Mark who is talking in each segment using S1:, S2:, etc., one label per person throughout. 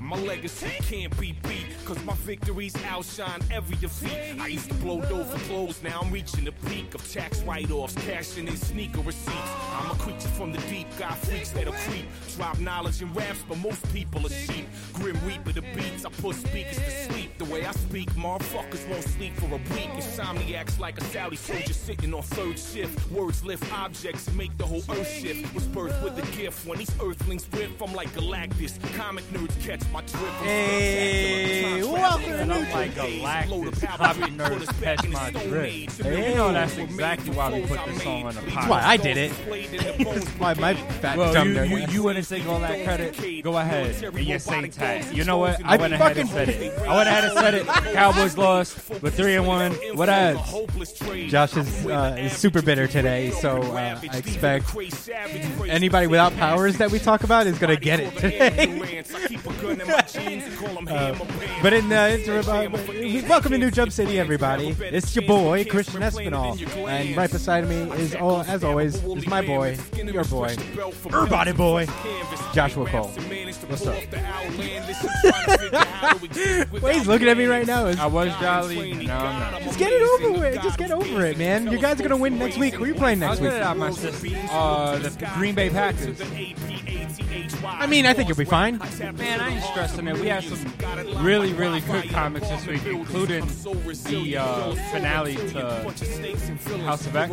S1: My legacy can't be beat, cause my victories outshine every defeat. I used to blow dough for clothes, now I'm reaching the peak of tax write offs, cashing in sneaker receipts. I'm a creature from the deep, got freaks that'll creep. Drop knowledge in raps, but most people are sheep. Grim Reaper the beats, I put speakers to sleep. The way I speak, motherfuckers won't sleep for a week. Insomniacs like a Saudi soldier sitting on third shift. Words lift objects and make the whole earth shift. Was birthed with a gift. When these earthlings riff, I'm like Galactus. Comic nerds catch my drift.
S2: Hey, welcome to
S1: I'm
S2: New
S1: like
S2: Jersey.
S1: Galactus.
S3: Comic
S1: Comic
S3: nerds
S1: nerds catch my drift. And you know that's exactly why we put this song in the
S3: podcast.
S2: why I did it.
S1: Why my
S2: fat
S3: Well, you, you, you wouldn't take all that credit. Go ahead.
S1: And your Saints hat.
S3: You know what? I
S1: I
S3: went ahead and said
S1: fucking-
S3: it. I went ahead and said it. Cowboys lost, but three and one. What else?
S2: Josh is, uh, is super bitter today, so, uh, I expect Anybody without powers that we talk about is going to get it today. But in the interim, uh, we- welcome to New Jump City, everybody. It's your boy, Christian Espinal. And right beside me is, all, as always, is my boy, your boy, everybody boy, Joshua Cole. What's up? Wait, he's looking at me right now. It's-
S3: I was jolly. No, I'm not.
S2: Just get it over with. Just get over it, man. You guys are going to win next week. Who are you playing
S3: I'll
S2: next week?
S3: get it out of my system. Uh, the Green Bay Packers.
S2: I mean, I think you'll be fine.
S3: Man, I ain't stressing it. We had some really, really good comics this week, including the uh, finale to House of X.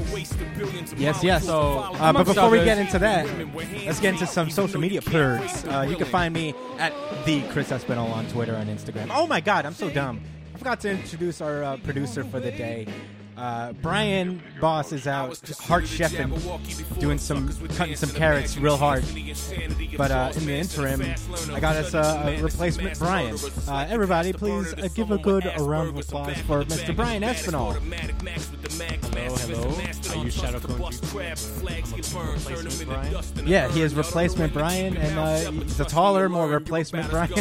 S2: Yes, yes.
S3: So,
S2: Uh, but
S3: amongst
S2: before we
S3: others-
S2: get into that, let's get into some social media perks. Uh, you can find me at the Chris Espinal on Twitter and Instagram. Oh my God, I'm so dumb. I forgot to introduce our uh, producer for the day. Uh, Brian Boss is out heart chefing, doing some cutting some carrots real hard. But uh, in the interim, I got us uh, a replacement Brian. Uh, everybody, please uh, give a good round of applause for Mr. Brian Espinal.
S3: Hello, hello. Are you Shadow Clone? Brian?
S2: Yeah, he is replacement Brian, and uh, he's a taller, more replacement Brian.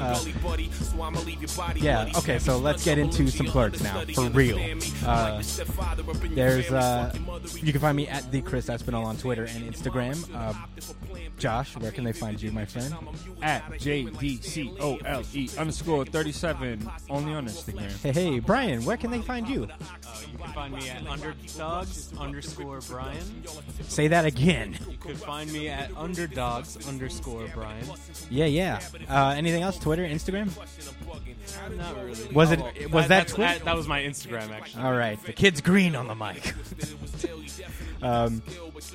S2: Uh, yeah, okay, so let's get into some clerks now, for real. Uh, there's, uh, you can find me at the Chris Espinal on Twitter and Instagram. Uh, Josh, where can they find you, my friend?
S3: At JDCOLE E underscore 37, only on Instagram.
S2: Hey, hey, Brian, where can they find you?
S4: You can find me at underdogs underscore Brian.
S2: Say that again.
S4: You could find me at underdogs underscore Brian.
S2: Yeah, yeah. Uh, anything else? Twitter, Instagram?
S4: Not really.
S2: Was it-
S4: Oh,
S2: was that
S4: that's-
S2: Twitter?
S4: That, that was my Instagram actually.
S2: All right, the kid's green on the mic. um,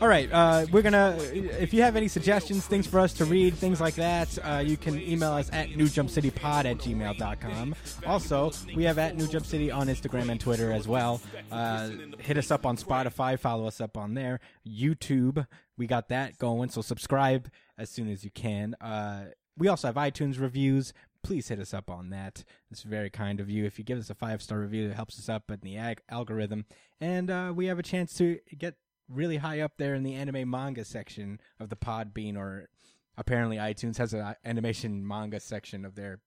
S2: all right, uh, we're gonna. If you have any suggestions, things for us to read, things like that, uh, you can email us at newjumpcitypod at gmail.com. Also, we have at New Jump City on Instagram and Twitter as well. Uh, hit us up on Spotify, follow us up on there. YouTube, we got that going, so subscribe as soon as you can. Uh, we also have iTunes reviews. Please hit us up on that. It's very kind of you. If you give us a five star review, it helps us up in the ag- algorithm, and uh, we have a chance to get really high up there in the anime manga section of the Podbean. Or apparently, iTunes has an uh, animation manga section of their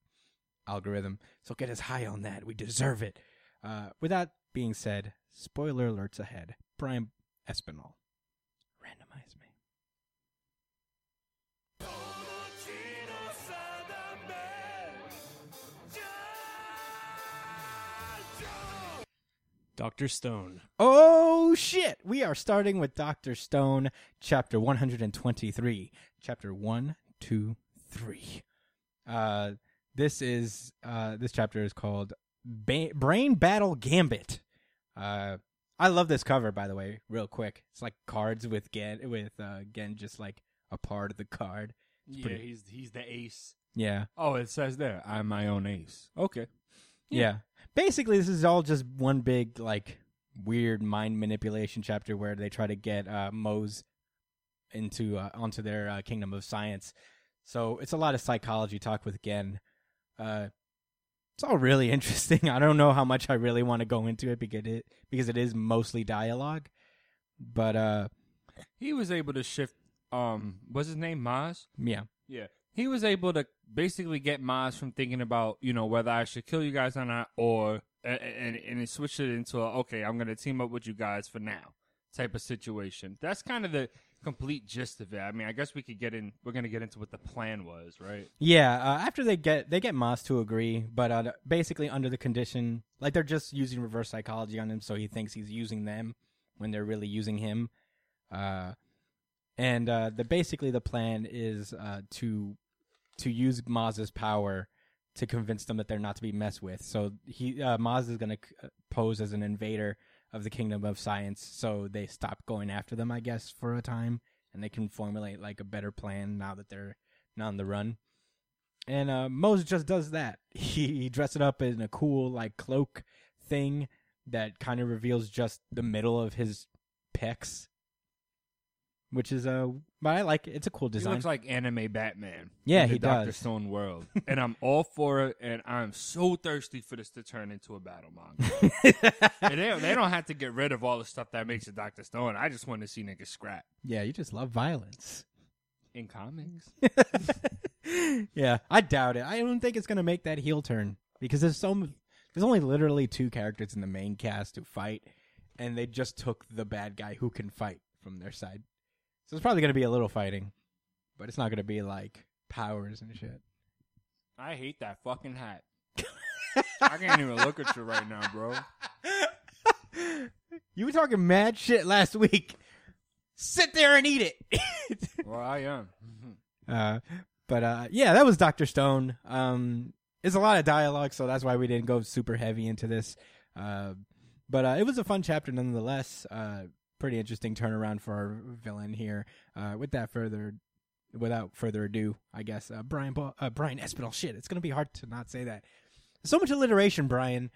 S2: algorithm. So get us high on that. We deserve it. Uh, with that being said, spoiler alerts ahead. Brian Espinal, randomize me.
S4: Dr. Stone.
S2: Oh shit! We are starting with Doctor Stone, chapter one hundred and twenty-three. Chapter one, two, three. Uh, this is uh, this chapter is called ba- Brain Battle Gambit. Uh, I love this cover, by the way. Real quick, it's like cards with Gen with uh, Gen just like a part of the card.
S4: Yeah,
S2: pretty-
S4: he's he's the ace.
S2: Yeah,
S3: Oh, it says there, I'm my own ace. Okay.
S2: Yeah. Basically, this is all just one big like weird mind manipulation chapter where they try to get uh, Moe's into uh, onto their uh, kingdom of science. So it's a lot of psychology talk with Gen. Uh, it's all really interesting. I don't know how much I really want to go into it because it because it is mostly dialogue. But uh,
S3: He was able to shift, um, what's his name? Maz?
S2: yeah,
S3: Yeah. He was able to basically get Maz from thinking about, you know, whether I should kill you guys or not, or, and, and, and it switched it into, a, okay, I'm going to team up with you guys for now type of situation. That's kind of the, complete gist of it. I mean, I guess we could get in. We're gonna get into what the plan was, right?
S2: Yeah, uh, after they get they get Moss to agree, but uh, basically under the condition, like they're just using reverse psychology on him, so he thinks he's using them when they're really using him. Uh, and uh, the basically the plan is uh, to to use Maz's power to convince them that they're not to be messed with. So he uh, Maz is going to pose as an invader of the kingdom of science, so they stop going after them, I guess, for a time, and they can formulate like a better plan now that they're not on the run. And uh, Mose just does that. He, he dresses it up in a cool like cloak thing that kind of reveals just the middle of his pecs, which is a. Uh, but I like it. it's a cool
S3: He
S2: design.
S3: looks like anime Batman.
S2: Yeah,
S3: in the
S2: he
S3: Doctor
S2: does.
S3: Stone world, and I'm all for it. And I'm so thirsty for this to turn into a battle manga. And they, they don't have to get rid of all the stuff that makes it Doctor Stone. I just want to see niggas scrap
S2: yeah, you just love violence.
S3: in comics.
S2: yeah, I doubt it. I don't think it's gonna make that heel turn because there's so m- there's only literally two characters in the main cast who fight, and they just took the bad guy who can fight from their side. So it's probably gonna be a little fighting, but it's not gonna be like powers and shit.
S3: I hate that fucking hat. I can't even look at you right now, bro.
S2: You were talking mad shit last week. Sit there and eat it.
S3: Well, I am.
S2: Uh, but uh, yeah, that was Doctor Stone. Um, it's a lot of dialogue, so that's why we didn't go super heavy into this. Uh, but uh, it was a fun chapter nonetheless. Uh, pretty interesting turnaround for our villain here. Uh, with that further, without further ado, I guess uh, Brian ba- uh, Brian Espinal. Shit, it's gonna be hard to not say that. So much alliteration, Brian,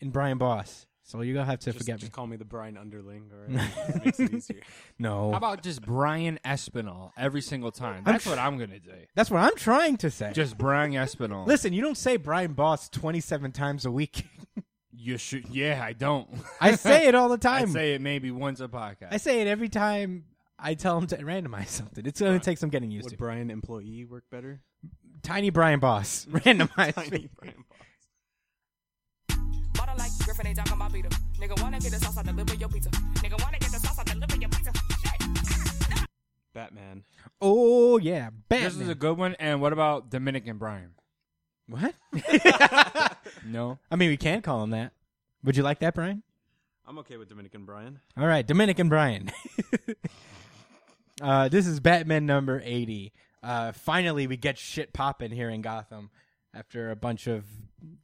S2: in Brian Boss. So you're gonna have to
S4: Just,
S2: forget
S4: just
S2: me.
S4: call me the Brian Underling. All right, makes it easier.
S2: No,
S3: How about just Brian Espinal every single time?
S2: I'm
S3: That's
S2: tr-
S3: what I'm gonna do.
S2: that's what I'm trying to say.
S3: Just Brian Espinal.
S2: Listen, you don't say Brian Boss 27 times a week.
S3: You should. Yeah, I don't.
S2: I say it all the
S3: I
S2: time.
S3: say it maybe once a podcast.
S2: I say it every time I tell him to randomize something. It's going to take some getting used
S4: Would
S2: to.
S4: Brian employee work better?
S2: Tiny Brian Boss, randomize.
S4: Tiny Brian Boss.
S5: Bottle like Griffin, they talking about Peter. Nigga wanna get the sauce, I deliver your pizza. Nigga wanna get the sauce, I deliver your pizza. Shit.
S4: Batman.
S2: Oh yeah,
S3: this
S2: Batman.
S3: is a good one. And what about Dominican Brian?
S2: what?
S3: No,
S2: I mean, we can call him that. Would you like that, Brian?
S4: I'm okay with Dominican Brian.
S2: All right, Dominican Brian. uh, this is Batman number 80. Uh, finally, we get shit popping here in Gotham after a bunch of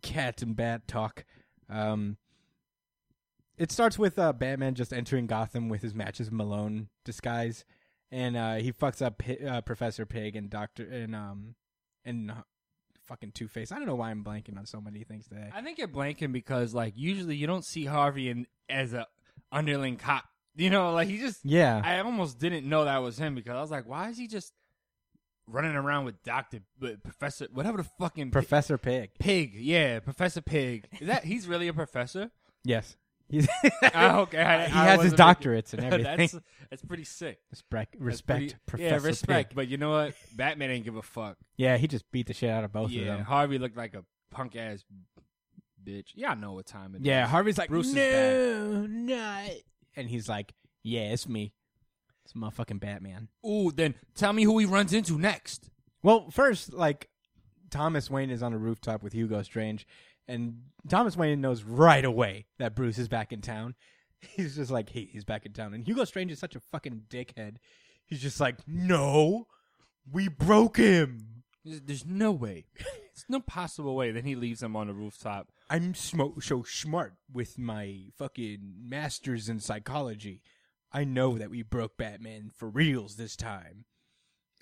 S2: cat and bat talk. Um, it starts with uh, Batman just entering Gotham with his Matches Malone disguise, and uh, he fucks up Pi- uh, Professor Pig and Doctor and um and uh, fucking Two Face. I don't know why I'm blanking on so many things today.
S3: I think you're blanking because like usually you don't see Harvey in, as a underling cop. You know, like he just.
S2: Yeah,
S3: I almost didn't know that was him because I was like, why is he just running around with Doctor with Professor whatever the fucking
S2: Professor Pig.
S3: Pig? Yeah, Professor Pig. Is that he's really a professor?
S2: Yes, he's.
S3: Ah, okay, I- I
S2: He has his
S3: wasn't making-
S2: doctorates and everything.
S3: that's that's pretty sick.
S2: Respect,
S3: That's
S2: respect,
S3: pretty-
S2: Professor
S3: Yeah, respect.
S2: Pig.
S3: But you know what? Batman ain't give a fuck.
S2: Yeah, he just beat the shit out of both
S3: yeah,
S2: of them.
S3: Harvey looked like a punk ass bitch. Yeah, I know what time it is.
S2: Yeah, Harvey's like,
S3: Bruce is
S2: no, not. And he's like, yeah, it's me. It's motherfucking Batman.
S3: Ooh, then tell me who he runs into next.
S2: Well, first, like, Thomas Wayne is on a rooftop with Hugo Strange, and Thomas Wayne knows right away that Bruce is back in town. He's just like, hey, he's back in town. And Hugo Strange is such a fucking dickhead. He's just like, no, we broke him.
S3: There's, there's no way. There's no possible way. Then he leaves him on the rooftop.
S2: I'm smo- so smart with my fucking masters in psychology. I know that we broke Batman for reals this time.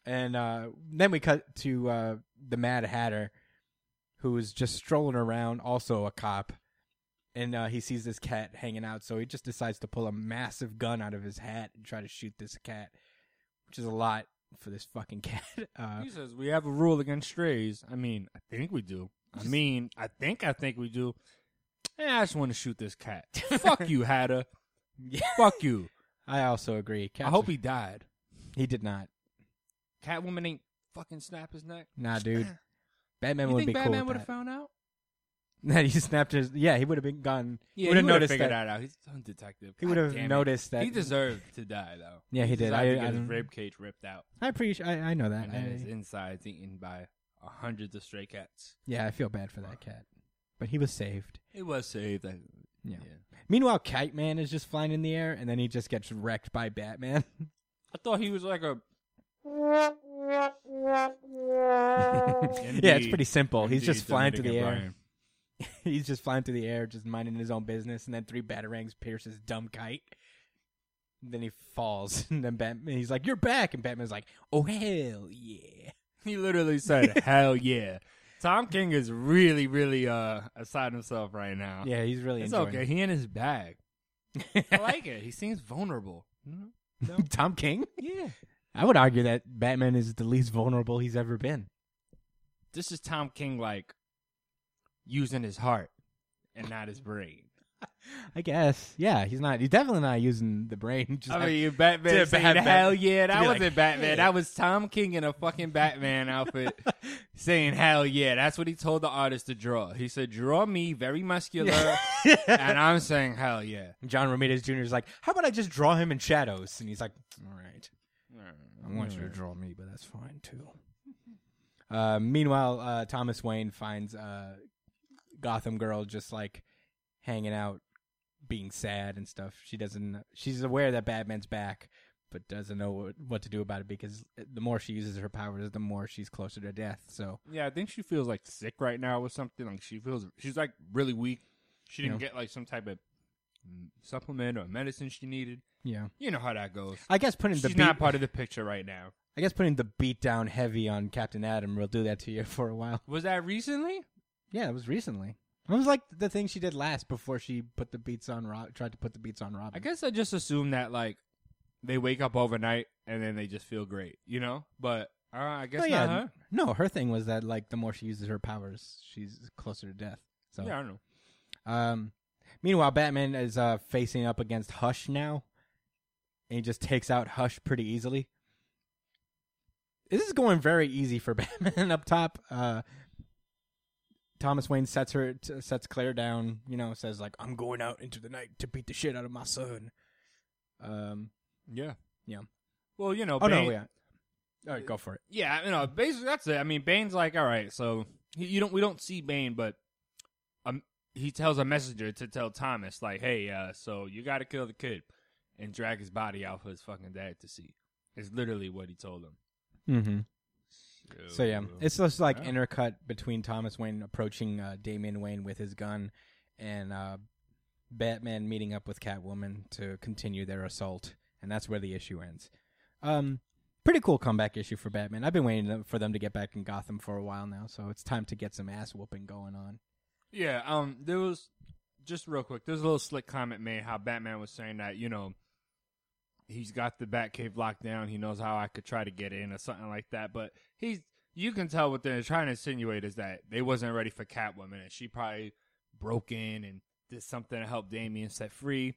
S2: And uh, then we cut to uh, the Mad Hatter, who is just strolling around, also a cop. And uh, he sees this cat hanging out, so he just decides to pull a massive gun out of his hat and try to shoot this cat, which is a lot for this fucking cat. Uh,
S3: He says we have a rule against strays. I mean, I think we do. I mean, I think I think we do. Eh, I just want to shoot this cat. Fuck you, Hatter. Fuck you.
S2: I also agree. Cats
S3: I hope
S2: are-
S3: he died.
S2: he did not.
S3: Catwoman ain't fucking snap his neck.
S2: Nah, dude. Batman
S3: you
S2: would
S3: think
S2: be
S3: Batman
S2: cool.
S3: would
S2: with
S3: have
S2: that.
S3: found out?
S2: That he snapped his. Yeah, he would have been gone.
S3: Yeah,
S2: would
S3: he
S2: have
S3: would've
S2: noticed
S3: figured
S2: that.
S3: that out. He's a dumb detective.
S2: He
S3: God
S2: would've
S3: damn it.
S2: noticed that-
S3: He deserved to die though.
S2: Yeah, he did.
S3: deserved
S2: I-
S3: to
S2: I
S3: get his
S2: don't-
S3: rib cage ripped out,
S2: I appreciate. I, I know that.
S3: and then
S2: I-
S3: his insides eaten by hundreds of stray cats.
S2: yeah, I feel bad for that cat, but he was saved.
S3: It was saved. I-
S2: Yeah.
S3: yeah.
S2: Meanwhile, Kite Man is just flying in the air, and then he just gets wrecked by Batman.
S3: I thought he was like a.
S2: yeah, it's pretty simple. He's just flying through the air.
S3: Brian.
S2: He's just flying through the air, just minding his own business, and then three batarangs pierce his dumb kite. Then he falls, and then Batman. He's like, "You're back," and Batman's like, "Oh hell yeah!"
S3: He literally said, "Hell yeah." Tom King is really, really uh aside himself right now.
S2: Yeah, he's really
S3: Uh, it's
S2: enjoying
S3: okay.
S2: it.
S3: He in his bag. I like it. He seems vulnerable. Mhm.
S2: Tom King.
S3: Yeah.
S2: I would argue that Batman is the least vulnerable he's ever been.
S3: This is Tom King like using his heart and not his brain.
S2: I guess. Yeah, he's not. He's definitely not using the brain. Just
S3: I
S2: have-
S3: mean, you Batman.
S2: To
S3: saying,
S2: have Bat-
S3: hell yeah, that
S2: be like,
S3: wasn't Batman.
S2: "Hey."
S3: That was Tom King in a fucking Batman outfit saying hell yeah. That's what he told the artist to draw. He said, draw me very muscular, and I'm saying hell yeah.
S2: John Ramirez Jr. is like, how about I just draw him in shadows? And he's like, all right. I want
S3: Mm.
S2: you to draw me, but that's fine too. Uh, meanwhile, uh, Thomas Wayne finds uh, Gotham Girl just like hanging out, being sad and stuff. She doesn't. She's aware that Batman's back, but doesn't know what, what to do about it because uh, the more she uses her powers, the more she's closer to death. So
S3: Yeah, I think she feels like sick right now or something. Like she feels she's like really weak. She didn't get like some type of mm, supplement or medicine she needed.
S2: yeah,
S3: You know how that goes.
S2: I guess putting
S3: She's
S2: the beat,
S3: not part of the picture right now.
S2: I guess putting the beat down heavy on Captain Adam will do that to you for a while.
S3: Was that recently?
S2: Yeah, it was recently. It was like the thing she did last before she put the beats on Rob. Tried to put the beats on Robin.
S3: I guess I just assume that like they wake up overnight and then they just feel great, you know. But uh, I guess
S2: Oh,
S3: not.
S2: yeah.
S3: huh?
S2: No, her thing was that like the more she uses her powers, she's closer to death. So,
S3: Yeah, I don't know.
S2: um, meanwhile, Batman is uh facing up against Hush now, and he just takes out Hush pretty easily. This is going very easy for Batman up top. Uh, Thomas Wayne sets her t- sets Claire down. You know, says like, "I'm going out into the night to beat the shit out of my son." Um.
S3: Yeah,
S2: Yeah.
S3: Well, you know,
S2: Oh
S3: Bane,
S2: no. Yeah. All right, go for it.
S3: yeah, you know, basically that's it. I mean, Bane's like, all right, so he- you don't we don't see Bane, but um, he tells a messenger to tell Thomas like, hey, uh, so you got to kill the kid and drag his body out for his fucking dad to see. It's literally what he told him.
S2: Mm-hmm. So yeah, it's just like
S3: Yeah.
S2: intercut between Thomas Wayne approaching uh, Damian Wayne with his gun, and uh, Batman meeting up with Catwoman to continue their assault, and that's where the issue ends. Um, pretty cool comeback issue for Batman. I've been waiting for them to get back in Gotham for a while now, so it's time to get some ass whooping going on.
S3: Yeah, um, there was just real quick. There's a little slick comment made how Batman was saying that you know he's got the Batcave locked down. He knows how I could try to get in or something like that. But he's you can tell what they're trying to insinuate is that they wasn't ready for Catwoman and she probably broke in and did something to help Damien set free.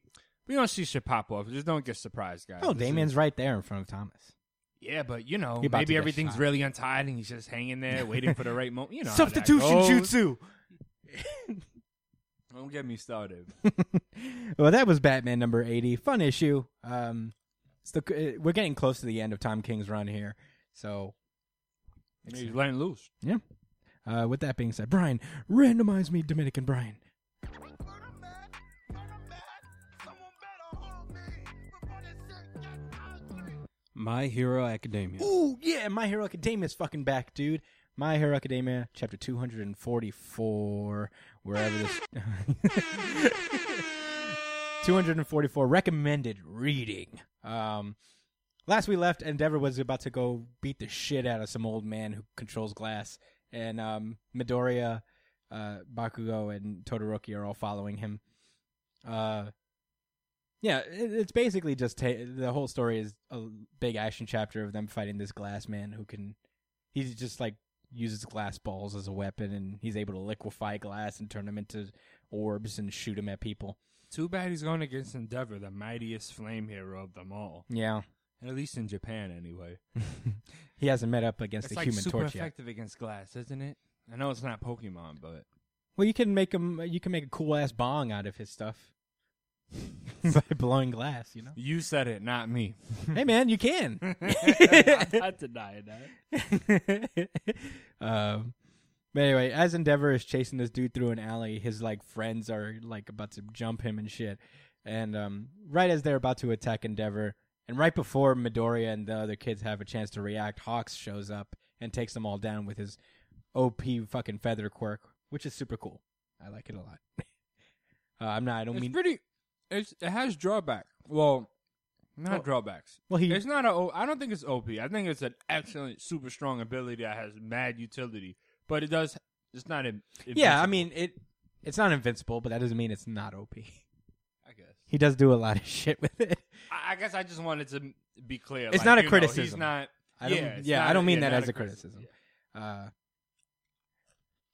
S3: We don't see shit pop off. Just don't get surprised, guys.
S2: Oh,
S3: This is-
S2: Damien's right there in front of Thomas.
S3: yeah, but you know
S2: He about to
S3: maybe
S2: get
S3: everything's
S2: shot.
S3: really untied and he's just hanging there waiting for the right moment. You know how that
S2: Substitution
S3: goes.
S2: jutsu.
S3: Don't get me started.
S2: well, that was Batman number eighty. Fun issue. Um, it's the, we're getting close to the end of Tom King's run here, so
S3: He's letting loose.
S2: Uh, with that being said, Brian, randomize me, Dominican Brian.
S4: My Hero Academia.
S2: Ooh, yeah, My Hero Academia is fucking back, dude. My Hero Academia, chapter 244, wherever this. 244, recommended reading. Um, last we left, Endeavor was about to go beat the shit out of some old man who controls glass, and um, Midoriya, uh, Bakugo, and Todoroki are all following him. Uh, Yeah, it, it's basically just ta- the whole story is a l- big action chapter of them fighting this glass man who can. He's just like uses glass balls as a weapon, and he's able to liquefy glass and turn them into orbs and shoot them at people.
S3: Too bad he's going against Endeavor, the mightiest flame hero of them all.
S2: Yeah,
S3: At least in Japan, anyway.
S2: he hasn't met up against
S3: It's
S2: the
S3: like
S2: Human
S3: super
S2: Torch yet.
S3: effective against glass, isn't it? I know it's not Pokemon, but
S2: Well, you can make him. You can make a cool ass bong out of his stuff by blowing glass. You know.
S3: You said it, not me.
S2: hey, man, you can.
S3: I'm not denying that.
S2: um, but anyway, as Endeavor is chasing this dude through an alley, his like friends are like about to jump him and shit. And um, right as they're about to attack Endeavor, and right before Midoriya and the other kids have a chance to react, Hawks shows up and takes them all down with his OP fucking feather quirk, which is super cool. I like it a lot. uh, I'm not. I don't
S3: It's
S2: mean.
S3: pretty. It's, it has drawback. Well, not
S2: Well-
S3: drawbacks.
S2: well, he
S3: It's not a. O- I don't think it's OP. I think it's an excellent, super strong ability that has mad utility, but it does. It's not. In,
S2: yeah. I
S3: invincible,
S2: mean it. It's not invincible, but that doesn't mean it's not OP.
S3: I guess.
S2: He does do a lot of shit with it.
S3: I, I guess I just wanted to be clear.
S2: It's
S3: like,
S2: not a
S3: you know, he's
S2: criticism.
S3: not.
S2: I don't,
S3: yeah,
S2: yeah,
S3: it's not
S2: I
S3: a-
S2: don't mean
S3: yeah,
S2: that
S3: not
S2: as a criticism. Uh,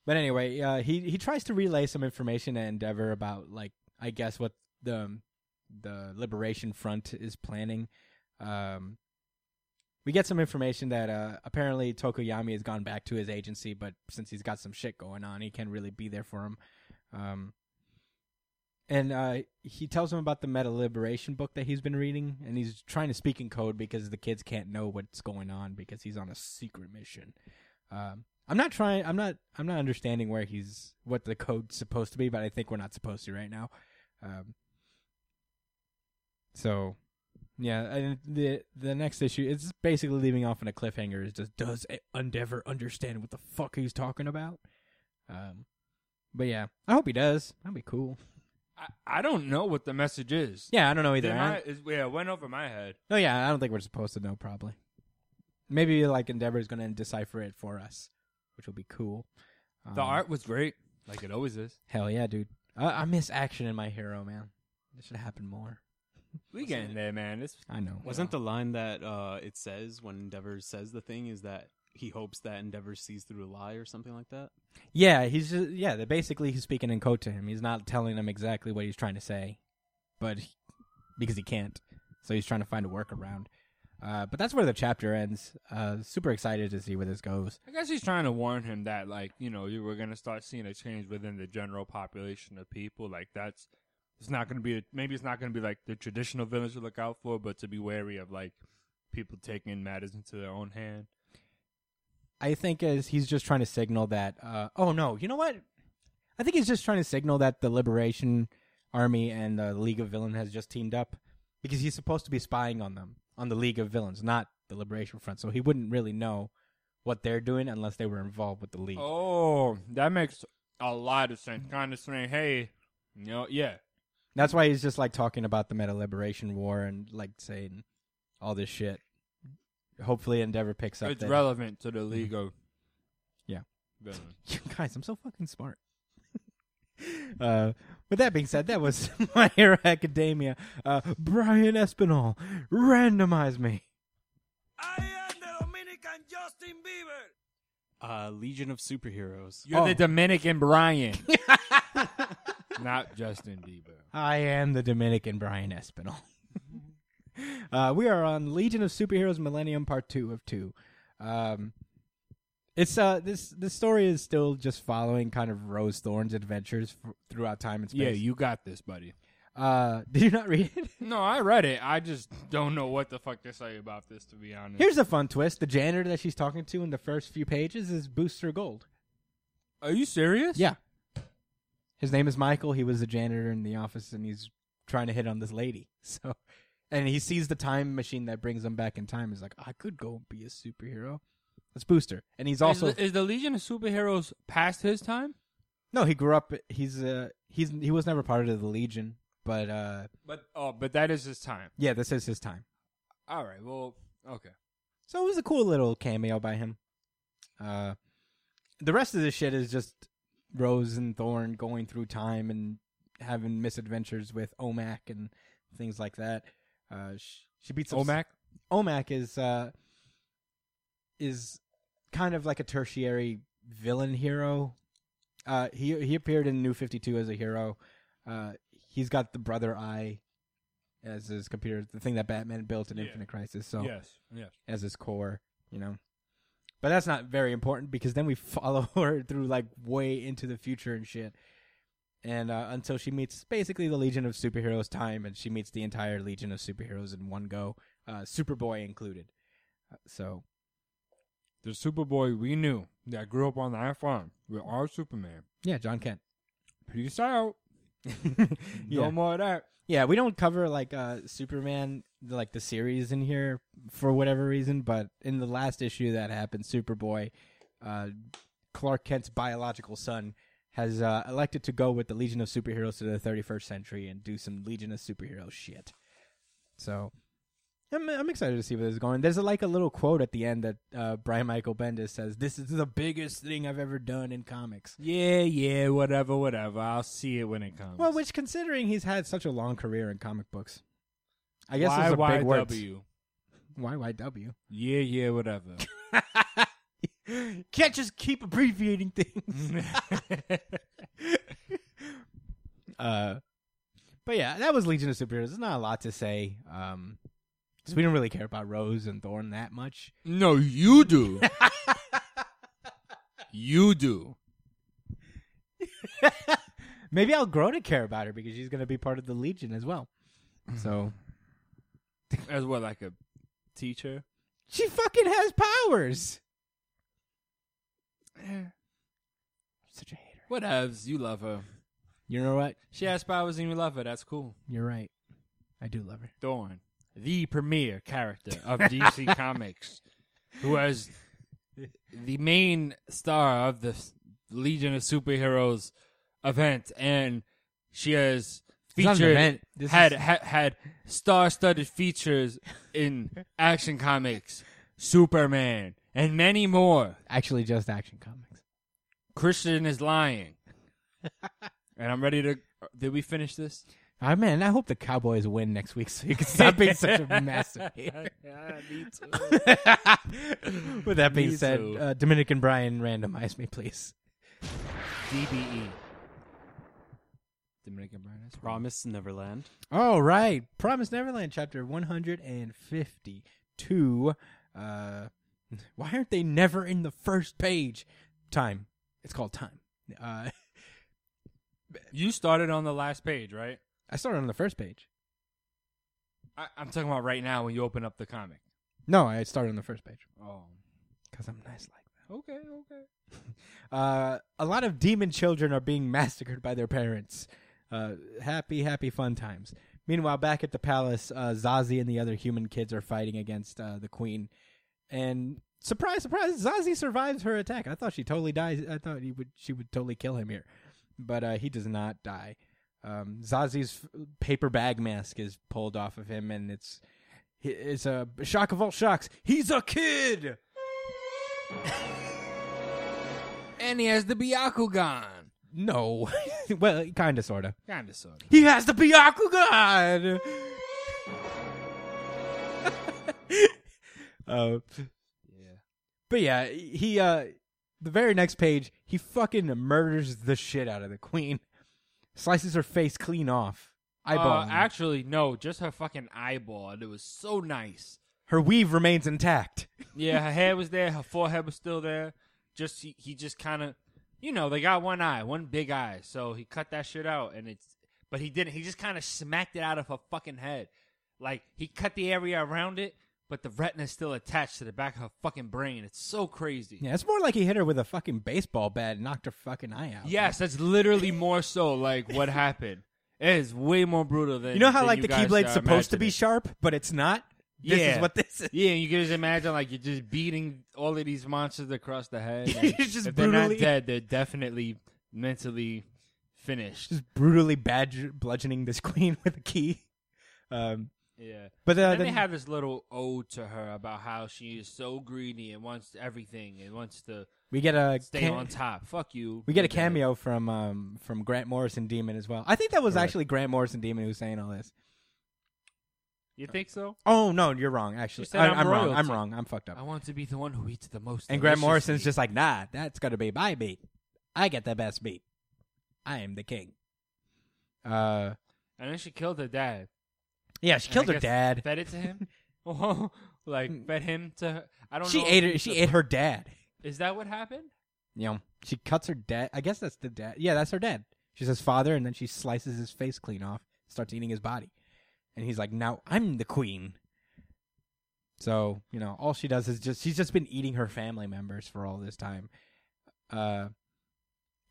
S2: but anyway, uh, he he tries to relay some information to Endeavor about like I guess what the um, the Liberation Front is planning. Um, we get some information that uh, apparently Tokoyami has gone back to his agency, but since he's got some shit going on, he can't really be there for him. Um, and uh, he tells him about the meta liberation book that he's been reading, and he's trying to speak in code because the kids can't know what's going on because he's on a secret mission. Um, I'm not trying. I'm not. I'm not understanding where he's what the code's supposed to be, but I think we're not supposed to right now. Um, so, yeah. And the the next issue it's basically leaving off on a cliffhanger. Is just does Endeavor understand what the fuck he's talking about? Um, but yeah, I hope he does. That'd be cool.
S3: I, I don't know what the message is.
S2: Yeah, I don't know either.
S3: Did
S2: I-
S3: my- is- yeah, it went over my head.
S2: No, yeah, I don't think we're supposed to know. Probably, maybe like Endeavor is going to decipher it for us, which will be cool.
S3: The
S2: Um,
S3: art was great, like it always is.
S2: hell yeah, dude! I, I miss action in my hero, man. This should happen more.
S3: We getting there, man. It's
S2: I know.
S4: Wasn't the line that uh, it says when Endeavor says the thing is that he hopes that Endeavor sees through a lie or something like that?
S2: yeah, he's just yeah. They're basically, he's speaking in code to him. He's not telling them exactly what he's trying to say, but he- because he can't, so he's trying to find a workaround. Uh, but that's where the chapter ends. Uh, super excited to see where this goes.
S3: I guess he's trying to warn him that, like, you know, you were going to start seeing a change within the general population of people. Like, that's, it's not going to be, maybe it's not going to be like the traditional villains to look out for, but to be wary of, like, people taking matters into their own hand.
S2: I think as he's just trying to signal that. Uh, oh no, you know what? I think he's just trying to signal that the Liberation Army and the League of Villains has just teamed up because he's supposed to be spying on them on the League of Villains, not the Liberation Front. So he wouldn't really know what they're doing unless they were involved with the League.
S3: Oh, that makes a lot of sense. Kind of saying, hey, you know, yeah.
S2: That's why he's just like talking about the Meta Liberation War and like saying all this shit. Hopefully, Endeavor picks up.
S3: It's
S2: that-
S3: relevant to the League of
S2: Yeah.
S3: Villains.
S2: You guys, I'm so fucking smart. Uh, with that being said, that was My Hero Academia. Uh, Brian Espinal, randomize me.
S4: Uh, Legion of Superheroes.
S3: You're
S2: Oh.
S3: the Dominican Brian, not Justin Bieber.
S2: I am the Dominican Brian Espinal. uh, we are on Legion of Superheroes Millennium Part Two of Two. Um, it's uh this this story is still just following kind of Rose Thorne's adventures f- throughout time and space.
S3: Yeah, you got this, buddy.
S2: uh, did you not read it?
S3: No, I read it. I just don't know what the fuck to say about this, to be honest.
S2: Here's a fun twist: the janitor that she's talking to in the first few pages is Booster Gold.
S3: Are you serious?
S2: Yeah. His name is Michael. He was the janitor in the office, and he's trying to hit on this lady. So, and he sees the time machine that brings him back in time. He's like, I could go be a superhero. That's Booster, and he's also
S3: is the, is the Legion of Superheroes past his time?
S2: no. He grew up. He's uh he's he was never part of the Legion, but uh
S3: But oh, but that is his time.
S2: yeah, this is his time.
S3: All right. Well, okay.
S2: So it was a cool little cameo by him. Uh, the rest of this shit is just Rose and Thorn going through time and having misadventures with Omac and things like that. Uh, she, she beats up- Omac is uh, is kind of like a tertiary villain hero. Uh, he he appeared in New Fifty Two as a hero. Uh, he's got the brother eye as his computer, the thing that Batman built in
S3: Yeah.
S2: Infinite Crisis. So
S3: Yes. Yes.
S2: as his core, you know. But that's not very important because then we follow her through like way into the future and shit. And uh, until she meets basically the Legion of Superheroes time and she meets the entire Legion of Superheroes in one go, uh, Superboy included. Uh, So,
S3: The Superboy we knew that grew up on our farm with our Superman.
S2: yeah, John Kent.
S3: Peace out.
S2: yeah.
S3: No more of that.
S2: Yeah, we don't cover like uh Superman like the series in here for whatever reason, but in the last issue that happened, Superboy, uh Clark Kent's biological son has uh, elected to go with the Legion of Superheroes to the 31st century and do some Legion of Superhero shit. So I'm, I'm excited to see where this is going. There's like a little quote at the end that uh, Brian Michael Bendis says, "This is the biggest thing I've ever done in comics."
S3: Yeah, yeah, whatever, whatever. I'll see it when it comes.
S2: Well, which considering he's had such a long career in comic books, I guess those are big words.
S3: YYW.
S2: YYW.
S3: Yeah, yeah, whatever.
S2: Can't just keep abbreviating things. uh, but yeah, that was Legion of Superheroes. There's not a lot to say. Um, 'cause we don't really care about Rose and Thorn that much.
S3: no, you do. you do.
S2: Maybe I'll grow to care about her because she's going to be part of the Legion as well. So
S3: As what, like a teacher?
S2: she fucking has powers. Such a hater.
S3: Whatevs. You love her.
S2: You know what?
S3: She has powers and you love her. That's cool.
S2: You're right. I do love her.
S3: Thorn, the premier character of DC Comics, who was the main star of the s- Legion of Superheroes event, and she has
S2: It's not an
S3: featured
S2: event. This
S3: had,
S2: is-
S3: had had star-studded features in Action Comics, Superman, and many more.
S2: Actually, just Action Comics.
S3: Christian is lying, and I'm ready to. Did we finish this?
S2: I Ah, man, I hope the Cowboys win next week so you can stop being such a massive. hater. With that being
S3: Me
S2: said,
S3: too.
S2: uh, Dominican Brian, randomize me, please.
S3: DBE. Dominican Brown.
S4: Promise Neverland.
S2: All right, Promise Neverland, chapter one hundred and fifty-two. Uh, why aren't they never in the first page? Time. It's called time. Uh,
S3: You started on the last page, right?
S2: I started on the first page.
S3: I, I'm talking about right now when you open up the comic.
S2: No, I started on the first page
S3: Oh.
S2: because I'm nice like that.
S3: Okay, okay.
S2: Uh, a lot of demon children are being massacred by their parents. Uh, happy, happy fun times. Meanwhile, back at the palace, uh, Zazie and the other human kids are fighting against uh, the queen. And surprise, surprise, Zazie survives her attack. I thought she totally dies. I thought he would, she would totally kill him here, but uh, he does not die. Um, Zazie's f- paper bag mask is pulled off of him, and it's it's a shock of all shocks. He's a kid.
S3: And he has the Byakugan.
S2: No, well, kind of, sorta.
S3: Kinda sorta.
S2: He has the Byakugan! uh, But yeah, he, uh, the very next page, he fucking murders the shit out of the queen. Slices her face clean off. Eyeball.
S3: Uh, actually, no, just her fucking eyeball. And it was so nice.
S2: her weave remains intact.
S3: Yeah, her hair was there. Her forehead was still there. Just he, he just kind of, you know, they got one eye, one big eye. So he cut that shit out, and it's. But he didn't. He just kind of smacked it out of her fucking head. Like he cut the area around it, but the retina's still attached to the back of her fucking brain. It's so crazy.
S2: Yeah, it's more like he hit her with a fucking baseball bat and knocked her fucking eye out.
S3: Yes, that's literally more so like what happened. It is way more brutal than
S2: You know how,
S3: than
S2: like, the
S3: guys
S2: Keyblade's
S3: are
S2: supposed to be
S3: imagining.
S2: sharp, but it's not? This
S3: yeah.
S2: is what this is.
S3: Yeah, and you can just imagine like you're just beating all of these monsters across the head. and
S2: It's just
S3: if they're not
S2: brutally-
S3: dead, they're definitely mentally finished.
S2: just brutally badger- bludgeoning this queen with a key. Um,
S3: Yeah.
S2: but uh,
S3: and
S2: then,
S3: they have this little ode to her about how she is so greedy and wants everything and wants to
S2: we get a
S3: stay
S2: cam-
S3: on top. Fuck you.
S2: we get a
S3: You're dead.
S2: cameo from um, from Grant Morrison Demon as well. I think that was actually Grant Morrison Demon who was saying all this.
S3: You think so?
S2: Oh no, you're wrong. Actually,
S3: She said,
S2: I,
S3: "I'm
S2: I'm wrong. I'm
S3: royalty."
S2: wrong. I'm fucked up.
S3: I want to be the one who eats the most.
S2: and Grant
S3: delicious
S2: Morrison's
S3: meat.
S2: just like, nah, that's gonna be my beat. I get the best beat. I am the king. Uh,
S3: And then she killed her dad.
S2: yeah, she
S3: And
S2: killed
S3: I
S2: her
S3: guess
S2: dad. Hmm.
S3: Fed it to him. oh, Like fed him to. Her. I don't.
S2: She
S3: know
S2: ate
S3: if
S2: her,
S3: he's
S2: she
S3: a-
S2: ate her dad.
S3: Is that what happened?
S2: You know, she cuts her dad. I guess that's the dad. Yeah, that's her dad. She says father, and then she slices his face clean off, starts eating his body, and he's like, "Now I'm the queen." So you know, all she does is just she's just been eating her family members for all this time, uh,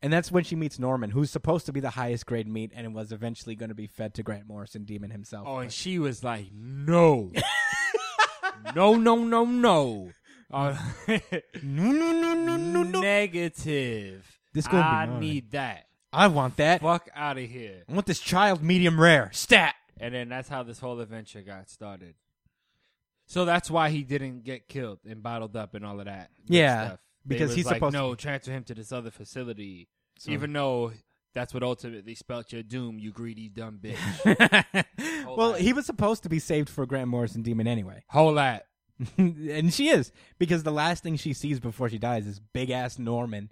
S2: and that's when she meets Norman, who's supposed to be the highest grade meat, and was eventually going to be fed to Grant Morrison Demon himself.
S3: Oh, and she was like, no, no, no, no, no. Uh,
S2: no, no, no, no, no, no!
S3: Negative.
S2: This gonna be
S3: I
S2: mine.
S3: need that.
S2: I want that.
S3: Fuck out of here.
S2: I want this child medium rare. Stat.
S3: And then that's how this whole adventure got started. So that's why he didn't get killed and bottled up and all of that. good
S2: Yeah,
S3: stuff. They
S2: because
S3: was
S2: he's
S3: like,
S2: supposed to
S3: no transfer him to this other facility,
S2: So-
S3: even though that's what ultimately spelt your doom, you greedy dumb bitch.
S2: well,
S3: that.
S2: he was supposed to be saved for Grant Morrison Demon anyway.
S3: Whole lot.
S2: and she is, because the last thing she sees before she dies is big ass Norman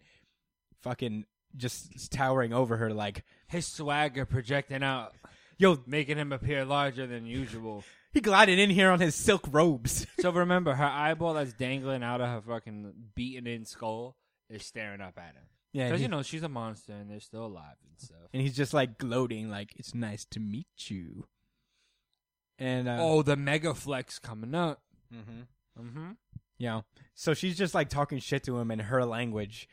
S2: fucking just towering over her like,
S3: His swagger projecting out,
S2: yo,
S3: making him appear larger than usual.
S2: he glided in here on his silk robes.
S3: so remember, her eyeball that's dangling out of her fucking beaten in skull is staring up at him.
S2: yeah.
S3: Because,
S2: And, he-
S3: you know, she's a monster and they're still alive and stuff.
S2: and he's just like gloating, like, it's nice to meet you. And, uh,
S3: Oh, the mega flex coming up.
S2: mhm.
S3: Mm-hmm.
S2: you know, so she's just like talking shit to him in her language.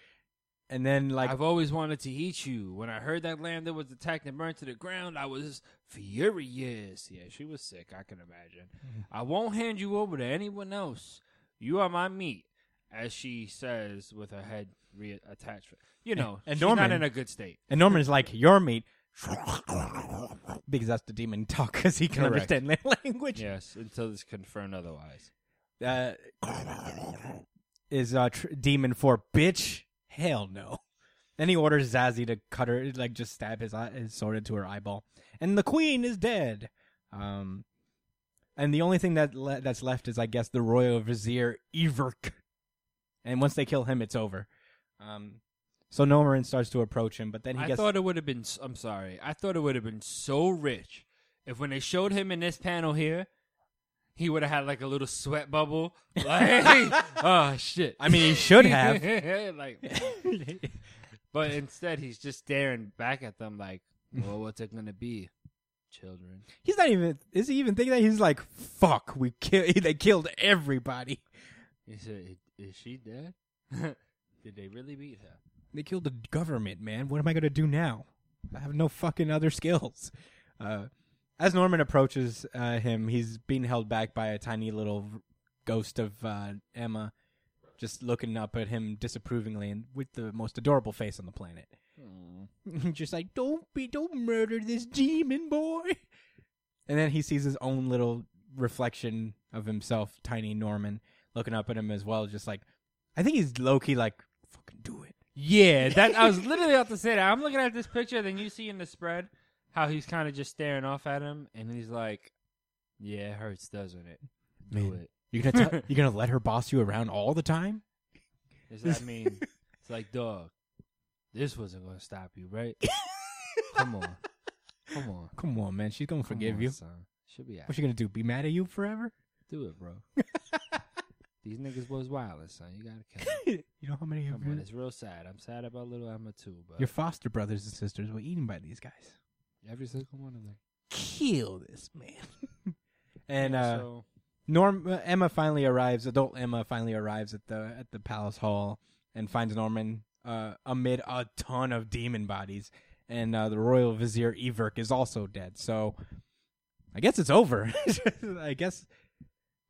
S2: And then, like,
S3: I've always wanted to eat you. When I heard that Lambda was attacked and burned to the ground, I was furious. Yeah, she was sick. I can imagine.
S2: Mm-hmm.
S3: I won't hand you over to anyone else. You are my meat, as she says with her head reattached. You know,
S2: And
S3: she's
S2: Norman-
S3: not in a good state.
S2: And Norman's like, your meat. Because that's the demon talk, because he can
S3: Correct.
S2: understand their language.
S3: Yes, until it's confirmed otherwise.
S2: Uh, is uh, tr- demon for bitch? Hell no. Then he orders Zazie to cut her, like just stab his, eye, his sword into her eyeball, and the queen is dead. Um, and the only thing that le- that's left is, I guess, the royal vizier Everk. And once they kill him, it's over. Um, so Norman starts to approach him, but then he
S3: I
S2: gets
S3: thought it would have been. s- I'm sorry. I thought it would have been so rich if when they showed him in this panel here, he would have had like a little sweat bubble. Like, oh shit!
S2: I mean, he should have.
S3: like, but instead, he's just staring back at them like, "Well, what's it gonna be, children?"
S2: He's not even. Is he even thinking that? He's like, "Fuck, we kill. They killed everybody.
S3: He said, "I- "Is she dead? Did they really beat her?"
S2: They killed the government, man. What am I gonna do now? I have no fucking other skills." Uh, as Norman approaches uh, him, he's being held back by a tiny little ghost of uh, Emma, just looking up at him disapprovingly and with the most adorable face on the planet. just like, "Don't be, don't murder this demon boy." And then he sees his own little reflection of himself, tiny Norman, looking up at him as well, just like, I think he's low key like, "Fucking do it."
S3: Yeah, that I was literally about to say that. I'm looking at this picture, then you see in the spread how he's kind of just staring off at him, and he's like, "Yeah, it hurts, doesn't it? Do
S2: Man.
S3: it."
S2: You're gonna tell you're gonna let her boss you around all the time?
S3: Does that mean it's like, dog? This wasn't gonna stop you, right? Come on, come on,
S2: Come on, man. She's gonna
S3: Come
S2: forgive
S3: on,
S2: you.
S3: Son. Should be out.
S2: What's she gonna do? Be mad at you forever?
S3: Do it, bro. These niggas was wild, son. You gotta kill 'em.
S2: you know how many of
S3: Come on,
S2: your,
S3: it's real sad. I'm sad about little Emma too, but
S2: your foster brothers and sisters were eaten by these guys?
S3: every single one of them.
S2: Kill this man. and
S3: Yeah,
S2: uh,
S3: so,
S2: Norm uh, Emma finally arrives. Adult Emma finally arrives at the at the palace hall and finds Norman uh, amid a ton of demon bodies, and uh, the royal vizier Everk is also dead. So I guess it's over. I guess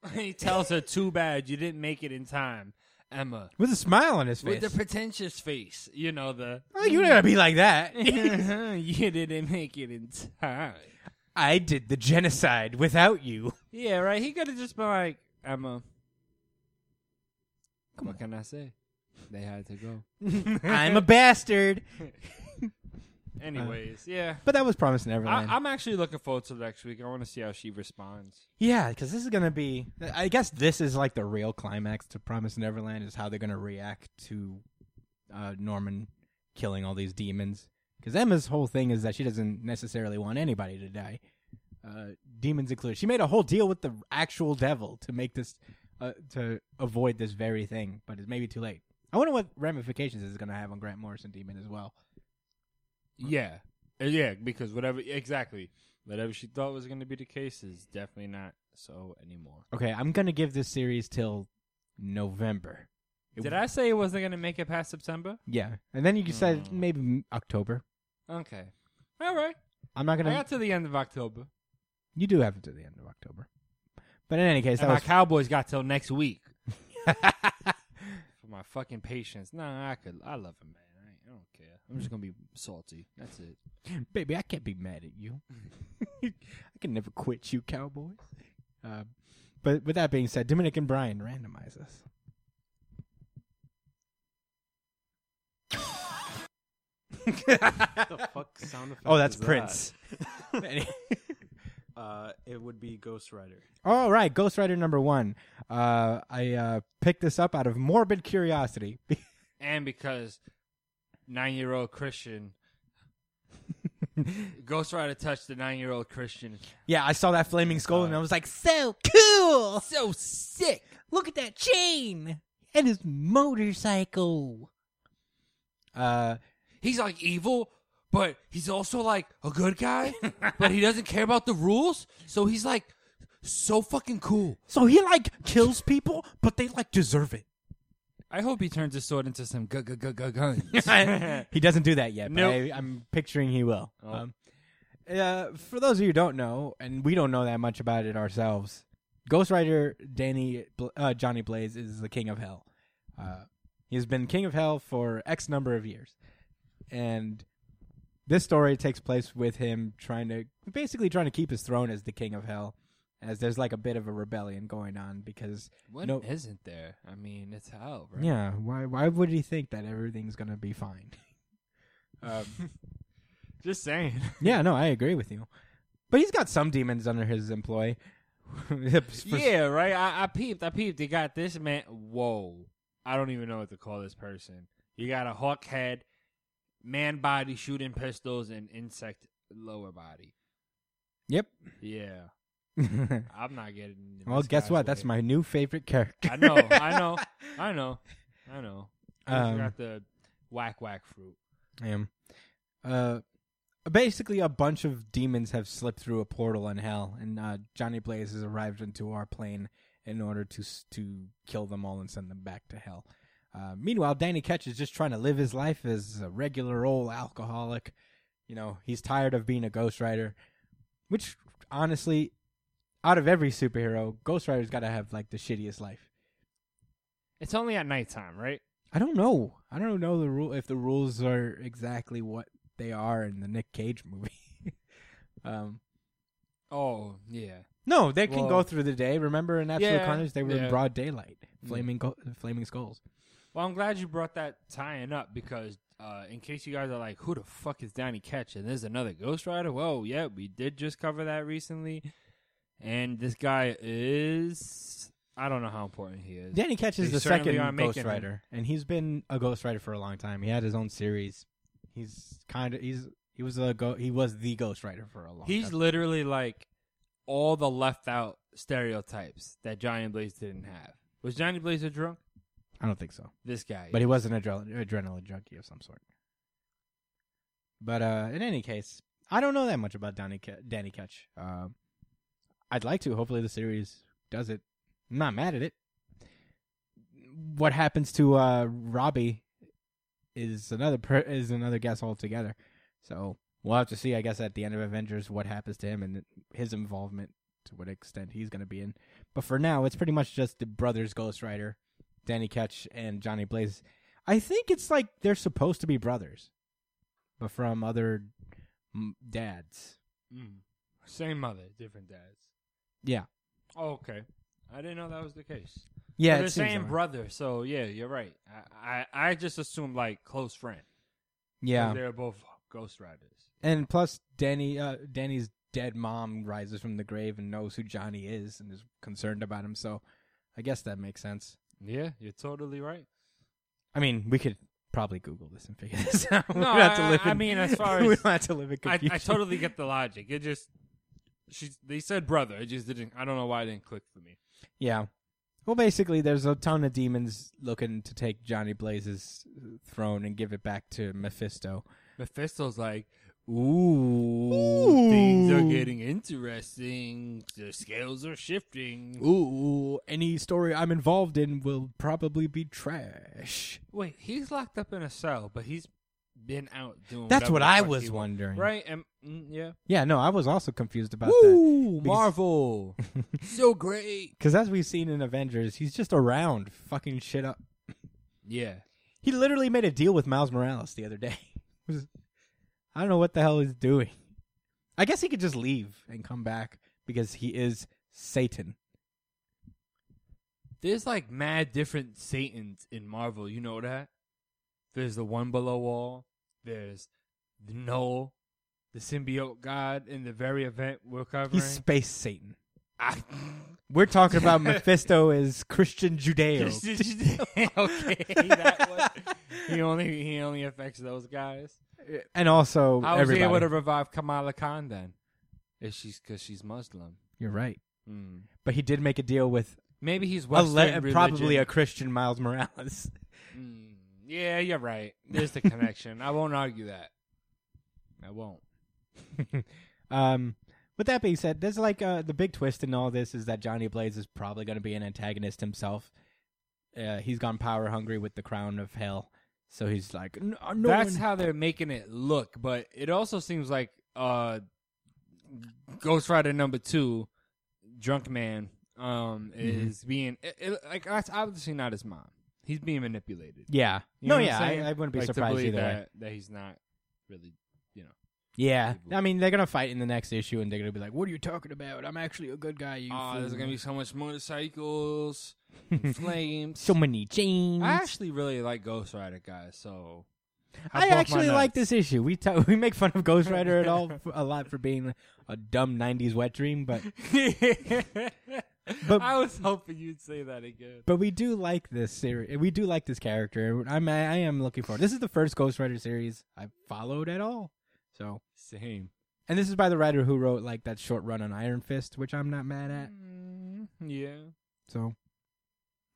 S3: he tells her, "Too bad you didn't make it in time, Emma."
S2: with a smile on his
S3: with
S2: face.
S3: the pretentious face. You know the
S2: Oh, you're not gonna be like that.
S3: you didn't make it in time.
S2: I did the genocide without you.
S3: Yeah, right. He could have just been like Emma. what can I say? They had to go.
S2: I'm a bastard.
S3: Anyways, yeah.
S2: But that was Promised Neverland.
S3: I, I'm actually looking forward to next week. I want to see how she responds.
S2: Yeah, because this is gonna be. I guess this is like the real climax to Promise Neverland is how they're gonna react to uh, Norman killing all these demons. Because Emma's whole thing is that she doesn't necessarily want anybody to die. uh, demons included. She made a whole deal with the actual devil to make this uh, to avoid this very thing, but it's maybe too late. I wonder what ramifications this is going to have on Grant Morrison Demon as well.
S3: Yeah. Uh, Yeah, because whatever, exactly. Whatever she thought was going to be the case is definitely not so anymore.
S2: Okay, I'm going to give this series till November. It
S3: Did
S2: w-
S3: I say it wasn't going to make it past September?
S2: Yeah, and then you said maybe m- October.
S3: Okay. All right.
S2: I'm not
S3: I
S2: going to.
S3: got to the end of October.
S2: You do have it to the end of October. But in any case, that
S3: And my
S2: was
S3: Cowboys got till next week. For my fucking patience. Nah, I could. I love him, man. I, ain't- I don't care. I'm just going to be salty. That's it.
S2: baby. I can't be mad at you. I can never quit you, Cowboys. Uh, but with that being said, Dominic and Brian randomize us.
S4: the fuck sound effect?
S2: Oh, that's
S4: is that?
S2: Prince.
S4: Uh, it would be Ghost Rider.
S2: All right, Ghost Rider number one. Uh, I uh, picked this up out of morbid curiosity.
S3: And because nine year old Christian. Ghost Rider touched the nine year old Christian.
S2: yeah, I saw that flaming skull and I was like, so cool, so sick. Look at that chain and his motorcycle. Uh,
S3: he's like evil, but he's also like a good guy, but he doesn't care about the rules. So he's like so fucking cool.
S2: so he like kills people, but they like deserve it.
S3: I hope he turns his sword into some gu- gu- gu- gu- guns.
S2: he doesn't do that yet, but
S3: Nope. Oh.
S2: I, I'm picturing he will. Um, uh, for those of you who don't know, and we don't know that much about it ourselves, Ghost Rider Danny Bl- uh, Johnny Blaze is the king of hell. Uh, he has been king of hell for X number of years, and this story takes place with him trying to basically trying to keep his throne as the king of hell. As there's like a bit of a rebellion going on because
S3: What
S2: No.
S3: not there? I mean, it's hell, right?
S2: yeah, why why would he think that everything's gonna be fine? um,
S3: Just saying.
S2: Yeah, no, I agree with you. But he's got some demons under his employ.
S3: yeah, right. I, I peeped. I peeped. They got this man. Whoa. I don't even know what to call this person. You got a hawk head, man body shooting pistols, and insect lower body.
S2: Yep.
S3: Yeah. I'm not getting. into
S2: well,
S3: this
S2: guess
S3: guy's
S2: what? That's
S3: way.
S2: my new favorite character.
S3: I know, I know, I know, I know. I just
S2: Um,
S3: forgot the whack whack fruit.
S2: Damn. Uh, basically, a bunch of demons have slipped through a portal in hell, and uh, Johnny Blaze has arrived into our plane in order to s- to kill them all and send them back to hell. Uh, meanwhile, Danny Ketch is just trying to live his life as a regular old alcoholic. You know, he's tired of being a ghostwriter, which honestly, out of every superhero, Ghost Rider's got to have like the shittiest life.
S3: It's only at nighttime, right?
S2: I don't know. I don't know the rule if the rules are exactly what they are in the Nick Cage movie. um,
S3: Oh yeah,
S2: no, they can go
S3: Well-
S2: through the day. Remember in Absolute
S3: Yeah,
S2: Carnage, they were in
S3: yeah. Mm.
S2: broad daylight, flaming go- flaming skulls.
S3: Well, I'm glad you brought that tying up because uh, in case you guys are like, who the fuck is Donnie Ketch? And there's another Ghost Rider. Whoa, yeah, we did just cover that recently. And this guy is. I don't know how important he is.
S2: Danny Ketch is
S3: They
S2: the
S3: certainly
S2: second
S3: are making
S2: Ghost
S3: it.
S2: Rider, and he's been a Ghost Rider for a long time. He had his own series. He's kind of he's he was a go- he was the Ghost Rider for a long
S3: He's
S2: time.
S3: literally like all the left out stereotypes that Johnny Blaze didn't have. Was Johnny Blaze a drunk?
S2: I don't think so.
S3: This guy.
S2: But he was an adre- adrenaline junkie of some sort. But uh, in any case, I don't know that much about Danny Ke- Danny Ketch. Uh, I'd like to. Hopefully, the series does it. I'm not mad at it. What happens to uh, Robbie is another per- is another guess altogether. So we'll have to see. I guess at the end of Avengers, what happens to him and his involvement to what extent he's going to be in. But for now, it's pretty much just the brothers Ghost Rider Danny Ketch and Johnny Blaze. I think it's like they're supposed to be brothers, but from other mm, dads.
S3: Mm. Same mother, different dads.
S2: Yeah,
S3: Oh, okay. I didn't know that was the case.
S2: yeah,
S3: But
S2: it
S3: they're
S2: seems
S3: saying
S2: that way.
S3: brother, so yeah, you're right. I, I, I just assumed like close friend. 'cause
S2: Yeah,
S3: they're both Ghost Riders.
S2: and plus Danny, uh, Danny's dead mom rises from the grave and knows who Johnny is and is concerned about him. So, I guess that makes sense.
S3: Yeah, you're totally right.
S2: I mean, we could probably Google this and figure this out. we
S3: No,
S2: don't have to
S3: I-
S2: live
S3: I
S2: in-
S3: mean, as far
S2: we
S3: as-
S2: don't have to live in
S3: I,
S2: confusion.
S3: I totally get the logic. It just she's they said brother. It just didn't. I don't know why it didn't click for me.
S2: Yeah. Well, basically, there's a ton of demons looking to take Johnny Blaze's throne and give it back to Mephisto.
S3: Mephisto's like, ooh, things are getting interesting. The scales are shifting.
S2: Ooh, any story I'm involved in will probably be trash.
S3: Wait, he's locked up in a cell, but he's been out doing.
S2: That's
S3: whatever
S2: what
S3: the
S2: I
S3: fuck
S2: was
S3: he wa-
S2: wondering.
S3: Right? And, mm, yeah.
S2: Yeah, no, I was also confused about that.
S3: Ooh,
S2: Because-
S3: Marvel, so great.
S2: Because as we've seen in Avengers, he's just around fucking shit up.
S3: Yeah.
S2: He literally made a deal with Miles Morales the other day. It was- I don't know what the hell he's doing. I guess he could just leave and come back because he is Satan.
S3: There's like mad different Satans in Marvel. You know that? There's the one below all. There's the Null, the symbiote god in the very event we're covering.
S2: He's space Satan.
S3: I-
S2: We're talking about Mephisto is Christian Judeo.
S3: okay, that one. He only he only affects those guys.
S2: and also
S3: How is he
S2: everybody.
S3: able to revive Kamala Khan then? If she's because she's Muslim.
S2: You're right.
S3: Hmm.
S2: But he did make a deal with
S3: Maybe he's
S2: a
S3: Western
S2: le-
S3: religion.
S2: probably a Christian Miles Morales.
S3: Mm, yeah, you're right. There's the connection. I won't argue that. I won't.
S2: Um, with that being said, there's like uh, the big twist in all this is that Johnny Blaze is probably going to be an antagonist himself. Uh, he's gone power hungry with the crown of hell, so he's like, "N- uh, no
S3: That's
S2: one-
S3: how they're making it look, but it also seems like uh, Ghost Rider number two, Drunk Man, um,
S2: Mm-hmm.
S3: is being it, it, like that's obviously not his mom. He's being manipulated.
S2: yeah,
S3: You know
S2: no,
S3: what I'm
S2: yeah, I,
S3: saying?
S2: I wouldn't be
S3: Like, to
S2: surprised
S3: believe
S2: either.
S3: that,
S2: way.
S3: that he's not really, you know.
S2: Yeah,
S3: People-
S2: I mean they're gonna fight in the next issue, and they're gonna be like, "What are you talking about? I'm actually a good guy." You
S3: Oh, there's
S2: fool."
S3: gonna be so much motorcycles, and flames.
S2: so many chains.
S3: I actually really like Ghost Rider guys, so
S2: I
S3: broke my
S2: actually like
S3: nuts.
S2: this issue. We ta we make fun of Ghost Rider at all a lot for being a dumb '90s wet dream, but But-
S3: I was hoping you'd say that again.
S2: But we do like this series. We do like this character. I'm I, I am looking forward. This is the first Ghost Rider series I've followed at all. So,
S3: Same.
S2: and this is by the writer who wrote like that short run on Iron Fist, which I'm not mad at.
S3: Yeah.
S2: So,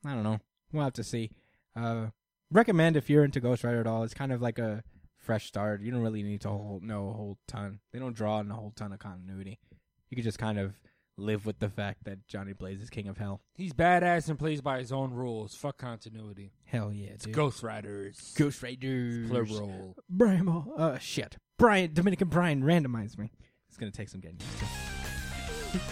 S2: I don't know. We'll have to see. Uh, recommend if you're into Ghost Rider at all. It's kind of like a fresh start. You don't really need to whole, know a whole ton. They don't draw in a whole ton of continuity. You could just kind of live with the fact that Johnny Blaze is king of hell.
S3: He's badass and plays by his own rules. Fuck continuity.
S2: Hell yeah, dude.
S3: Ghost Riders.
S2: Ghost Riders.
S3: Plural.
S2: Brian, Mo- uh, shit. Brian, Dominican Brian randomized me. It's gonna take some getting used to.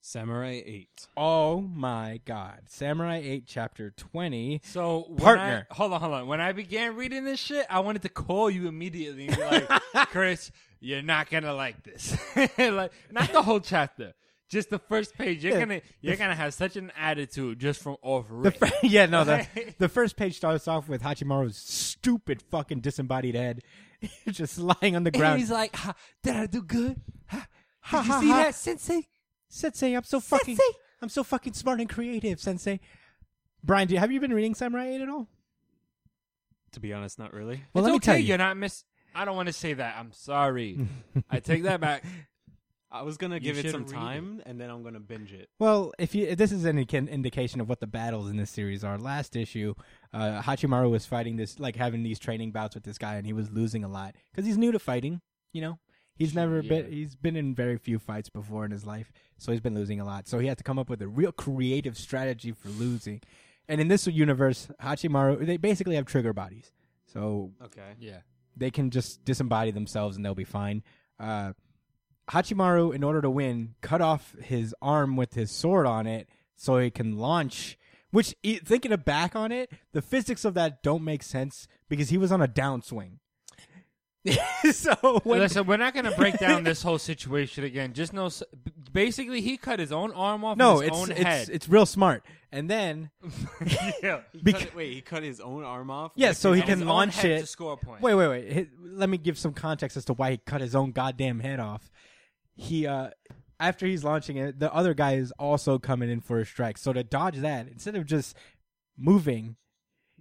S4: Samurai 8.
S2: Oh my god. Samurai 8 chapter 20.
S3: So when
S2: Partner.
S3: I, hold on, hold on. When I began reading this shit, I wanted to call you immediately and be like, Chris, you're not gonna like this. like not the whole chapter. Just the first page. You're
S2: Yeah.
S3: gonna you're gonna have such an attitude just from off
S2: The
S3: rip.
S2: fir- yeah, no, the, the first page starts off with Hachimaru's stupid fucking disembodied head just lying on the
S3: and
S2: ground.
S3: he's like, "Ha, did I do good? Ha,
S2: Ha,
S3: did you
S2: ha,
S3: see
S2: ha.
S3: that, Sensei?
S2: Sensei, I'm so fucking
S3: Sensei!
S2: I'm so fucking smart and creative, Sensei. Brian, do you, have you been reading Samurai 8 at all?
S4: To be honest, not really.
S2: Well,
S3: it's
S2: let me
S3: okay.
S2: tell you.
S3: You're not miss. I don't want to say that. I'm sorry. I take that back.
S4: I was gonna
S3: You
S4: give it
S3: should
S4: some
S3: read it.
S4: time, and then I'm gonna binge it.
S2: Well, if you if this is an kin- indication of what the battles in this series are. Last issue, uh, Hachimaru was fighting this, like having these training bouts with this guy, and he was losing a lot because he's new to fighting. You know, he's never been he's been in very few fights before in his life, so he's been losing a lot. So he had to come up with a real creative strategy for losing. And in this universe, Hachimaru they basically have trigger bodies, so
S4: Okay.
S3: Yeah.
S2: they can just disembody themselves and they'll be fine. Uh, Hachimaru, in order to win, cut off his arm with his sword on it so he can launch. Which, e- thinking of back on it, the physics of that don't make sense because he was on a downswing. so when
S3: Listen, we're not going to break down this whole situation again. Just know, s- b- basically, he cut his own arm off.
S2: no,
S3: with his
S2: it's
S3: own
S2: it's
S3: head.
S2: it's real smart. And then
S3: yeah.
S2: bec-
S4: Cut it- wait, he cut his own arm off.
S2: yeah,
S4: Like,
S2: so he
S3: And his
S2: can
S3: own
S2: launch
S3: head
S2: it.
S3: to score a point.
S2: Wait, wait, wait. Hi- let me give some context as to why he cut his own goddamn head off. He uh after he's launching it, the other guy is also coming in for a strike. So to dodge that, instead of just moving,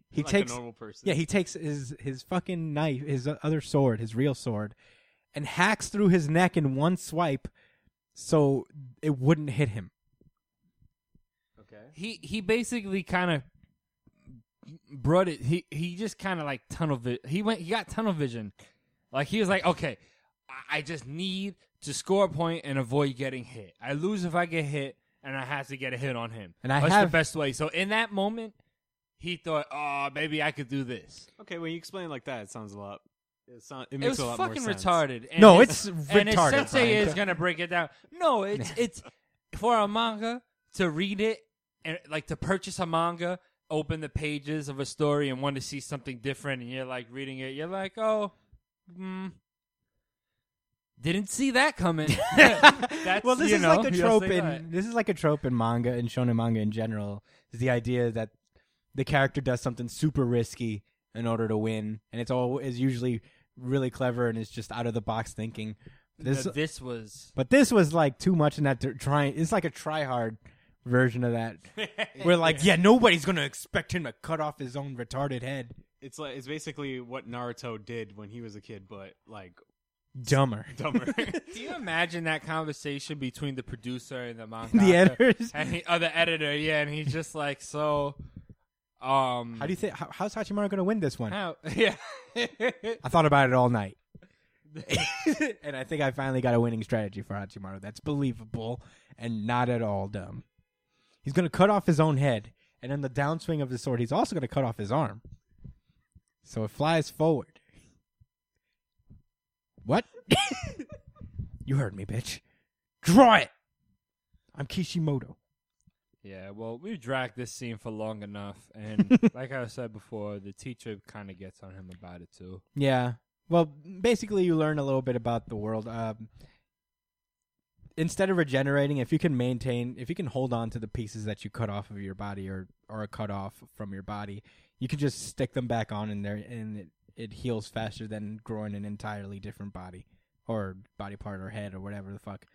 S2: He
S4: like
S2: takes
S4: a normal person.
S2: yeah, he takes his his fucking knife, his o- other sword, his real sword, and hacks through his neck in one swipe, so it wouldn't hit him.
S4: okay.
S3: he he basically kind of brought it. He he just kind of like tunnel vision. He went. He got tunnel vision. Like he was like, okay, I, I just need to score a point and avoid getting hit. I lose if I get hit, and I have to get a hit on him.
S2: And I
S3: That's
S2: have-
S3: the best way. So in that moment, he thought, oh, maybe I could do this.
S4: Okay, when you explain it like that, it sounds a lot. It, sound, it
S3: It
S4: makes
S3: was
S4: a lot
S3: fucking
S4: more sense.
S3: retarded. And
S2: No,
S3: his-
S2: it's
S3: And his
S2: retarded,
S3: sensei
S2: Brian.
S3: is gonna break it down. No, it's it's for a manga to read it and like to purchase a manga, open the pages of a story and want to see something different, and you're like reading it, you're like, oh, mm, didn't see that coming. That's,
S2: well, this
S3: you
S2: is
S3: know,
S2: like a
S3: yes,
S2: trope
S3: they got
S2: in this is like a trope in manga and shonen manga in general. Is the idea that the character does something super risky in order to win, and it's all is usually really clever and it's just out of the box thinking.
S3: it.
S2: This,
S3: But this was
S2: but this was like too much in that they're trying. It's like a try hard version of that. We're like, yeah, nobody's gonna expect him to cut off his own retarded head.
S4: It's like it's basically what Naruto did when he was a kid, but like
S2: Dumber.
S4: dumber.
S3: Do you imagine that conversation between the producer and the manga?
S2: The editors.
S3: And he, oh, the editor, yeah, and he's just like, so, um,
S2: How do you think? How, how's Hachimaru gonna win this one?
S3: how, yeah,
S2: I thought about it all night. and I think I finally got a winning strategy for Hachimaru that's believable and not at all dumb. He's going to cut off his own head, and in the downswing of the sword, he's also going to cut off his arm. So it flies forward. What? you heard me, bitch. Draw it! I'm Kishimoto.
S3: yeah. Well, we dragged this scene for long enough, and like I said before, the teacher kind of gets on him about it too.
S2: Yeah. Well, basically, you learn a little bit about the world. Um, instead of regenerating, if you can maintain, if you can hold on to the pieces that you cut off of your body or or are cut off from your body, you can just stick them back on in there, and it, it heals faster than growing an entirely different body or body part or head or whatever the fuck.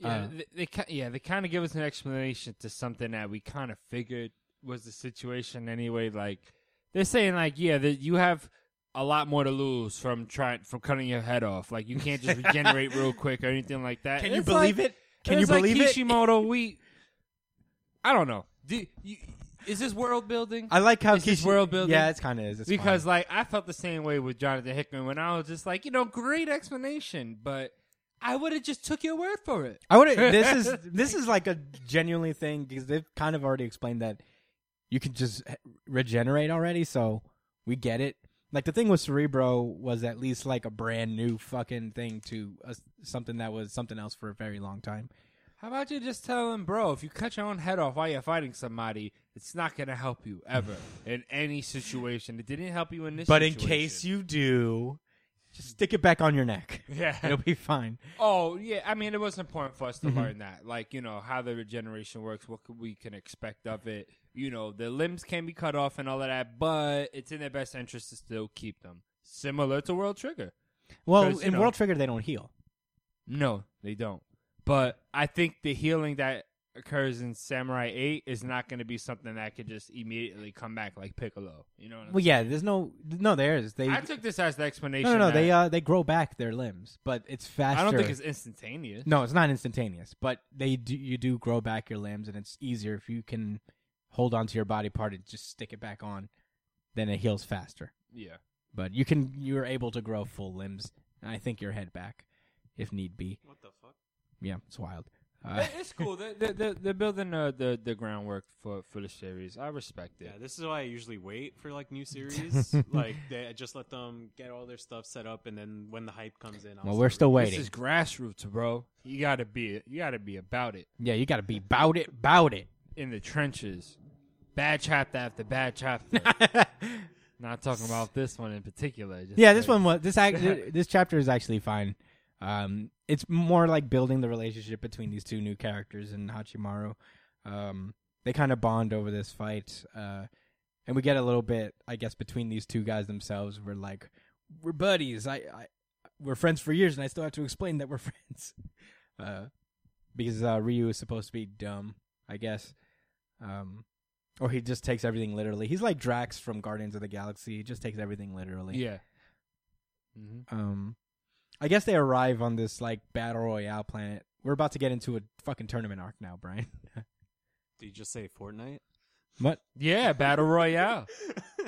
S3: Yeah,
S2: Uh,
S3: they, they ki- yeah they kind of give us an explanation to something that we kind of figured was the situation anyway. Like they're saying like yeah that you have a lot more to lose from trying from cutting your head off. Like you can't just regenerate real quick or anything like that.
S2: Can you believe it? Can you believe
S3: like
S2: it?
S3: Kishimoto, we I don't know. Do you, is this world building?
S2: I like how
S3: Is this
S2: Kishi-
S3: world building?
S2: Yeah, it's kind of is. It's
S3: because
S2: fine.
S3: like I felt the same way with Jonathan Hickman when I was just like, you know, great explanation, but I would have just took your word for it.
S2: I would. This is this is like a genuinely thing because they've kind of already explained that you can just regenerate already. So we get it. Like the thing with Cerebro was at least like a brand new fucking thing to uh, something that was something else for a very long time.
S3: How about you just tell him, bro, if you cut your own head off while you're fighting somebody, it's not going to help you ever in any situation. It didn't help you in this
S2: But in
S3: situation.
S2: case you do, just stick it back on your neck.
S3: Yeah.
S2: It'll be fine.
S3: oh, yeah. I mean, it was important for us
S2: Mm-hmm.
S3: to learn that. Like, you know, how the regeneration works, what could- we can expect of it. You know, the limbs can be cut off and all of that, but it's in their best interest to still keep them. Similar to World Trigger.
S2: Well,
S3: 'Cause, you
S2: in
S3: know-
S2: World Trigger they don't heal.
S3: No, they don't. But I think the healing that occurs in Samurai 8 is not going to be something that could just immediately come back like Piccolo. You know what I'm
S2: Well, yeah. There's no no. There is. They
S3: saying? I took this as the explanation.
S2: no no no.
S3: that
S2: They uh they grow back their limbs, but it's faster.
S3: I don't think it's instantaneous.
S2: No, it's not instantaneous, but they do. You do grow back your limbs, and it's easier if you can hold on to your body part and just stick it back on. Then it heals faster.
S3: Yeah.
S2: But you can. You are able to grow full limbs, and I think your head back, if need be.
S4: what the fuck?
S2: Yeah, it's wild. Uh,
S3: It's cool. They're, they're- they're, they're building uh, the, the groundwork for, for the series. I respect
S4: Yeah,
S3: it.
S4: this is why I usually wait for like new series. like they I just let them get all their stuff set up, and then when the hype comes in, I'll
S2: well, we're
S4: start
S2: still
S3: This
S2: waiting.
S3: is grassroots, bro. You gotta be you gotta be about it
S2: yeah, you got to be bout it, bout it.
S3: in the trenches. Bad chapter after bad chapter. Not talking about this one in particular. just
S2: yeah, this
S3: like-
S2: one was this act, this chapter is actually fine. Um, it's more like building the relationship between these two new characters and Hachimaru. Um, they kind of bond over this fight, uh, and we get a little bit, I guess, between these two guys themselves. We're like, we're buddies. I, I we're friends for years, and I still have to explain that we're friends, uh, because uh, Ryu is supposed to be dumb, I guess. Um, Or he just takes everything literally. He's like Drax from Guardians of the Galaxy. He just takes everything literally.
S3: Yeah.
S4: hmm
S2: Um, I guess they arrive on this like battle royale planet. We're about to get into a fucking tournament arc now, Brian.
S4: Did you just say Fortnite?
S2: what?
S3: Yeah, battle royale.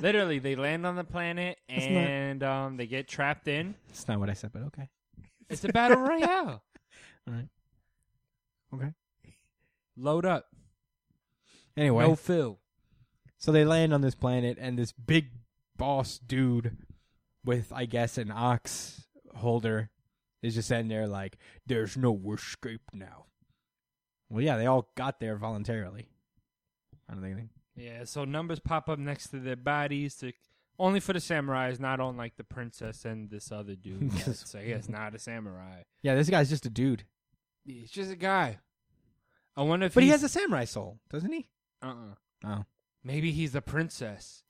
S3: Literally, they land on the planet
S2: not-
S3: and um, they get trapped in.
S2: That's not what I said, but okay.
S3: It's a battle royale.
S2: Okay.
S3: Load up.
S2: Anyway,
S3: No fill.
S2: so they land on this planet, and this big boss dude with, I guess, an ox holder is just sitting there like, "There's no escape now." Well, yeah, they all got there voluntarily. I don't think. anything.
S3: Yeah, so numbers pop up next to their bodies to only for the samurais, not on like the princess and this other dude.
S2: Yes.
S3: so he's not a samurai.
S2: Yeah, this guy's just a dude,
S3: He's just a guy. I wonder if
S2: but he
S3: he's,
S2: has a samurai soul, doesn't he?
S3: a uh-uh.
S2: Oh,
S3: Maybe he's a princess.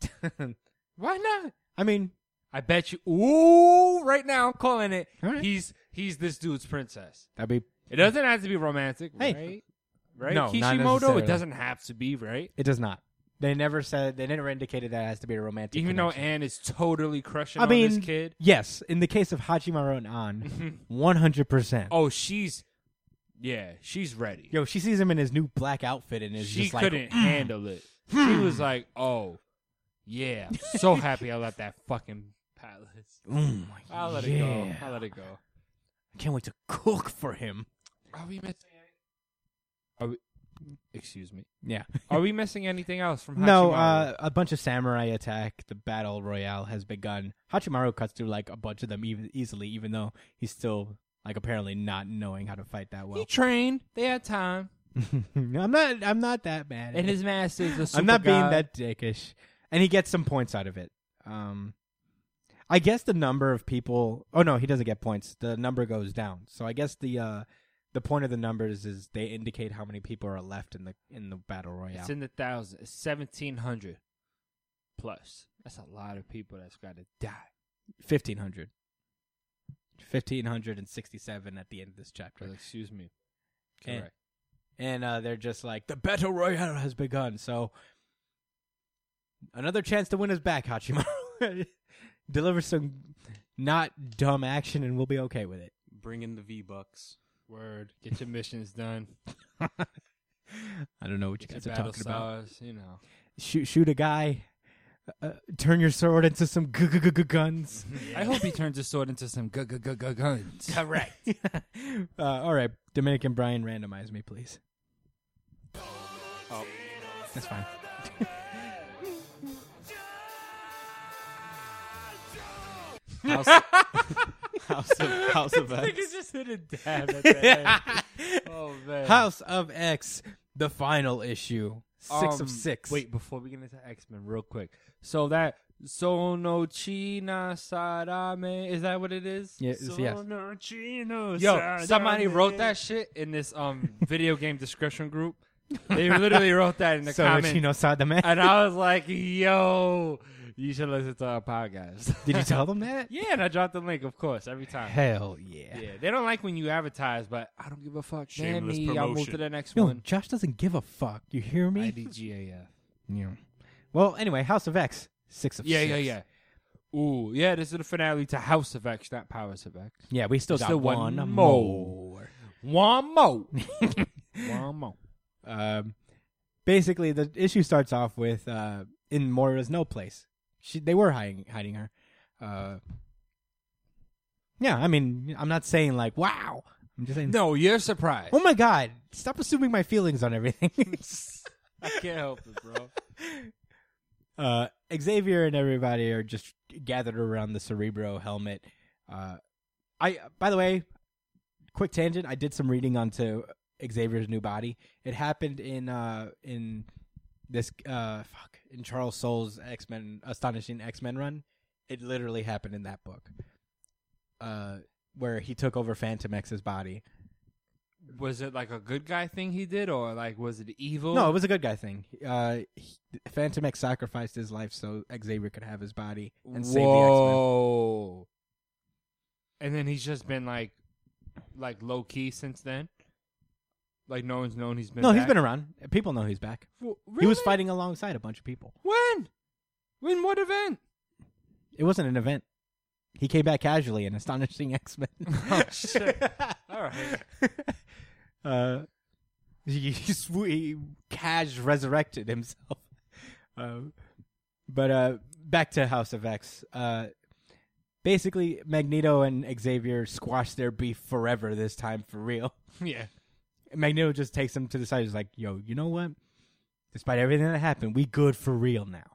S3: Why not?
S2: I mean,
S3: I bet you. Ooh, right now I'm calling it.
S2: All right.
S3: He's he's this dude's princess.
S2: that'd be.
S3: It doesn't have to be romantic,
S2: Hey.
S3: right? Right?
S2: No, not
S3: Kishimoto.
S2: necessarily.
S3: It doesn't have to be right.
S2: It does not. They never said. They never indicated that it has to be a romantic.
S3: Even though
S2: connection.
S3: Anne is totally crushing
S2: I
S3: on
S2: mean,
S3: this kid.
S2: yes, in the case of Hachimaru and An, one hundred percent.
S3: Oh, she's yeah, she's ready.
S2: Yo, she sees him in his new black outfit and is
S3: she
S2: just like,
S3: couldn't handle it. She was like, "Oh, yeah, I'm so happy I left that fucking palace.
S2: oh my
S3: I'll let
S2: yeah.
S3: it go. I'll let it go."
S2: I can't wait to cook for him.
S3: Are we missing? Are we? Excuse me.
S2: Yeah.
S3: Are we missing anything else from?
S2: No,
S3: Hachimaru?
S2: uh, a bunch of samurai attack. The battle royale has begun. Hachimaru cuts through like a bunch of them even, easily, even though he's still like apparently not knowing how to fight that
S3: he
S2: well.
S3: trained. They had time,
S2: I'm not. I'm not that bad. at
S3: and
S2: it.
S3: his master's a super
S2: I'm not being
S3: god.
S2: that dickish. And he gets some points out of it. Um, I guess the number of people. Oh no, he doesn't get points. The number goes down. So I guess the uh, the point of the numbers is they indicate how many people are left in the in the battle royale.
S3: It's in the thousands. It's seventeen hundred plus. That's a lot of people that's got to die.
S2: Fifteen hundred. Fifteen hundred and sixty-seven at the end of this chapter,
S3: Excuse me.
S2: And-
S3: Correct.
S2: and uh, they're just like the battle royale has begun. So another chance to win is back, Hachimaru. Deliver some not dumb action, and we'll be okay with it.
S4: Bring in the V Bucks.
S3: Word. Get your missions done.
S2: I don't know what you
S3: Get
S2: guys
S3: your
S2: are
S3: battle
S2: talking about.
S3: stars, You know.
S2: Shoot, shoot a guy. Uh, turn your sword into some gu- gu- gu- gu- guns.
S3: I hope he turns his sword into some gu- gu- gu- gu- guns.
S2: Correct. uh, all right, Dominican Brian, randomize me, please. Oh, that's fine.
S4: House of, House of, House of X.
S3: just hit a dab at that. oh man.
S2: House of X, the final issue. Six
S3: Um,
S2: of six.
S3: Wait, before we get into X Men, real quick. So that Sonochina Sarame is that what it is?
S2: Yeah, it's- yes.
S4: Sonochino
S3: Yo, somebody
S4: Sarame.
S3: wrote that shit in this um video game discussion group. They literally wrote that in the
S2: So
S3: comments,
S2: Chino saw the man.
S3: and I was like, "Yo, you should listen to our podcast."
S2: Did you tell them that?
S3: yeah, and I dropped the link, of course, every time.
S2: Hell yeah.
S3: Yeah, they don't like when you advertise, but I don't give a fuck. Damn
S4: Shameless
S3: me, I'll move to
S4: promotion.
S3: the next
S2: Yo,
S3: one.
S2: Josh doesn't give a fuck. You hear me?
S3: IDGAF.
S2: Yeah. Well, anyway, House of X, six of
S3: Yeah,
S2: six.
S3: yeah, yeah. Ooh, yeah, this is the finale to House of X, not Powers of X.
S2: Yeah, we still
S3: There's
S2: got
S3: still
S2: one,
S3: one
S2: more.
S3: more. One more. one more.
S2: Um, basically, the issue starts off with uh, in Moira's no place. She they were hiding hiding her. Uh, yeah, I mean, I'm not saying like wow. I'm just saying.
S3: No, you're surprised.
S2: Oh my god! Stop assuming my feelings on everything.
S3: I can't help it, bro.
S2: uh, Xavier and everybody are just gathered around the Cerebro helmet. Uh, I, by the way, quick tangent. I did some reading onto Xavier's new body. It happened in uh in this uh fuck in Charles Soule's X Men astonishing X Men run. It literally happened in that book, uh, where he took over Phantom X's body.
S3: Was it like a good guy thing he did, or like was it evil?
S2: No, it was a good guy thing. Uh, he, Phantom X sacrificed his life so Xavier could have his body and save the X Men.
S3: Whoa. And then he's just been like, like low key since then. Like no one's known he's been.
S2: No, he's
S3: back?
S2: been around. People know he's back.
S3: W-
S2: He was
S3: really?
S2: fighting alongside a bunch of people.
S3: When? When what event?
S2: It wasn't an event. He came back casually in Astonishing X Men.
S3: Oh shit! All right.
S2: uh, he, he, sw- he cash resurrected himself. Um, but uh, back to House of X. Uh, basically, Magneto and Xavier squash their beef forever this time for real.
S3: Yeah.
S2: Magneto just takes him to the side. He's like, "Yo, you know what? Despite everything that happened, we good for real now.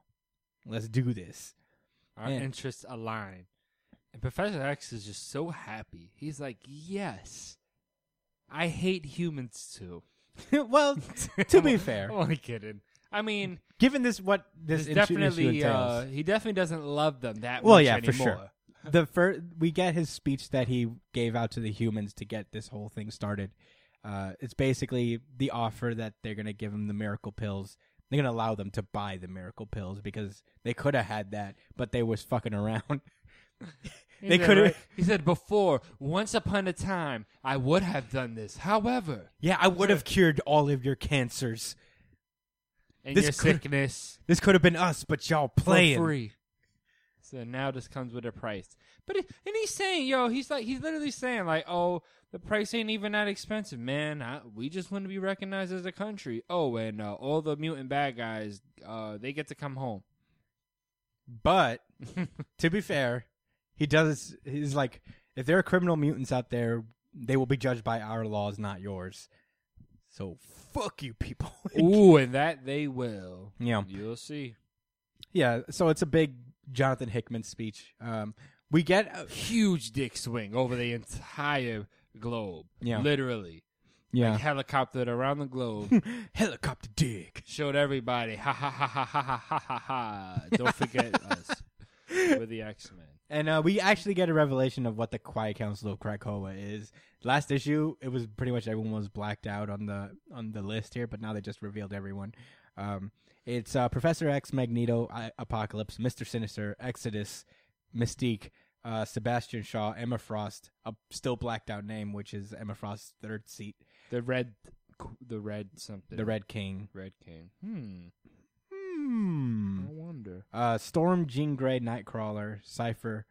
S2: Let's do this."
S3: Our
S2: Yeah.
S3: interests align. And Professor X is just so happy. He's like, yes, I hate humans too.
S2: well, to be fair,
S3: I'm only kidding. I mean,
S2: given this what this
S3: there's
S2: issue- issue
S3: definitely
S2: entails,
S3: uh, he definitely doesn't love them that
S2: Well,
S3: much
S2: yeah, for
S3: anymore.
S2: sure. the first we get his speech that he gave out to the humans to get this whole thing started. Uh, it's basically the offer that they're gonna give him the miracle pills. They're gonna allow them to buy the miracle pills because they could have had that, but they was fucking around.
S3: He
S2: They
S3: said,
S2: could've-
S3: right- He said before, once upon a time, I would have done this. However,
S2: yeah, I would have cured all of your cancers.
S3: in
S2: This
S3: your
S2: could-
S3: sickness,
S2: This could have been us, but y'all playing.
S3: for free. So now this comes with a price. But it, and he's saying, yo, he's like, he's literally saying, like, oh, the price ain't even that expensive, man. I, we just want to be recognized as a country. Oh, and uh, all the mutant bad guys, uh, they get to come home.
S2: But to be fair, he does. He's like, if there are criminal mutants out there, they will be judged by our laws, not yours. So fuck you, people.
S3: Ooh, and that they will.
S2: Yeah.
S3: you'll see.
S2: yeah. So it's a big Jonathan Hickman speech. Um, we get uh,
S3: Huge dick swing over the entire globe.
S2: Yeah.
S3: literally.
S2: yeah
S3: Like helicoptered around the globe,
S2: helicopter dick.
S3: showed everybody, ha ha ha ha ha ha ha ha. Don't forget us. We're the X Men.
S2: And uh, we actually get a revelation of what the Quiet Council of Krakoa is. Last issue, it was pretty much everyone was blacked out on the on the list here, but now they just revealed everyone. Um, it's uh, Professor X, Magneto, I- Apocalypse, Mister Sinister, Exodus, Mystique, uh, Sebastian Shaw, Emma Frost, a still blacked out name, which is Emma Frost's third seat,
S3: The red, the red something.
S2: the Red King.
S3: red king. Hmm.
S2: Hmm.
S3: I wonder.
S2: uh, Storm, Jean Grey, Nightcrawler, Cipher,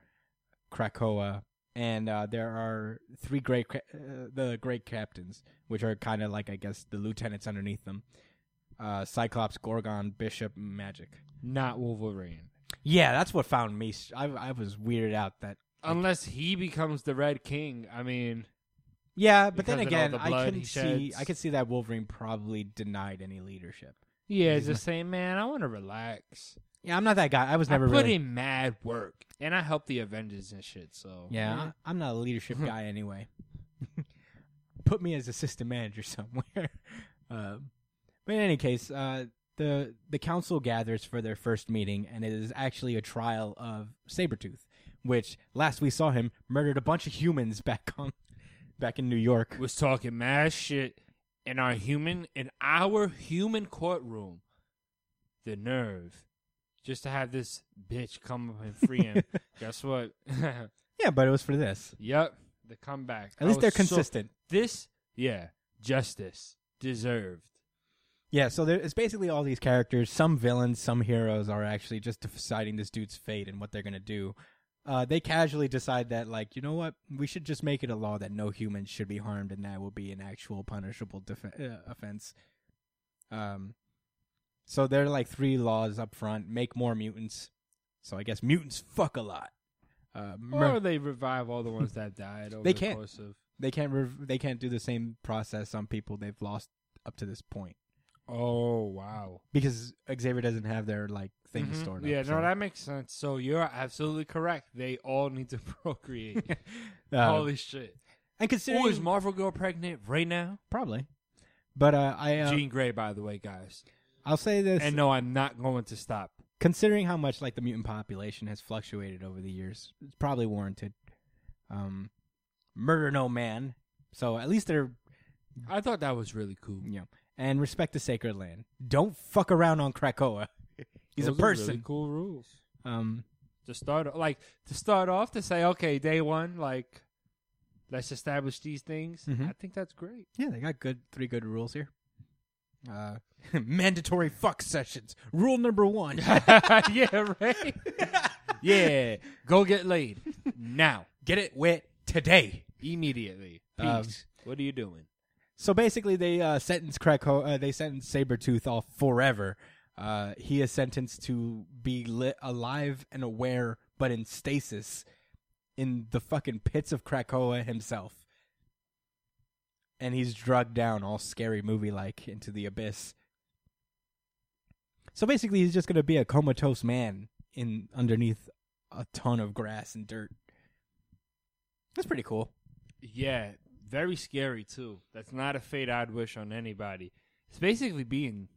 S2: Krakoa, and uh, there are three great ca- uh, the great captains, which are kind of like I guess the lieutenants underneath them. Uh, Cyclops, Gorgon, Bishop, Magic.
S3: Not Wolverine.
S2: Yeah, that's what found me. sh- I I was weirded out that.
S3: Unless he becomes the Red King. I mean,
S2: Yeah, but then
S3: Because of all
S2: again,
S3: the
S2: I
S3: blood
S2: couldn't
S3: he
S2: see.
S3: sheds.
S2: I could see that Wolverine probably denied any leadership.
S3: yeah, he's just saying, man, I want to relax.
S2: Yeah, I'm not that guy. I was never
S3: I put
S2: really.
S3: in mad work, and I helped the Avengers and shit. So
S2: Yeah, I- I'm not a leadership
S3: Mm-hmm.
S2: guy anyway. Put me as assistant manager somewhere. Um, but in any case, uh, the the council gathers for their first meeting, and it is actually a trial of Sabretooth, which last we saw him murdered a bunch of humans back on back in New York.
S3: was talking mad shit in our human in our human courtroom. The nerve. Just to have this bitch come up and free him. Guess what?
S2: Yeah, but it was for this.
S3: yep. The comeback.
S2: At
S3: I
S2: least they're
S3: was so-
S2: consistent.
S3: this, yeah, justice deserved.
S2: Yeah, so there, it's basically all these characters, some villains, some heroes, are actually just deciding this dude's fate and what they're gonna do. Uh, they casually decide that, like, you know what, we should just make it a law that no humans should be harmed, and that will be an actual punishable def- uh, offense. Um, so there are like three laws up front: make more mutants. So I guess mutants fuck a lot. Uh, mur-
S3: Or they revive all the ones that died over
S2: They
S3: the
S2: can't.
S3: course of.
S2: they can't rev- they can't do the same process on people they've lost up to this point
S3: Oh wow!
S2: because Xavier doesn't have their like thing
S3: Mhm.
S2: stored.
S3: yeah,
S2: up,
S3: no,
S2: so-
S3: that makes sense. So you're absolutely correct. They all need to procreate.
S2: Uh,
S3: Holy shit!
S2: and
S3: Or is
S2: considering
S3: Marvel Girl pregnant right now?
S2: probably, but uh, I uh,
S3: Jean Grey, by the way, guys.
S2: I'll say this:
S3: And no, I'm not going to stop.
S2: considering how much like the mutant population has fluctuated over the years, it's probably warranted. Um, murder no man, so at least they're
S3: I thought that was really cool.
S2: you know, and respect the sacred land. Don't fuck around on Krakoa. He's
S3: Those
S2: a
S3: are really
S2: person.
S3: cool rules.
S2: Um,
S3: To start, like to start off, to say, okay, day one, like let's establish these things.
S2: Mhm.
S3: I think that's great.
S2: Yeah, they got good three good rules here. Uh, mandatory fuck sessions. Rule number one.
S3: yeah, right. yeah, go get laid now,
S2: Get it wet today.
S3: immediately. Peace.
S2: Um,
S3: what are you doing?
S2: So basically, they uh, sentenced Krakow. Uh, they sentenced Sabretooth off forever. Uh, he is sentenced to be lit, alive and aware, but in stasis, in the fucking pits of Krakoa himself. And he's drugged down, all scary movie like, into the abyss. So basically, he's just gonna be a comatose man in underneath a ton of grass and dirt. That's pretty cool.
S3: Yeah, very scary too. That's not a fate I'd wish on anybody. It's basically being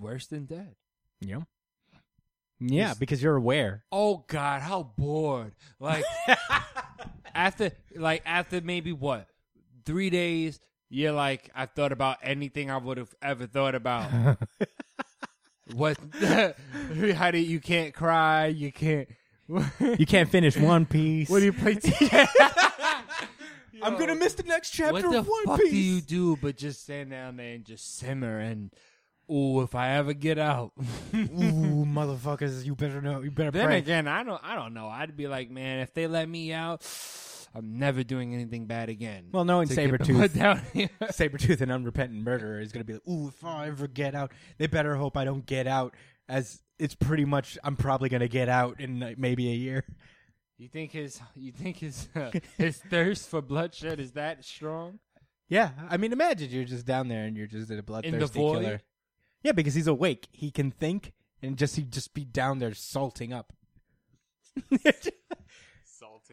S3: worse than dead.
S2: Yeah. Yeah, because you're aware.
S3: Oh God, how bored! Like after, like after maybe what three days, you're like, I thought about anything I would have ever thought about. what? how do you can't cry? You can't. what
S2: You can't finish One Piece.
S3: do you play?
S2: I'm gonna miss the next chapter
S3: what the
S2: of One
S3: fuck
S2: Piece.
S3: do you do but just stand down there and just simmer and oh if i ever get out
S2: Ooh, motherfuckers! You better know. You better
S3: then
S2: pray.
S3: again i don't i don't know i'd be like man if they let me out i'm never doing anything bad again
S2: Well, knowing
S3: To get the
S2: Sabretooth.
S3: fuck down here.
S2: Sabretooth, an unrepentant murderer, is gonna be like, "Ooh, if I ever get out, they better hope I don't get out." As it's pretty much, I'm probably gonna get out in like, maybe a year.
S3: you think his you think his uh, his thirst for bloodshed is that strong
S2: Yeah, I mean, imagine you're just down there and you're just a bloodthirsty
S3: In the void?
S2: killer. Yeah, because he's awake, he can think, and just he'd just be down there salting up.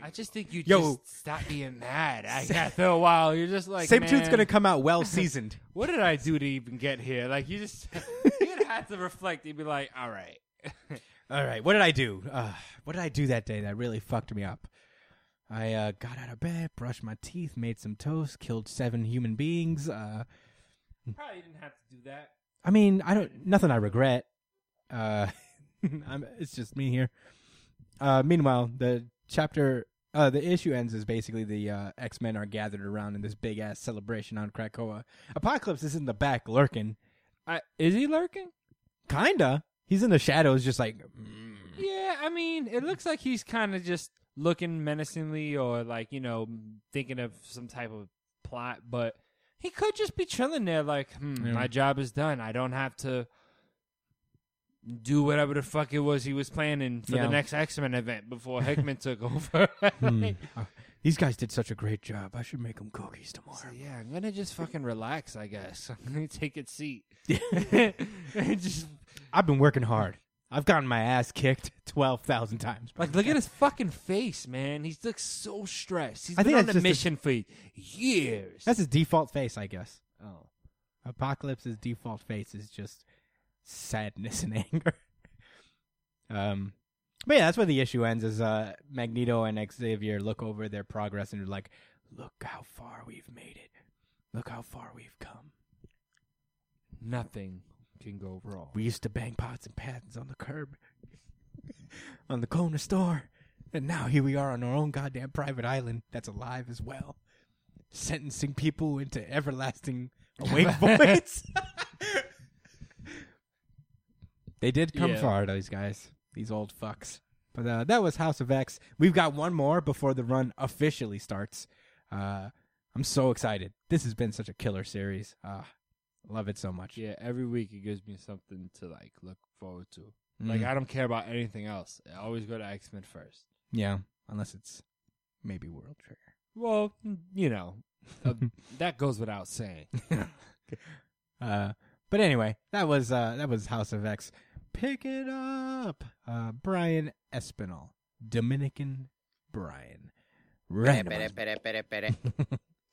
S3: i just think you
S2: Yo.
S3: just stop being mad I, after a while you're just like
S2: Sabretooth's
S3: man,
S2: gonna come out well seasoned.
S3: what did i do to even get here like you just you'd have to reflect you'd be like all right
S2: All right, what did I do? Uh, what did I do that day that really fucked me up? I uh, got out of bed, brushed my teeth, made some toast, killed seven human beings. Uh,
S3: Probably didn't have to do that.
S2: I mean, I don't nothing I regret. Uh, I'm, it's just me here. Uh, meanwhile, the chapter, uh, the issue ends is basically the uh, X Men are gathered around in this big ass celebration on Krakoa. Apocalypse is in the back lurking,
S3: I, is he lurking?
S2: kinda. He's in the shadows, just like. mm.
S3: Yeah, I mean, it looks like he's kind of just looking menacingly or like, you know, thinking of some type of plot, but he could just be chilling there like, hmm,
S2: Yeah.
S3: my job is done. I don't have to do whatever the fuck it was he was planning for
S2: Yeah.
S3: the next X Men event before Hickman took over.
S2: Hmm. Uh, These guys did such a great job. I should make them cookies
S3: So,
S2: tomorrow.
S3: yeah, I'm gonna just fucking relax, I guess. I'm gonna take a seat. And just
S2: I've been working hard. I've gotten my ass kicked 12,000 times.
S3: Like, look at his fucking face, man. He looks so stressed. He's
S2: I
S3: been
S2: think
S3: on
S2: that's
S3: a
S2: just a-
S3: mission for years.
S2: That's his default face, I guess.
S3: oh.
S2: Apocalypse's default face is just sadness and anger. Um, but yeah, that's where the issue ends. Is uh, Magneto and Xavier look over their progress and are like, "Look how far we've made it. Look how far we've come.
S3: nothing can go wrong.
S2: We used to bang pots and pans on the curb, on the corner store, and now here we are on our own goddamn private island that's alive as well, sentencing people into everlasting awake voids. they did come
S3: Yeah.
S2: far, those guys, these old fucks. But uh, that was House of X. We've got one more before the run officially starts. Uh, I'm so excited. This has been such a killer series. Uh, love it so much.
S3: yeah, every week it gives me something to like look forward to.
S2: Mm.
S3: Like I don't care about anything else. I always go to X Men first.
S2: Yeah, unless it's maybe World Trigger.
S3: Well, you know, uh, that goes without saying.
S2: uh, but anyway, that was uh, that was House of X. Pick it up, uh, Brian Espinal, Dominican Brian. Randomized.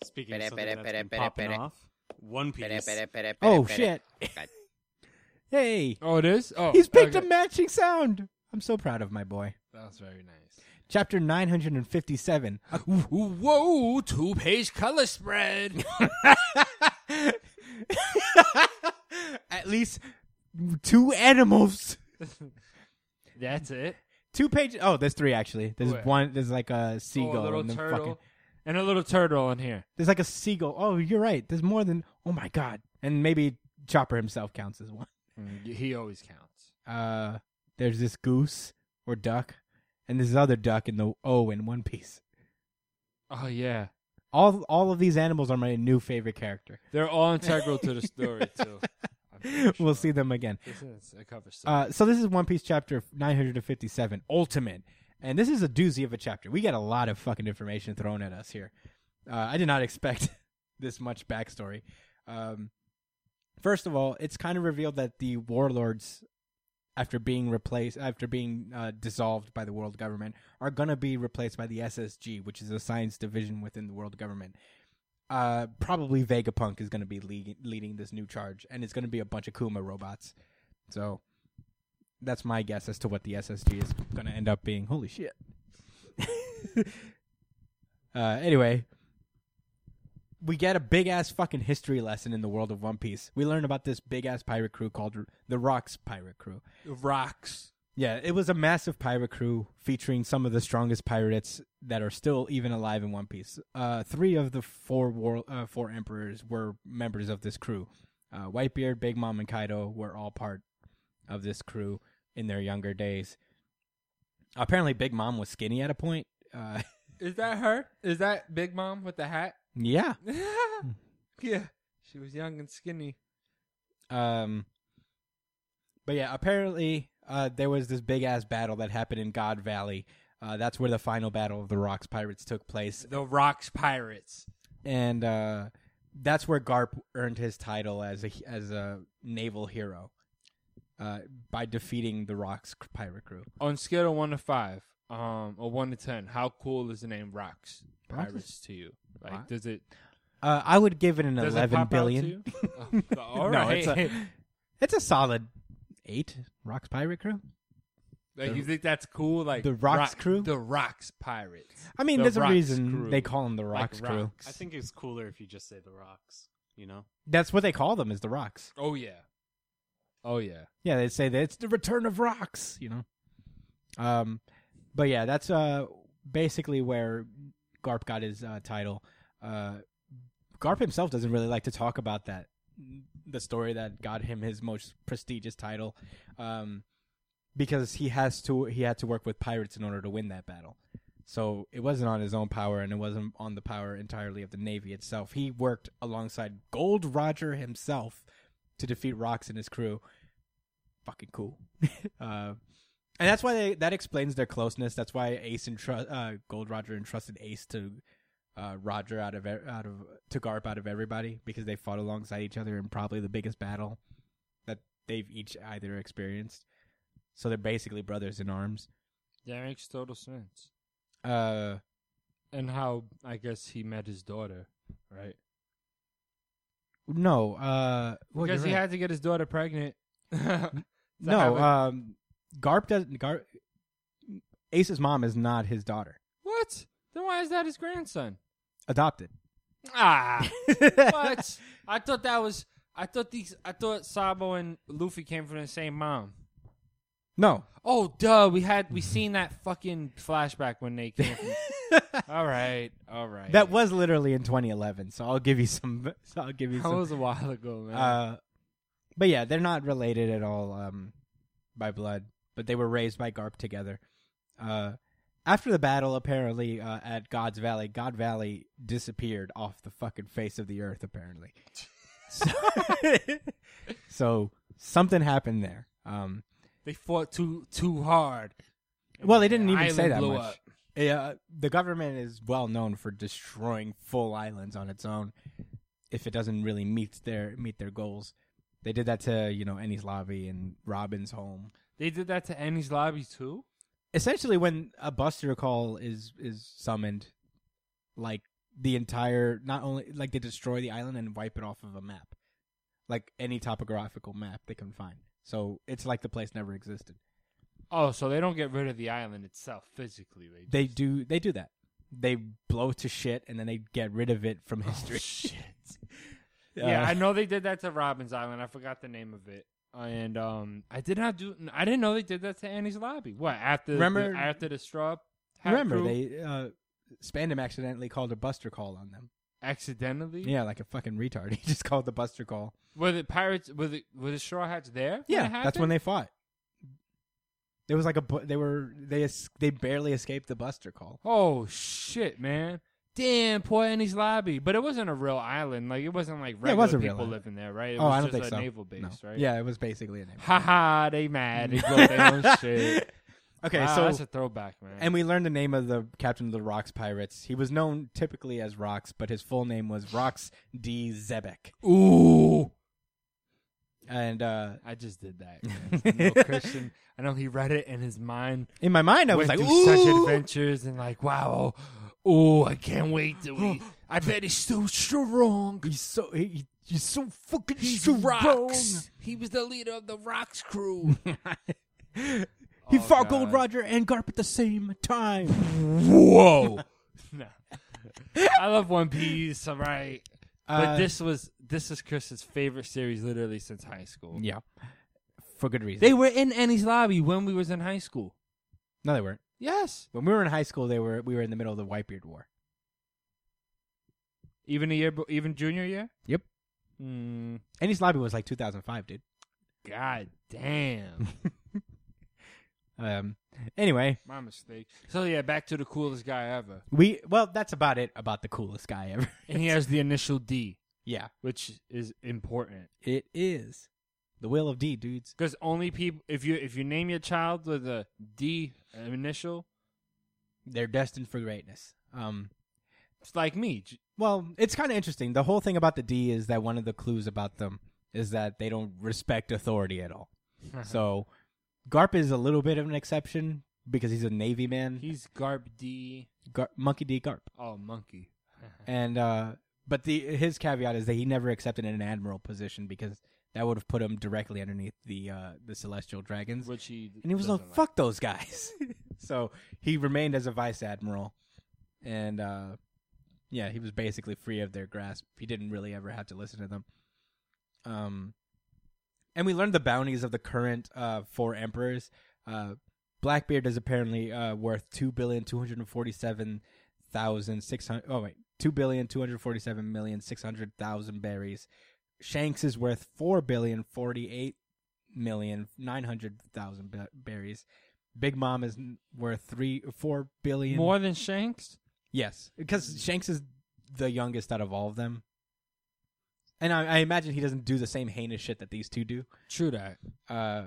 S4: Speaking of something that's been popping off, One Piece.
S2: Oh shit! hey,
S3: Oh, it is. Oh,
S2: he's picked a
S3: okay.
S2: matching sound. I'm so proud of my boy.
S3: That was very nice.
S2: Chapter 957.
S3: Whoa, two page color spread.
S2: At least two animals.
S3: That's it.
S2: Two pages. Oh, there's three actually. There's
S3: Wait.
S2: one. There's like a
S3: Oh, a
S2: seagull
S3: little
S2: and then
S3: turtle.
S2: fucking.
S3: And and a little turtle in here.
S2: There's like a seagull. Oh, you're right. There's more than. Oh my god. And maybe Chopper himself counts as one.
S3: Mm, He always counts.
S2: Uh, there's this goose or duck, and this other duck in the O in One Piece.
S3: Oh yeah,
S2: All all of these animals are my new favorite character.
S3: they're all integral to the story too. I'm pretty
S2: We'll
S3: sure.
S2: see them again.
S3: This is a cover story.
S2: Uh, so this is One Piece chapter 957, Ultimate. And this is a doozy of a chapter. We got a lot of fucking information thrown at us here. Uh, I did not expect this much backstory. Um, first of all, it's kind of revealed that the warlords, after being replaced, after being uh, dissolved by the world government, are going to be replaced by the SSG, which is a science division within the world government. Uh, probably Vegapunk is going to be leading, leading this new charge, and it's going to be a bunch of Kuma robots. So, that's my guess as to what the SSD is going to end up being. Holy shit. uh, anyway, we get a big ass fucking history lesson in the world of One Piece. We learn about this big ass pirate crew called R- the Rocks Pirate Crew.
S3: Rocks.
S2: Yeah, it was a massive pirate crew featuring some of the strongest pirates that are still even alive in One Piece. Uh, three of the four war, uh, four emperors were members of this crew. Uh, Whitebeard, Big Mom, and Kaido were all part of this crew in their younger days. Apparently, Big Mom was skinny at a point. Uh,
S3: Is that her? Is that Big Mom with the hat?
S2: yeah,
S3: yeah, she was young and skinny.
S2: Um, but yeah, apparently uh, there was this big ass battle that happened in God Valley. Uh, that's where the final battle of the Rocks Pirates took place,
S3: The Rocks Pirates.
S2: and uh, that's where Garp earned his title as a as a naval hero uh, by defeating the Rocks Pirate Crew.
S3: On scale of one to five, um, or one to ten, how cool is the name Rocks
S2: Rocks
S3: Pirates
S2: is-
S3: to you? Like,
S2: What?
S3: does it?
S2: Uh, I would give it an
S3: Does it
S2: eleven
S3: pop
S2: billion.
S3: Out to you? Oh, but all
S2: No, it's
S3: right.
S2: a- It's a solid eight. Rocks Pirate Crew.
S3: like, you think that's cool? Like
S2: the Rocks crew?
S3: the Rocks Pirates.
S2: I mean,
S3: The
S2: there's
S3: Rocks
S2: a reason
S3: Crew.
S2: they call them the
S3: Like
S2: Rocks Crew.
S3: Rocks.
S4: I think it's cooler if you just say the rocks. You know,
S2: That's what they call them is the Rocks.
S3: Oh yeah, oh yeah.
S2: yeah, they say that it's the return of rocks, you know. Um, but yeah, that's uh basically where Garp got his uh, title. Uh, Garp himself doesn't really like to talk about that the story that got him his most prestigious title, um, because he has to he had to work with pirates in order to win that battle. So it wasn't on his own power, and it wasn't on the power entirely of the navy itself. He worked alongside Gold Roger himself to defeat Rocks and his crew, fucking cool. uh, and that's why they that explains their closeness. That's why Ace and uh, Gold Roger entrusted Ace to uh, Roger out of e- out of to Garp out of everybody because they fought alongside each other in probably the biggest battle that they've each either experienced. So they're basically brothers in arms.
S3: That makes total sense.
S2: Uh,
S3: And how I guess he met his daughter, right?
S2: no, uh, well,
S3: because
S2: you're
S3: he
S2: right.
S3: had to get his daughter pregnant.
S2: no.
S3: have a-
S2: um, Garp doesn't. Garp, Ace's mom is not his daughter.
S3: What? Then why is that his grandson?
S2: Adopted.
S3: Ah, what? I thought that was. I thought these. I thought Sabo and Luffy came from the same mom.
S2: No,
S3: Oh, duh. We had we seen that fucking flashback when they came. From, all right, all right.
S2: That was literally in 2011, so I'll give you some. So I'll give you
S3: that
S2: some.
S3: was a while ago, man.
S2: uh, but yeah, they're not related at all um, by blood, but they were raised by Garp together. Uh, after the battle, apparently uh, at God's Valley, God Valley disappeared off the fucking face of the earth. Apparently, so, so something happened there. Um,
S3: they fought too too hard.
S2: well, they didn't
S3: The
S2: even say
S3: island
S2: that
S3: blew
S2: much.
S3: up.
S2: Yeah, uh, the government is well known for destroying full islands on its own if it doesn't really meet their meet their goals. They did that to you know Ennis Lobby and Robin's home.
S3: They did that to Annie's lobby too.
S2: Essentially, when a buster call is is summoned, like the entire not only like they destroy the island and wipe it off of a map, like any topographical map they can find. So it's like the place never existed.
S3: Oh, so they don't get rid of the island itself physically. They
S2: They do they do that. They blow it to shit and then they get rid of it from history.
S3: Oh, shit. yeah, I know they did that to Robin's Island. I forgot the name of it. And um, I did not do. I didn't know they did that to Annie's Lobby. What after?
S2: Remember-
S3: the, after the straw? Hat
S2: remember
S3: crew?
S2: they uh Spandam accidentally called a buster call on them.
S3: accidentally.
S2: Yeah, like a fucking retard. He just called the buster call.
S3: Were the pirates? Were the were the straw hats there?
S2: Yeah, that's when they fought. It was like a bu- they were they es- they barely escaped the buster call.
S3: Oh shit, man! Damn, poor Annie's lobby. But it wasn't a real island. Like it wasn't like
S2: Yeah,
S3: regular
S2: it was a real
S3: people
S2: island.
S3: living there, right? It
S2: oh,
S3: was
S2: I don't
S3: just
S2: think
S3: a
S2: so.
S3: naval base,
S2: No.
S3: right?
S2: Yeah, it was basically a naval.
S3: Ha ha! They mad. They wrote their own shit.
S2: Okay,
S3: Wow,
S2: so
S3: that's a throwback, man.
S2: and we learned the name of the captain of the Rocks Pirates. He was known typically as Rocks, but his full name was Rocks D Zebek.
S3: ooh,
S2: And uh,
S3: I just did that. man. I'm no Christian. I know he read it in his mind.
S2: in my mind, I was
S3: went
S2: like,
S3: through
S2: "Ooh,
S3: such adventures and like, wow, oh, oh, I can't wait to. eat. I bet he's so strong.
S2: he's so he, he- he's so fucking
S3: He's
S2: strong."
S3: rocks. He was the leader of the rocks crew.
S2: He
S3: Oh,
S2: fought
S3: God.
S2: Gold Roger and Garp at the same time.
S3: Whoa. no. I love One Piece, all right. But
S2: Uh,
S3: this was this is Chris's favorite series literally since high school.
S2: yeah, for good reason.
S3: They were in Annie's lobby when we was in high school.
S2: no, they weren't.
S3: Yes.
S2: When we were in high school, they were we were in the middle of the Whitebeard War.
S3: Even a year b- even junior year?
S2: Yep.
S3: Mm,
S2: Annie's Lobby was like 2005, dude.
S3: God damn.
S2: Um. Anyway,
S3: My mistake. So yeah, back to the coolest guy ever.
S2: we well, that's about it about the coolest guy ever.
S3: And he has the initial D,
S2: yeah,
S3: which is important.
S2: it is the will of D, dudes.
S3: Because only people if you if you name your child with a D initial,
S2: They're destined for greatness. Um.
S3: it's like me. J-
S2: Well, it's kind of interesting. The whole thing about the D is that one of the clues about them is that they don't respect authority at all. so Garp is a little bit of an exception because he's a Navy man,
S3: He's Garb D.
S2: Gar- Monkey D. Garp,
S3: Oh, monkey.
S2: and uh, but the his caveat is that he never accepted an admiral position because that would have put him directly underneath the uh, the Celestial Dragons,
S3: Which he
S2: and he was like,
S3: doesn't
S2: "Fuck those guys." so he remained as a vice admiral, and uh, yeah, he was basically free of their grasp. He didn't really ever have to listen to them. Um, and we learned the bounties of the current uh, four emperors. Uh, Blackbeard is apparently uh, worth two billion two hundred forty-seven thousand six hundred. Oh wait, two billion two hundred forty-seven million six hundred thousand berries. Shanks is worth four billion forty-eight million nine hundred thousand be- berries. Big Mom is n- worth three four billion
S3: More than Shanks?
S2: Yes, because Shanks is the youngest out of all of them, and I, I imagine he doesn't do the same heinous shit that these two do.
S3: True that.
S2: Uh,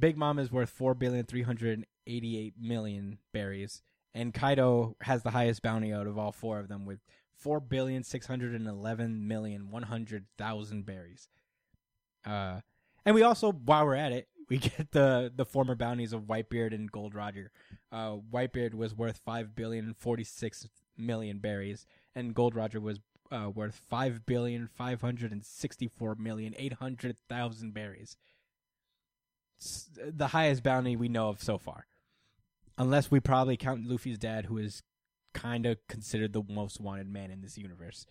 S2: Big Mom is worth four billion three hundred eighty-eight million berries, and Kaido has the highest bounty out of all four of them with four billion six hundred and eleven million one hundred thousand berries. Uh, and we also, while we're at it, we get the the former bounties of Whitebeard and Gold Roger. Uh, Whitebeard was worth five billion forty-six million berries, and Gold Roger was uh, worth five billion five hundred and sixty-four million eight hundred thousand berries s- the highest bounty we know of so far. Unless we probably count Luffy's dad, who is kind of considered the most wanted man in this universe.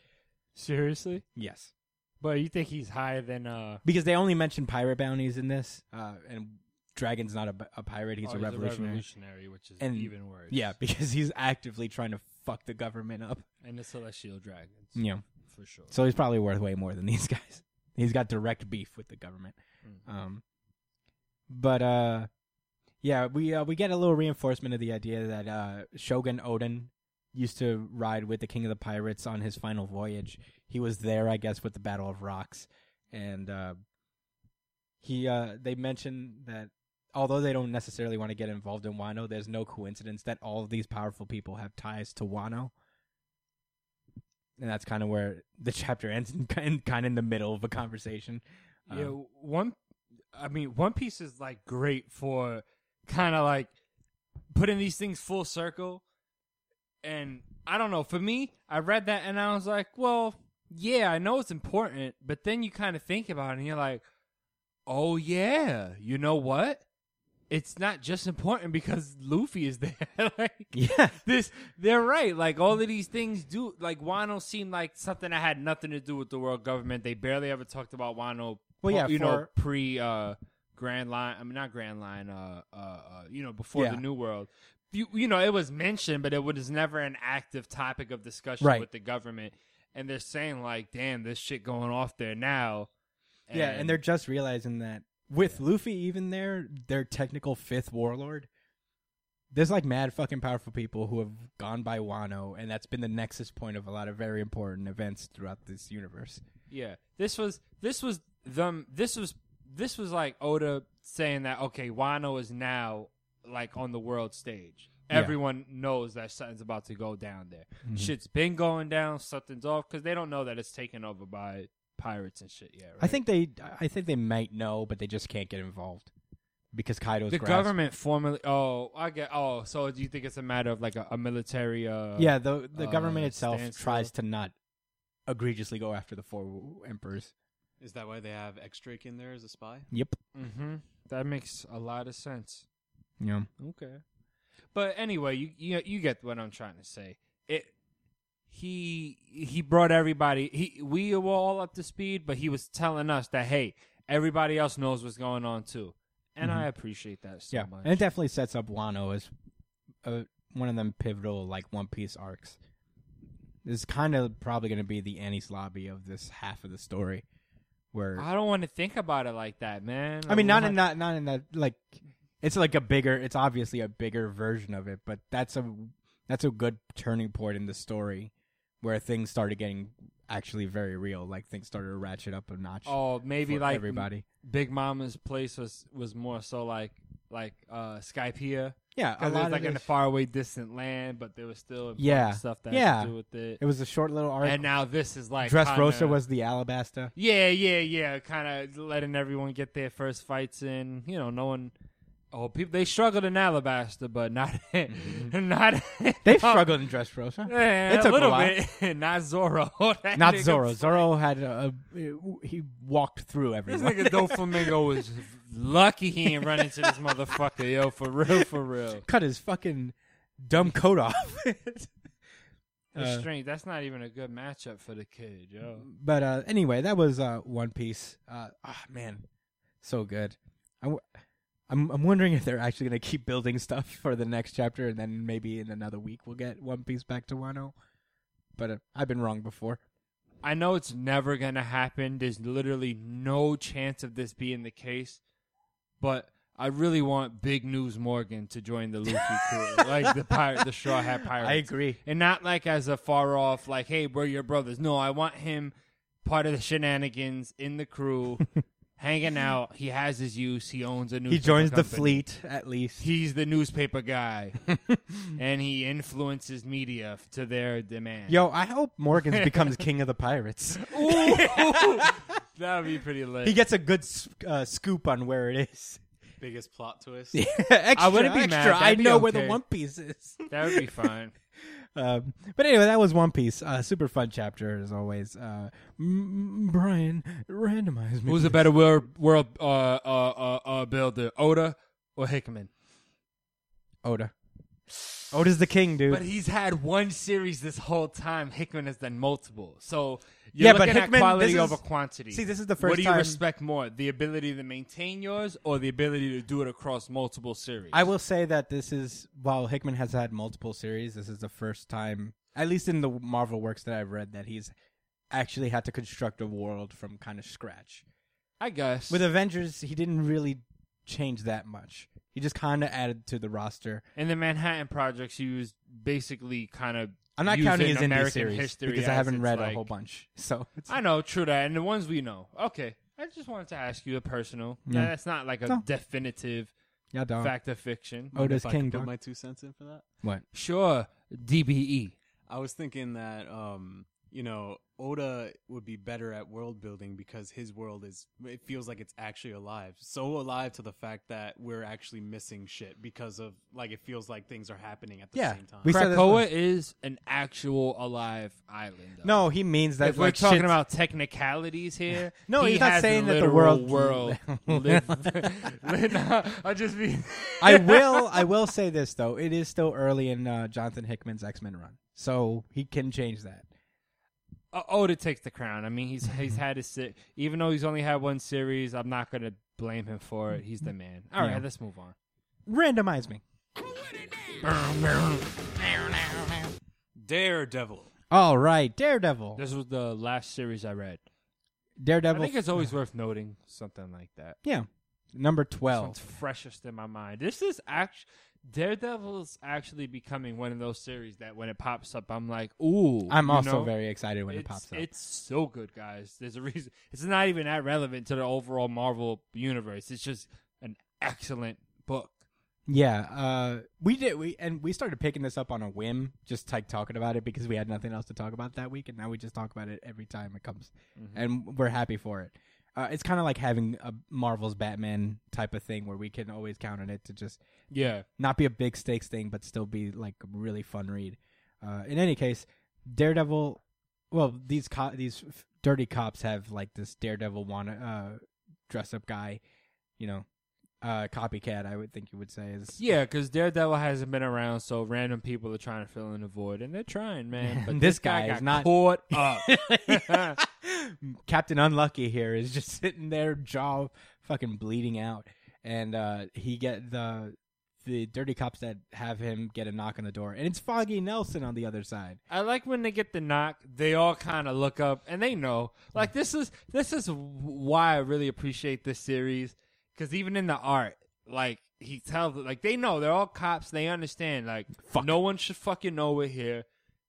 S3: Seriously?
S2: Yes.
S3: But you think he's higher than uh
S2: Because they only mention pirate bounties in this, uh, and Dragon's not a, b- a pirate, he's
S3: oh,
S2: a revolutionary.
S3: revolutionary, which is
S2: And-
S3: even worse.
S2: Yeah, because he's actively trying to fuck the government up.
S3: And the celestial dragons.
S2: Yeah.
S3: For sure.
S2: So he's probably worth way more than these guys. He's got direct beef with the government. Um, but uh, yeah, we uh, we get a little reinforcement of the idea that uh, Shogun Odin used to ride with the King of the Pirates on his final voyage. He was there, I guess, with the Battle of Rocks, and uh, he uh, they mention that although they don't necessarily want to get involved in Wano, there's no coincidence that all of these powerful people have ties to Wano and that's kind of where the chapter ends in kind kind of in the middle of a conversation. Um,
S3: yeah, one I mean, One Piece is like great for kind of like putting these things full circle. And I don't know, for me, I read that and I was like, well, yeah, I know it's important, but then you kind of think about it and you're like, oh yeah, you know what? It's not just important because Luffy is there. like,
S2: Yeah.
S3: this they're right. Like all of these things do like Wano seemed like something that had nothing to do with the world government. They barely ever talked about Wano.
S2: Well, yeah,
S3: you know,
S2: for-
S3: pre uh Grand Line. I mean, not Grand Line. Uh, uh, uh you know, before
S2: Yeah.
S3: the New World. you you know it was mentioned, but it was never an active topic of discussion
S2: Right.
S3: with the government. And they're saying like, "Damn, this shit going off there now."
S2: yeah, and they're just realizing that with Luffy even there, their technical fifth warlord, there's like mad fucking powerful people who have gone by Wano, and that's been the nexus point of a lot of very important events throughout this universe.
S3: Yeah. This was this was them this was this was like Oda saying that okay, Wano is now like on the world stage.
S2: Yeah. Mm-hmm.
S3: Everyone knows that something's about to go down there. Shit's been going down, something's off cuz they don't know that it's taken over by pirates and shit yet, right?
S2: I think they, I think they might know, but they just can't get involved because Kaido's
S3: the
S2: grasp-
S3: government formally Oh, I get Oh, so do you think it's a matter of like a, a military uh
S2: yeah, the the
S3: uh,
S2: government itself
S3: standstill.
S2: tries to not egregiously go after the four emperors.
S4: Is that why they have X Drake in there as a spy?
S2: Yep.
S3: Mhm. That makes a lot of sense.
S2: Yeah.
S3: Okay. But anyway, you you you get what I'm trying to say. It he he brought everybody. He we were all up to speed, but he was telling us that hey, everybody else knows what's going on too, and I appreciate that
S2: Mm-hmm.
S3: so
S2: yeah.
S3: much.
S2: And it definitely sets up Wano as uh one of them pivotal like One Piece arcs. This is kind of probably going to be the Annie's lobby of this half of the story, where
S3: I don't want to think about it like that, man.
S2: I mean,
S3: Like,
S2: not in that, not in that. Like, it's like a bigger. It's obviously a bigger version of it, but that's a that's a good turning point in the story where things started getting actually very real. Like things started to ratchet up a notch.
S3: Oh, maybe
S2: for
S3: like
S2: everybody.
S3: Big Mama's place was was more so like like uh Skypea.
S2: Yeah, a
S3: It was
S2: lot
S3: like
S2: of
S3: in a
S2: this-
S3: faraway distant land, but there was still important
S2: Yeah.
S3: stuff that had
S2: Yeah.
S3: to do with it.
S2: It was a short little arc.
S3: and now this is like
S2: Dress
S3: kinda-
S2: Rosa was the Alabasta.
S3: Yeah, yeah, yeah. Kind of letting everyone get their first fights in. You know, no one. Oh, people they struggled in Alabasta, but not not.
S2: Mm-hmm. They struggled in Dress Rosa.
S3: Yeah,
S2: it took
S3: a little
S2: while.
S3: bit. not Zorro. That
S2: Not
S3: nigga-
S2: Zoro. Zorro had a, a he walked through
S3: This
S2: everyone.
S3: nigga Doflamingo was lucky he ain't run into this motherfucker. Yo, for real, for real.
S2: Cut his fucking dumb coat off.
S3: It's
S2: Uh,
S3: strange. That's not even a good matchup for the kid, yo.
S2: but uh, anyway, that was uh, One Piece. Uh, ah, man, so good. I w- I'm I'm wondering if they're actually gonna keep building stuff for the next chapter, and then maybe in another week we'll get One Piece back to Wano. But uh, I've been wrong before.
S3: I know it's never gonna happen. There's literally no chance of this being the case. But I really want Big News Morgan to join the Luffy crew, like the pirate, the Straw Hat Pirates.
S2: agree.
S3: and not like as a far off, like, "Hey, we're your brothers." No, I want him part of the shenanigans in the crew, hanging out. He has his use. He owns a new.
S2: He joins the fleet at least.
S3: He's the newspaper guy, and he influences media f- to their demand.
S2: Yo, I hope Morgans becomes king of the pirates.
S3: that would be pretty lit.
S2: He gets a good s- uh, scoop on where it is.
S4: Biggest plot twist.
S2: extra,
S3: I wouldn't be mad.
S2: extra. I
S3: That'd be
S2: know where the
S3: okay.
S2: One Piece is.
S3: That would be fun.
S2: Um, but anyway, that was One Piece. Uh, super fun chapter as always. Uh, m- m- Brian, randomize me.
S3: Who's a
S2: please.
S3: better world world uh, uh, uh, uh, builder, Oda or Hickman?
S2: Oda? Oda's the king, dude.
S3: But he's had one series this whole time. Hickman has done multiple. So you're
S2: Yeah, but
S3: looking
S2: Hickman,
S3: at quality
S2: this is-
S3: over quantity.
S2: See, this is the
S3: What
S2: first
S3: do you
S2: time-
S3: respect more, the ability to maintain yours or the ability to do it across multiple series?
S2: I will say that this is while Hickman has had multiple series, this is the first time, at least in the Marvel works that I've read, that he's actually had to construct a world from kind of scratch.
S3: I guess.
S2: With Avengers, he didn't really change that much. He just kind of added to the roster.
S3: in the Manhattan Projects, he was basically kind of.
S2: I'm not
S3: using
S2: counting his indie
S3: American
S2: series
S3: history
S2: because I
S3: as
S2: haven't
S3: its,
S2: read
S3: like-
S2: a whole bunch. So it's,
S3: I know, true that, and the ones we know. Okay, I just wanted to ask you a personal.
S2: Yeah.
S3: That's not like a
S2: No.
S3: definitive
S2: yeah, dog.
S3: fact of fiction.
S2: Oh, does
S4: If I could
S2: King
S4: put
S2: dog.
S4: my two cents in for that.
S2: what?
S3: Sure, DBE.
S4: I was thinking that um, you know, Oda would be better at world building because his world is it feels like it's actually alive. So alive to the fact that we're actually missing shit because of like it feels like things are happening at the
S2: Yeah,
S4: same time.
S2: we- said this
S3: Krakoa
S2: last-
S3: is an actual alive island. though.
S2: No, he means that
S3: if we're
S2: like,
S3: talking
S2: shit's-
S3: about technicalities here,
S2: No,
S3: he
S2: he's not
S3: has
S2: saying that the
S3: literal
S2: world-
S3: world. live- Nah, I just mean
S2: I will. I will say this though. It is still early in uh, Jonathan Hickman's X Men run, so he can change that.
S3: O- Uh, Oda takes the crown. I mean, he's he's had his se- even though he's only had one series. I'm not gonna blame him for it. He's the man. All right,
S2: Yeah.
S3: let's move on.
S2: Randomize me.
S5: Who would it be?
S4: Daredevil.
S2: All right, Daredevil.
S3: This was the last series I read. I
S2: Daredevil.
S3: think it's always worth noting something like that.
S2: yeah, number
S3: This
S2: twelve.
S3: one's freshest in my mind. This is actually Daredevil's actually becoming one of those series that when it pops up, I'm like, ooh.
S2: I'm
S3: you
S2: also
S3: know?
S2: very excited when it
S3: it's,
S2: pops up.
S3: It's so good, guys. There's a reason. It's not even that relevant to the overall Marvel universe. It's just an excellent book.
S2: Yeah, uh, we did. We and we started picking this up on a whim, just like talking about it because we had nothing else to talk about that week, and now we just talk about it every time it comes, and we're happy for it. Uh, it's kind of like having a Marvel's Batman type of thing where we can always count on it to just
S3: Yeah.
S2: not be a big stakes thing, but still be like a really fun read. Uh, in any case, Daredevil. Well, these co- these f- dirty cops have like this Daredevil one uh, dress up guy, you know, uh, copycat. I would think you would say is
S3: Yeah, because Daredevil hasn't been around, so random people are trying to fill in the void, and they're trying, man. But
S2: This
S3: this, guy,
S2: guy
S3: got
S2: is not-
S3: caught up.
S2: Captain Unlucky here is just sitting there, jaw fucking bleeding out, and uh, he get the the dirty cops that have him get a knock on the door, and it's Foggy Nelson on the other side.
S3: I like when they get the knock. They all kind of look up, and they know. Like this is this is why I really appreciate this series, because even in the art, like he tells, like they know they're all cops. They understand. Like no one should fucking know we're here.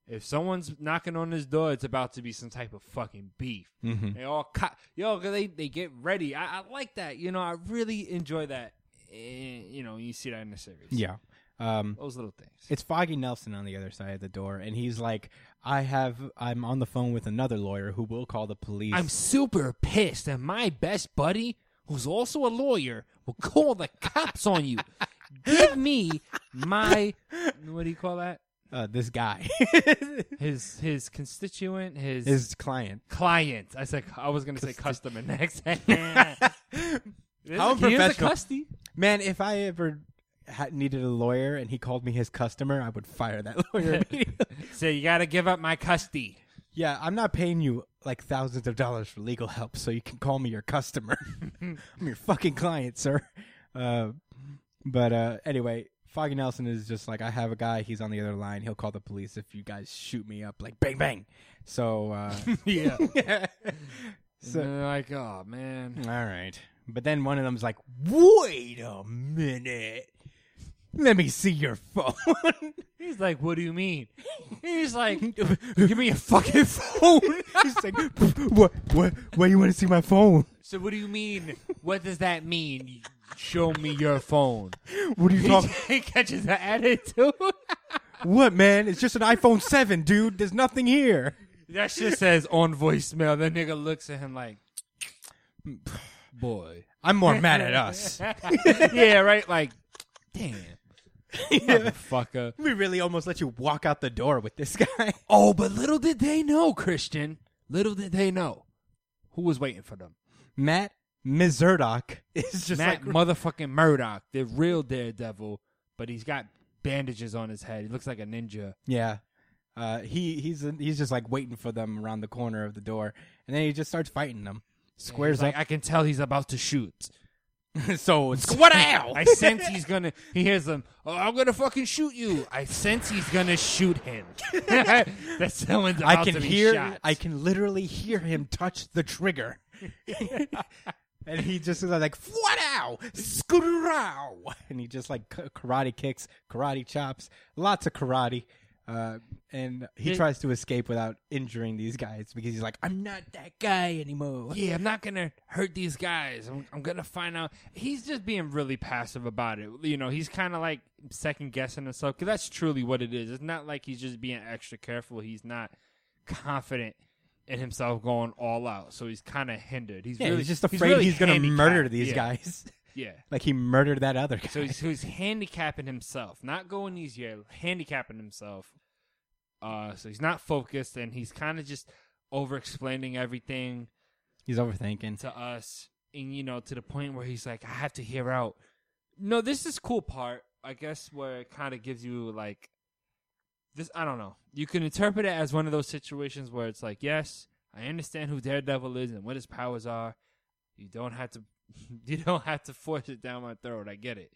S3: If someone's knocking on this door, it's about to be some type of fucking beef. They all cop, yo, 'cause they they get ready. I, I like that. You know, I really enjoy that. And, you know, you see that in the series.
S2: Yeah. Um,
S3: those little things.
S2: it's Foggy Nelson on the other side of the door, and he's like, "I have, I'm on the phone with another lawyer who will call the police."
S3: I'm super pissed that my best buddy, who's also a lawyer, will call the cops on you. Give me my what do you call that?
S2: uh, this guy,
S3: His his constituent, his,
S2: his client.
S3: client. I said I was gonna say customer next. How
S2: unprofessional.
S3: Custy.
S2: Man, if I ever had needed a lawyer and he called me his customer, I would fire that lawyer immediately.
S3: So you gotta give up my custy.
S2: Yeah, I'm not paying you like thousands of dollars for legal help, so you can call me your customer. I'm your fucking client, sir. Uh, but uh, anyway, Foggy Nelson is just like, I have a guy. He's on the other line. He'll call the police if you guys shoot me up, like bang bang. So, uh,
S3: Yeah.
S2: So-
S3: and they're like, oh man.
S2: all right. But then one of them's like, Wait a minute. Let me see your phone.
S3: He's like, what do you mean? He's like,
S2: Give me a fucking phone. He's like, what? What? Why you want to see my phone?
S3: so what do you mean? What does that mean? Show me your phone.
S2: What are you talking?
S3: he catches the attitude.
S2: What, man? It's just an iPhone 7, dude. There's nothing here.
S3: that shit says on voicemail. That nigga looks at him like, boy.
S2: I'm more mad at us.
S3: yeah, right? Like, damn. Motherfucker.
S2: We really almost let you walk out the door with this guy.
S3: Oh, but little did they know, Christian. Little did they know who was waiting for them.
S2: Matt Mizurdock is just
S3: Matt
S2: like,
S3: motherfucking Murdoch, the real daredevil, but he's got bandages on his head. He looks like a ninja.
S2: yeah. Uh, he he's he's just like waiting for them around the corner of the door, and then he just starts fighting them. Squares
S3: He's like, I can tell he's about to shoot.
S2: up, so it's what
S3: I sense he's gonna. He hears them. Oh, I'm gonna fucking shoot you. I sense he's gonna shoot him. that someone's about
S2: I can
S3: to be
S2: hear.
S3: shot.
S2: I can literally hear him touch the trigger, and he just is like "Fwadow, scooterow," and he just like k- karate kicks, karate chops, lots of karate. Uh, and he
S3: Did-
S2: tries to escape without injuring these guys because he's like, "I'm not that guy anymore."
S3: Yeah, I'm not gonna hurt these guys. I'm, I'm gonna find out. He's just being really passive about it. You know, he's kind of like second guessing himself because that's truly what it is. It's not like he's just being extra careful. He's not confident in himself going all out. So he's kind of hindered. He's
S2: Yeah,
S3: really
S2: he's just afraid he's,
S3: really
S2: gonna murder
S3: handicapped.
S2: these
S3: Yeah,
S2: guys,
S3: Yeah.
S2: like he murdered that other guy.
S3: So he's, so he's handicapping himself, not going easy, yeah, handicapping himself. Uh, so he's not focused, and he's kind of just over explaining everything
S2: he's overthinking.
S3: to us, and you know, to the point where he's like, "I have to hear out." No, this is cool part, I guess, where it kind of gives you like this. I don't know. You can interpret it as one of those situations where it's like, "Yes, I understand who Daredevil is and what his powers are. You don't have to, you don't have to force it down my throat. I get it."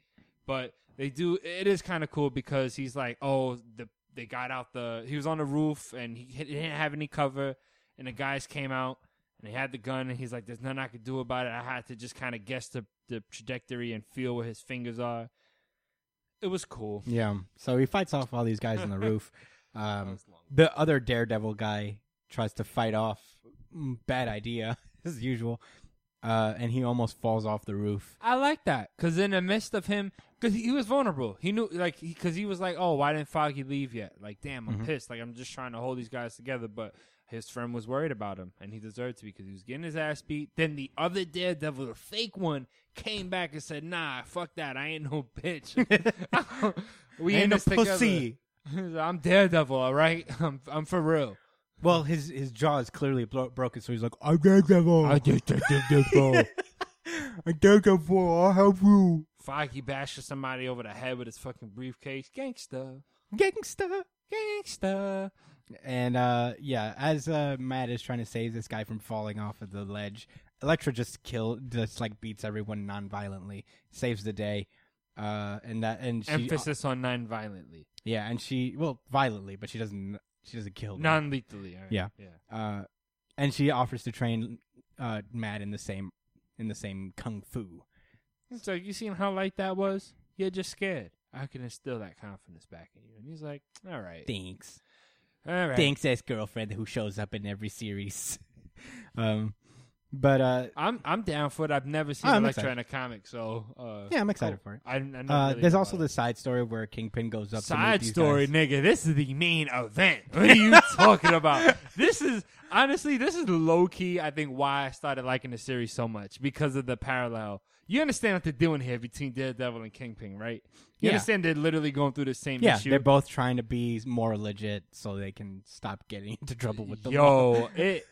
S3: But they do. It is kind of cool because he's like, oh, the they got out the. He was on the roof and he hit- didn't have any cover, and the guys came out and they had the gun and he's like, there's nothing I could do about it. I had to just kind of guess the the trajectory and feel where his fingers are. It was cool.
S2: Yeah. So he fights off all these guys on the roof. Um, the other daredevil guy tries to fight off. Mm, Bad idea, as usual. Uh, and he almost falls off the roof.
S3: I like that because in the midst of him, because he, he was vulnerable. He knew, like, because he, was like, "Oh, why didn't Foggy leave yet?" Like, damn, I'm pissed. Like, I'm just trying to hold these guys together, but his friend was worried about him, and he deserved to because he was getting his ass beat. Then the other daredevil, the fake one, came back and said, "Nah, fuck that. I ain't no bitch. we
S2: And
S3: in
S2: a
S3: this together. I'm daredevil, all right. I'm I'm for real.
S2: Well, his his jaw is clearly blo- broken, so he's like, "I'm daredevil.
S3: I did daredevil."
S2: I'm daredevil. I'll help you,
S3: Foggy bashes somebody over the head with his fucking briefcase. Gangsta,
S2: gangsta."
S3: gangsta.
S2: And uh, yeah, as uh, Matt is trying to save this guy from falling off of the ledge, Electra just kill, just like beats everyone non-violently, saves the day, uh, and that and she,
S3: emphasis on non-violently,
S2: yeah, and she well violently, but she doesn't she doesn't kill them.
S3: non-lethally. all right.
S2: Yeah.
S3: yeah.
S2: uh, and she offers to train uh, Matt in the same in the same kung fu.
S3: So you seen how light that was? You're just scared. I can instill that confidence back in you. And he's like, "All right,
S2: Thanks.
S3: all right."
S2: Thanks, ex girlfriend who shows up in every series. um, but uh,
S3: I'm I'm down for it. I've never seen
S2: Oh, I'm
S3: Electra
S2: excited.
S3: in a comic, so uh,
S2: Yeah, I'm excited for it.
S3: I, I never
S2: uh,
S3: really
S2: there's
S3: know
S2: also
S3: about
S2: the side story where Kingpin goes up.
S3: it.
S2: to meet
S3: side
S2: these
S3: story,
S2: guys.
S3: nigga. This is the main event. What are you talking about? This is honestly, this is low key. I think why I started liking the series so much because of the parallel. You understand what they're doing here between Daredevil and Kingpin, right? You
S2: Yeah.
S3: understand they're literally going through the same
S2: Yeah,
S3: issue.
S2: they're both trying to be more legit so they can stop getting into trouble with the law.
S3: Yo, it.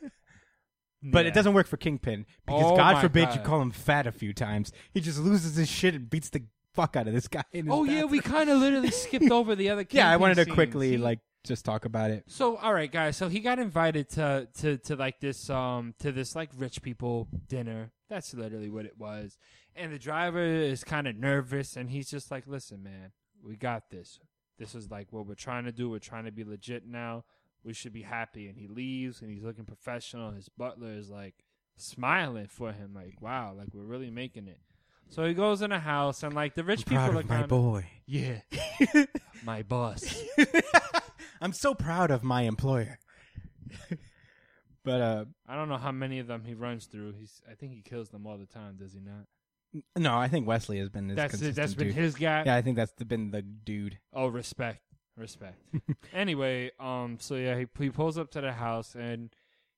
S2: But
S3: Yeah.
S2: it doesn't work for Kingpin because
S3: Oh
S2: God
S3: my
S2: forbid you
S3: God.
S2: call him fat a few times. He just loses his shit and beats the fuck out of this guy. in his
S3: Oh yeah, we
S2: bathroom.
S3: kind of literally skipped over the other.
S2: yeah. I
S3: Kingpin
S2: wanted to
S3: scenes.
S2: quickly
S3: He-
S2: like just talk about it.
S3: So all right, guys. So he got invited to to to like this um to this like rich people dinner. That's literally what it was. And the driver is kind of nervous, and he's just like, "Listen, man, we got this. This is like what we're trying to do. We're trying to be legit now. We should be happy." And he leaves, and he's looking professional. His butler is like smiling for him, like, "Wow, like we're really making it." So he goes in a house, and like the rich
S2: Proud
S3: people are
S2: of my
S3: kind
S2: boy.
S3: yeah, my boss.
S2: I'm so proud of my employer. but uh
S3: I don't know how many of them he runs through. He's, I think he kills them all the time, does he not?
S2: no, I think Wesley has been this
S3: That's it,
S2: consistent
S3: that's been
S2: dude.
S3: his guy.
S2: Yeah, I think that's the, been the dude.
S3: Oh, respect, respect. anyway, um, so yeah, he he pulls up to the house and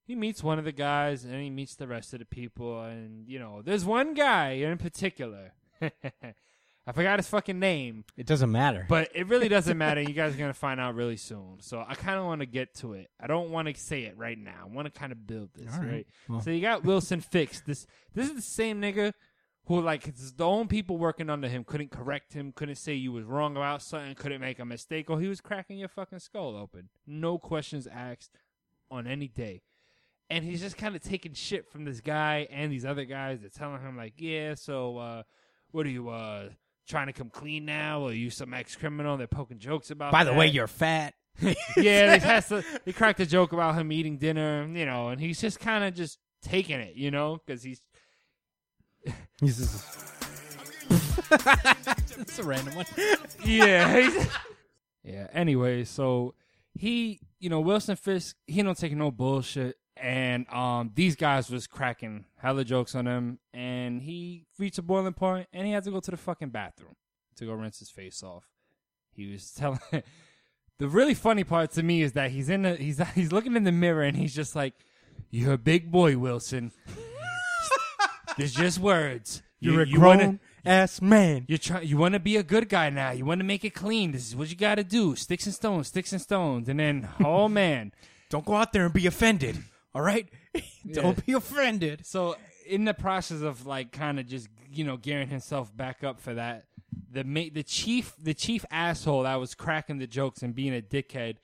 S3: he meets one of the guys, and he meets the rest of the people, and you know, there's one guy in particular. I forgot his fucking name.
S2: It doesn't matter.
S3: But it really doesn't matter. You guys are gonna find out really soon. So I kind of want to get to it. I don't want to say it right now. I want to kind of build this,
S2: All right.
S3: right?
S2: Well.
S3: So you got Wilson fixed. This this is the same nigga who like it's the own people working under him couldn't correct him, couldn't say you was wrong about something, couldn't make a mistake, or he was cracking your fucking skull open. No questions asked on any day. And he's just kind of taking shit from this guy and these other guys. They're telling him like, yeah, so uh, what are you uh trying to come clean now? Or are you some ex criminal? They're poking jokes about.
S2: By the way,
S3: that.
S2: you're fat.
S3: yeah. They has to, They cracked a joke about him eating dinner, you know, and he's just kind of just taking it, you know, because he's
S2: He's just. it's a random one.
S3: yeah. he's- yeah. Anyway, so he, you know, Wilson Fisk, he don't take no bullshit. And um, these guys was cracking hella jokes on him, and he reached a boiling point, and he had to go to the fucking bathroom to go rinse his face off. He was telling the really funny part to me is that he's in the he's he's looking in the mirror, and he's just like, "You're a big boy, Wilson. There's just words. You-
S2: You're a
S3: you
S2: grown
S3: wanna-
S2: ass man.
S3: you're trying. You want to be a good guy now. You want to make it clean. This is what you got to do. Sticks and stones, sticks and stones. And then, oh man.
S2: Don't go out there and be offended. All right? Don't be offended.
S3: So in the process of like kind of just you know gearing himself back up for that, the ma- the chief the chief asshole that was cracking the jokes and being a dickhead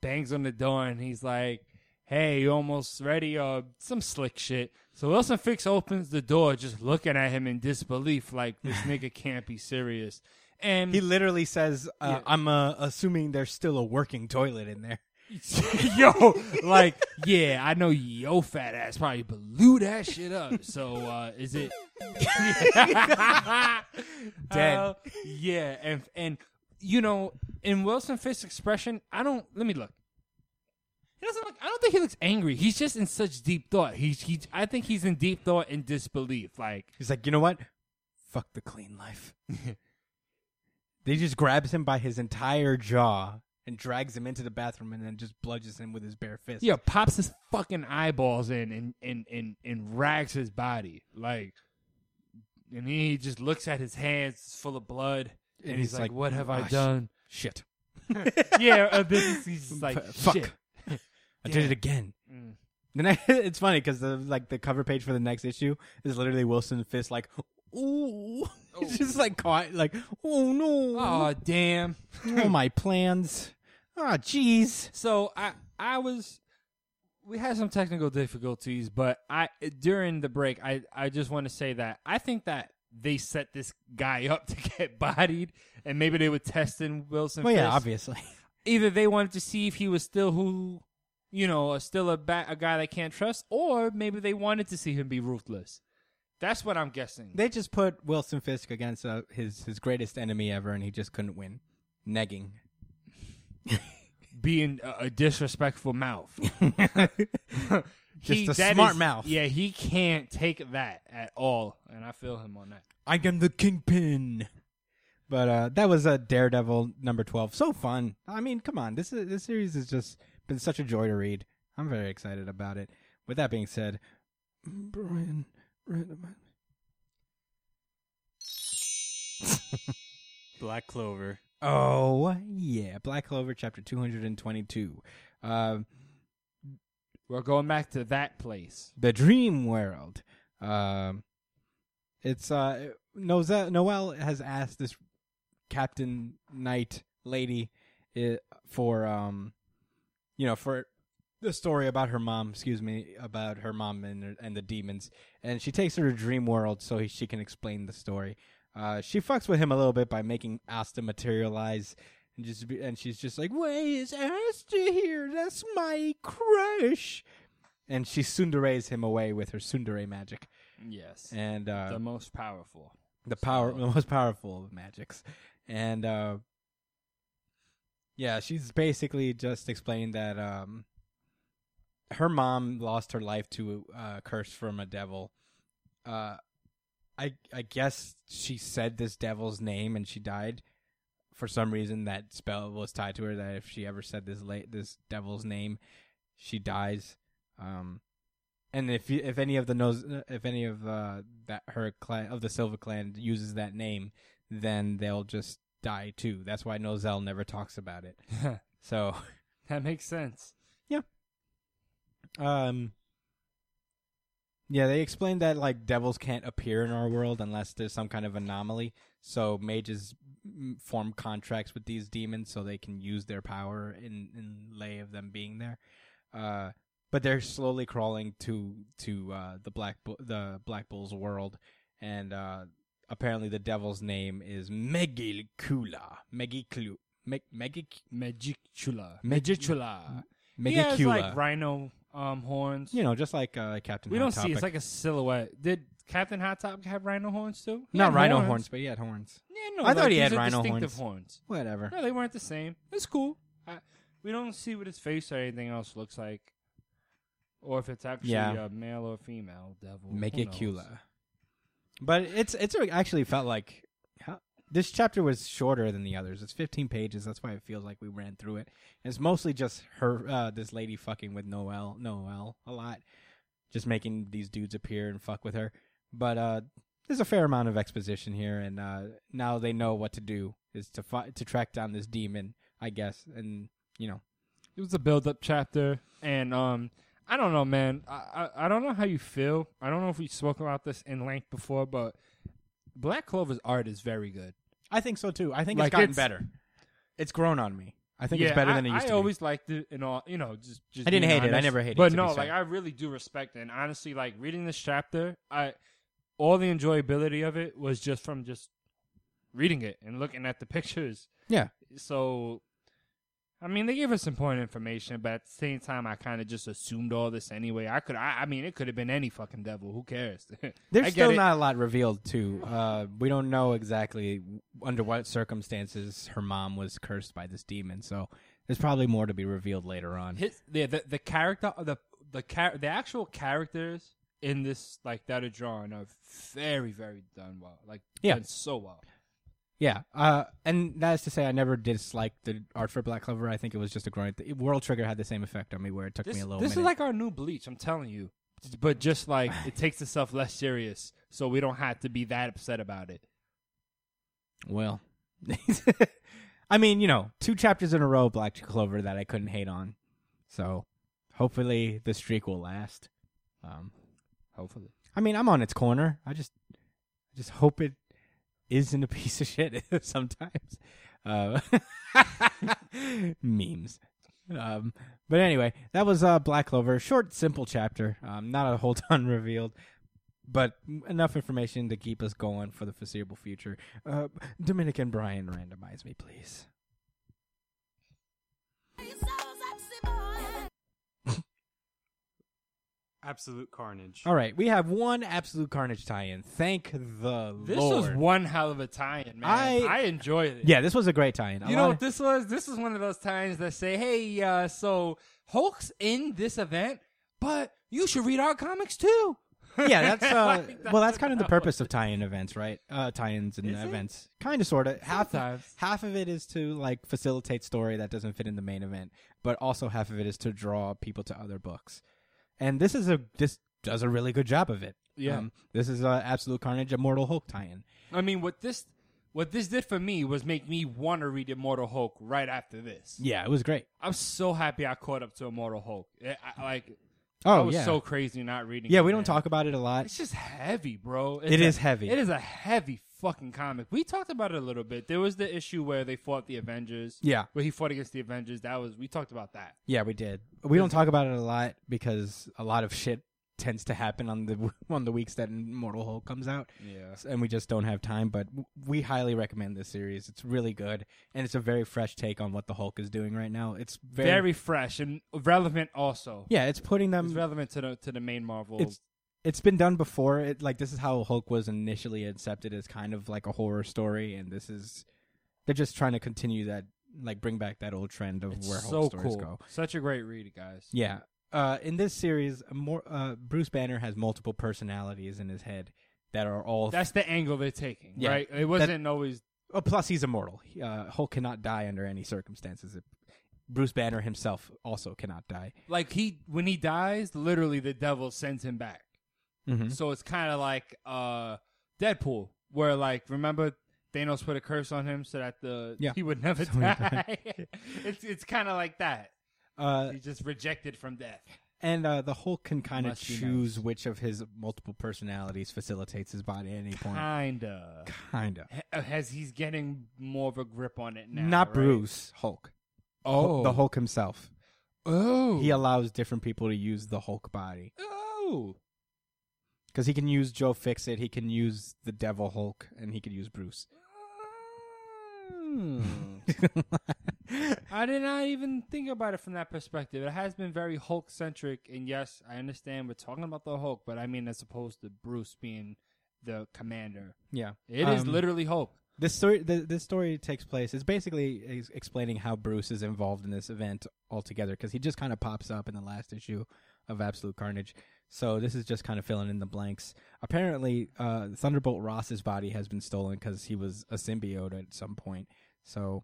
S3: bangs on the door and he's like, "Hey, you almost ready?" Or some slick shit. So Wilson Fix opens the door, just looking at him in disbelief, like this nigga can't be serious. And
S2: He literally says, uh,
S3: Yeah.
S2: "I'm uh, assuming there's still a working toilet in there."
S3: yo, like, yeah, I know yo fat ass probably blew that shit up. So uh is it
S2: Dead.
S3: Uh, yeah, and and you know, in Wilson Fisk's expression, I don't let me look. He doesn't look I don't think he looks angry. He's just in such deep thought. He's he I think he's in deep thought and disbelief. Like
S2: He's like, "You know what? Fuck the clean life." they just grabs him by his entire jaw and drags him into the bathroom, and then just bludgeons him with his bare fist.
S3: yeah, pops his fucking eyeballs in and and and, and rags his body like, and he just looks at his hands full of blood, and, he's, like, "What have
S2: "Ah,
S3: I
S2: sh-
S3: done?"
S2: Shit.
S3: yeah, uh, this is, he's just like,
S2: F- fuck.
S3: "Shit."
S2: I did it again.
S3: Mm.
S2: The next, it's funny because the like the cover page for the next issue is literally Wilson Fisk like, ooh, It's just like caught like, oh no,
S3: Oh damn!
S2: all my plans. Ah, jeez.
S3: So I I was we had some technical difficulties, but I during the break I I just want to say that I think that they set this guy up to get bodied, and maybe they were testing Wilson.
S2: Well, yeah,
S3: first.
S2: obviously.
S3: either they wanted to see if he was still who you know uh, still a ba- a guy they can't trust or maybe they wanted to see him be ruthless that's what i'm guessing
S2: They just put Wilson Fisk against uh, his his greatest enemy ever, and he just couldn't win. Negging.
S3: being a, a disrespectful mouth
S2: Just a
S3: that
S2: smart
S3: is-
S2: mouth.
S3: yeah he can't take that at all and i feel him on that
S2: I am the kingpin. But uh, that was a Daredevil number twelve. So fun. I mean, come on, this is, this series has just been such a joy to read. I'm very excited about it. With that being said, Brian Redeman.
S4: Black Clover.
S2: Oh yeah, Black Clover chapter two hundred and twenty-two. Um,
S3: we're going back to that place
S2: the dream world. Um, it's uh, Noze- Noel has asked this Captain Knight lady uh, for um, you know, for the story about her mom. Excuse me, about her mom and and the demons. And she takes her to dream world so he, she can explain the story. Uh, she fucks with him a little bit by making Asta materialize. And just be, and she's just like, why is Asta here? That's my crush and she sunderes him away with her sundere magic
S3: yes
S2: and uh,
S3: the most powerful
S2: the power
S3: so-
S2: the most powerful of magics and uh, yeah she's basically just explained that um, her mom lost her life to a curse from a devil uh, I, I guess she said this devil's name and she died for some reason that spell was tied to her that if she ever said this late this devil's name she dies um and if you, if any of the knows if any of uh that her clan of the silver clan uses that name then they'll just die too that's why nozel never talks about it so
S3: that makes sense
S2: um yeah they explained that like devils can't appear in our world unless there's some kind of anomaly so mages mm, form contracts with these demons so they can use their power in in lay of them being there uh but they're slowly crawling to to uh the black Bu- the black bull's world and uh apparently the devil's name is megikula megiklu Meg- Megik
S3: magicula
S2: Mag-
S3: magicula
S2: megikula
S3: he has like rhino um horns
S2: you know just like uh captain
S3: We don't
S2: Hot
S3: see. It's
S2: Topic.
S3: like a silhouette. Did Captain Hot Top have rhino horns too? He
S2: Not
S3: had
S2: rhino horns. but he had horns.
S3: Yeah, no,
S2: I thought
S3: like,
S2: he
S3: these
S2: had
S3: are
S2: rhino
S3: distinctive horns.
S2: Whatever.
S3: No, they weren't the same. It's cool. I, we don't see what his face or anything else looks like, or if it's actually
S2: Yeah.
S3: a male or female devil.
S2: Make
S3: Who
S2: it
S3: knows?
S2: Cula. But it's it's actually felt like how, this chapter was shorter than the others. It's 15 pages. That's why it feels like we ran through it. And it's mostly just her uh, this lady fucking with Noel Noel a lot, just making these dudes appear and fuck with her. But uh, there's a fair amount of exposition here, and uh, now they know what to do is to fi- to track down this demon, I guess, and you know
S3: It was a build-up chapter, and um, I don't know, man. I, I I don't know how you feel. I don't know if we spoke about this in length before, but Black Clover's art is very good.
S2: I think so too. I think
S3: Like,
S2: it's gotten
S3: it's-
S2: better. It's grown on me. I think
S3: Yeah,
S2: it's better
S3: I-
S2: than it used
S3: I
S2: to
S3: always liked it and all. You know, just just.
S2: I didn't
S3: being
S2: hate it. I
S3: honest.
S2: never hated it,
S3: But
S2: to be
S3: no,
S2: fair.
S3: like I really do respect it. And honestly, like reading this chapter, I all the enjoyability of it was just from just reading it and looking at the pictures.
S2: Yeah.
S3: So, I mean, they gave us important information, but at the same time, I kind of just assumed all this anyway. I could, I, I mean, it could have been any fucking devil. Who cares? I
S2: There's
S3: get
S2: still
S3: it.
S2: not a lot revealed too. Uh, we don't know exactly under what circumstances her mom was cursed by this demon, so there's probably more to be revealed later on.
S3: his yeah, the the character uh, the the char- the actual characters in this like that are drawn are very very done well like
S2: Yeah.
S3: done so well
S2: Yeah, uh, and that is to say, I never disliked the art for Black Clover. I think it was just a growing. Th- World Trigger had the same effect on me, where it took
S3: this,
S2: me a little.
S3: this
S2: minute.
S3: is like our new bleach i'm telling you but just like it takes itself less serious so we don't have to be that upset about it
S2: well, I mean, you know, two chapters in a row, Black Clover that I couldn't hate on. So, hopefully, the streak will last. Um,
S3: hopefully
S2: I mean, I'm on its corner. I just, I just hope it isn't a piece of shit sometimes. Uh, memes. Um, but anyway, that was uh, Black Clover. Short, simple chapter. Um, not a whole ton revealed, but enough information to keep us going for the foreseeable future. Uh, Dominic and Brian, randomize me, please.
S4: Absolute carnage.
S2: All right, we have one absolute carnage tie-in. Thank the
S3: this
S2: Lord.
S3: was one hell of a tie-in man
S2: I-
S3: i, enjoyed it
S2: yeah, this was a great tie-in. A
S3: you know
S2: lot
S3: what
S2: of-
S3: this was this was one of those times that say hey uh so hulk's in this event but you should read our comics too
S2: yeah, that's uh,
S3: Like,
S2: well, that's kind of the
S3: what
S2: purpose of tie-in events, right? Uh, tie-ins and
S3: Is it?
S2: events, kind of, sort of. Half
S3: Sometimes.
S2: half of it is to like facilitate story that doesn't fit in the main event, but also half of it is to draw people to other books. And this is a this does a really good job of it.
S3: Yeah.
S2: this is uh, absolute carnage, immortal Hulk tie-in.
S3: I mean, what this what this did for me was make me want to read Immortal Hulk right after this.
S2: Yeah, it was great.
S3: I'm so happy I caught up to Immortal Hulk. I, I- like, I
S2: Oh
S3: was
S2: yeah,
S3: so crazy not reading.
S2: yeah.
S3: it,
S2: We don't
S3: man.
S2: talk about it a lot.
S3: It's just heavy, bro. It's
S2: It
S3: a-
S2: is heavy.
S3: It is a heavy fucking comic. We talked about it a little bit. There was the issue where they fought the Avengers.
S2: Yeah.
S3: where he fought against the Avengers. That was we talked about that.
S2: Yeah, we did. We don't talk about it a lot because a lot of shit tends to happen on the on the weeks that Immortal Hulk comes out.
S3: Yeah.
S2: and we just don't have time. But w- we highly recommend this series. It's really good, and it's a very fresh take on what the Hulk is doing right now. It's very,
S3: Very, fresh and relevant. Also,
S2: yeah. It's putting them.
S3: it's relevant to the to the main Marvel.
S2: It's it's been done before. It like this is how Hulk was initially accepted as kind of like a horror story, and this is they're just trying to continue that like bring back that old trend of
S3: It's
S2: where
S3: so
S2: Hulk stories
S3: cool.
S2: go.
S3: Such a great read, guys.
S2: Yeah. Uh, in this series, more uh, Bruce Banner has multiple personalities in his head that are all.
S3: That's the angle they're taking,
S2: Yeah.
S3: right? It wasn't always
S2: oh, plus, he's immortal. He, Uh, Hulk cannot die under any circumstances. It- Bruce Banner himself also cannot die.
S3: like he when he dies, literally the devil sends him back.
S2: Mhm.
S3: So it's kind of like uh Deadpool, where like remember Thanos put a curse on him so that the
S2: Yeah.
S3: he would never
S2: So he
S3: die. it's it's kind of like that.
S2: Uh,
S3: He just rejected from death.
S2: and uh, the Hulk can kind of
S3: Must be
S2: choose which of his multiple personalities facilitates his body at any point.
S3: Kinda.
S2: Kind of.
S3: As he's getting more of a grip on it now.
S2: Not
S3: right?
S2: Bruce, Hulk.
S3: Oh,
S2: The Hulk himself.
S3: Oh,
S2: He allows different people to use the Hulk body.
S3: oh.
S2: Because he can use Joe Fixit, he can use the Devil Hulk, and he can use Bruce.
S3: Hmm. I did not even think about it from that perspective. It has been very Hulk centric, and yes, I understand we're talking about the Hulk, but I mean as opposed to Bruce being the commander,
S2: yeah,
S3: it is
S2: Um,
S3: literally Hulk.
S2: This story, the, this story takes place. It's basically ex- explaining how Bruce is involved in this event altogether because he just kind of pops up in the last issue of Absolute Carnage. So this is just kind of filling in the blanks. Apparently, uh, Thunderbolt Ross's body has been stolen because he was a symbiote at some point. So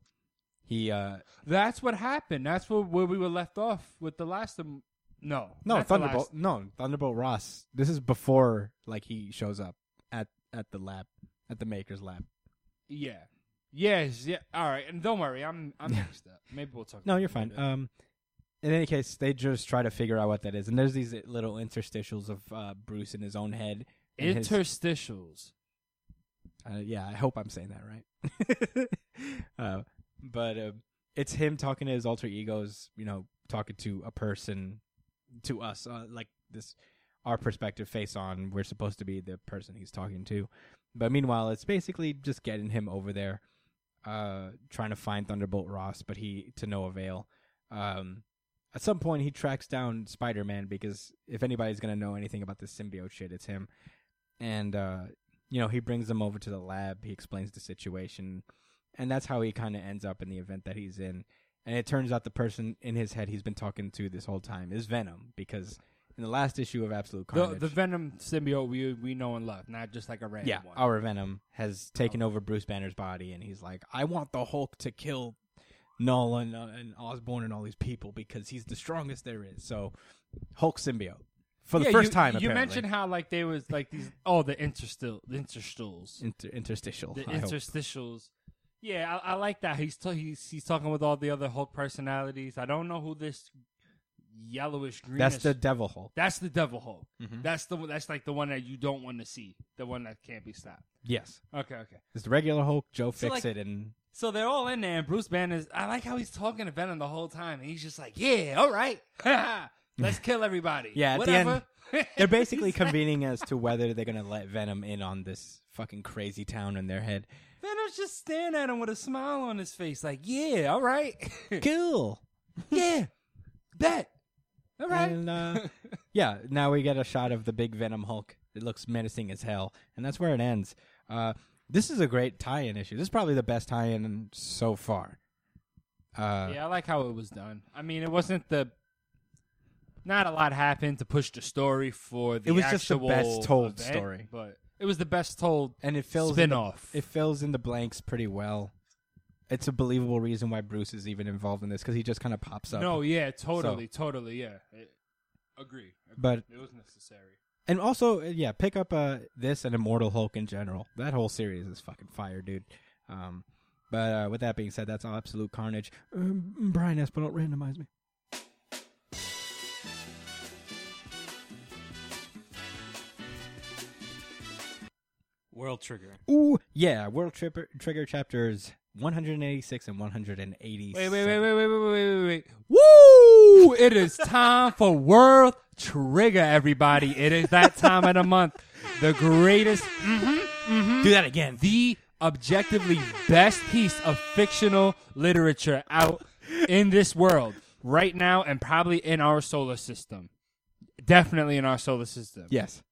S2: he, uh,
S3: That's what happened. That's where, where we were left off with the last. Of, no,
S2: no
S3: not the
S2: Thunderbolt, no Thunderbolt Ross. This is before like he shows up at at the lab at the Maker's lab.
S3: last- yeah, yes, yeah. All right, and don't worry, I'm I'm mixed up. Maybe we'll talk.
S2: No,
S3: about
S2: you're
S3: it
S2: fine.
S3: later.
S2: Um, in any case, they just try to figure out what that is, and there's these uh, little interstitials of uh, Bruce in his own head. and his-
S3: Interstitials.
S2: uh, yeah, I hope I'm saying that right. uh, but uh, it's him talking to his alter egos, you know, talking to a person, to us, uh, like this, our perspective face on. We're supposed to be the person he's talking to. But meanwhile, it's basically just getting him over there, uh, trying to find Thunderbolt Ross, but he to no avail. Um, at some point, he tracks down Spider Man because if anybody's gonna know anything about this symbiote shit, it's him. And uh, you know, he brings them over to the lab. He explains the situation, and that's how he kind of ends up in the event that he's in. And it turns out the person in his head he's been talking to this whole time is Venom because in the last issue of Absolute
S3: The,
S2: Carnage,
S3: the Venom symbiote we we know and love, not just like a random
S2: yeah, Uh,
S3: one. Oh.
S2: our Venom has taken over Bruce Banner's body, and he's like, "I want the Hulk to kill Nolan uh, and Osborn and all these people because he's the strongest there is." So, Hulk symbiote for the
S3: Yeah,
S2: first
S3: you,
S2: time.
S3: you
S2: apparently.
S3: mentioned how like they was like these oh the interstill the interstitials
S2: Inter- interstitial.
S3: the
S2: I hope.
S3: interstitials. Yeah, I, I like that. He's, t- he's he's talking with all the other Hulk personalities. I don't know who this yellowish green.
S2: That's the Mm-hmm. Devil Hulk.
S3: that's the Devil Hulk. That's the one- that's like the one that you don't want to see. The one that can't be stopped.
S2: Yes,
S3: Okay, okay.
S2: it's the regular Hulk. Joe
S3: So,
S2: Fix
S3: like-
S2: It and
S3: So they're all in there, and Bruce Banner's. I like how he's talking to Venom the whole time. And he's just like, "Yeah, all right, let's kill everybody."
S2: Yeah, at the
S3: whatever.
S2: They're basically convening as to whether they're going to let Venom in on this fucking crazy town in their head.
S3: Venom's just staring at him with a smile on his face, like, "Yeah, all right,
S2: Cool.
S3: yeah, bet, all right."
S2: And uh, yeah, now we get a shot of the big Venom Hulk. It looks menacing as hell, and that's where it ends. Uh, this is a great tie-in issue. This is probably the best tie-in so far. Uh,
S3: Yeah, I like how it was done. I mean, it wasn't the not a lot happened to push the story for the
S2: It was just the
S3: actual
S2: best told
S3: event,
S2: story.
S3: but it was the best told
S2: and it fills in the-
S3: spin-off.
S2: it fills in the blanks pretty well. It's a believable reason why Bruce is even involved in this because he just kind of pops up.
S3: no, yeah, totally, totally, yeah. It, agree.
S2: But-
S3: it was necessary.
S2: And also, uh, yeah, pick up uh, this and Immortal Hulk in general. That whole series is fucking fire, dude. Um, but uh, with that being said, that's all absolute carnage. Um, Brian Espinal, randomize me.
S4: World Trigger.
S2: Ooh, yeah, World Tripper, Trigger chapters 186 and 187.
S3: Wait, wait, wait, wait, wait, wait, wait, wait, wait. Woo! It is time for World Trigger, everybody. It is that time of the month. The greatest mm-hmm,
S2: Do that again.
S3: the objectively best piece of fictional literature out in this world right now and probably in our solar system. Definitely in our solar system.
S2: yes.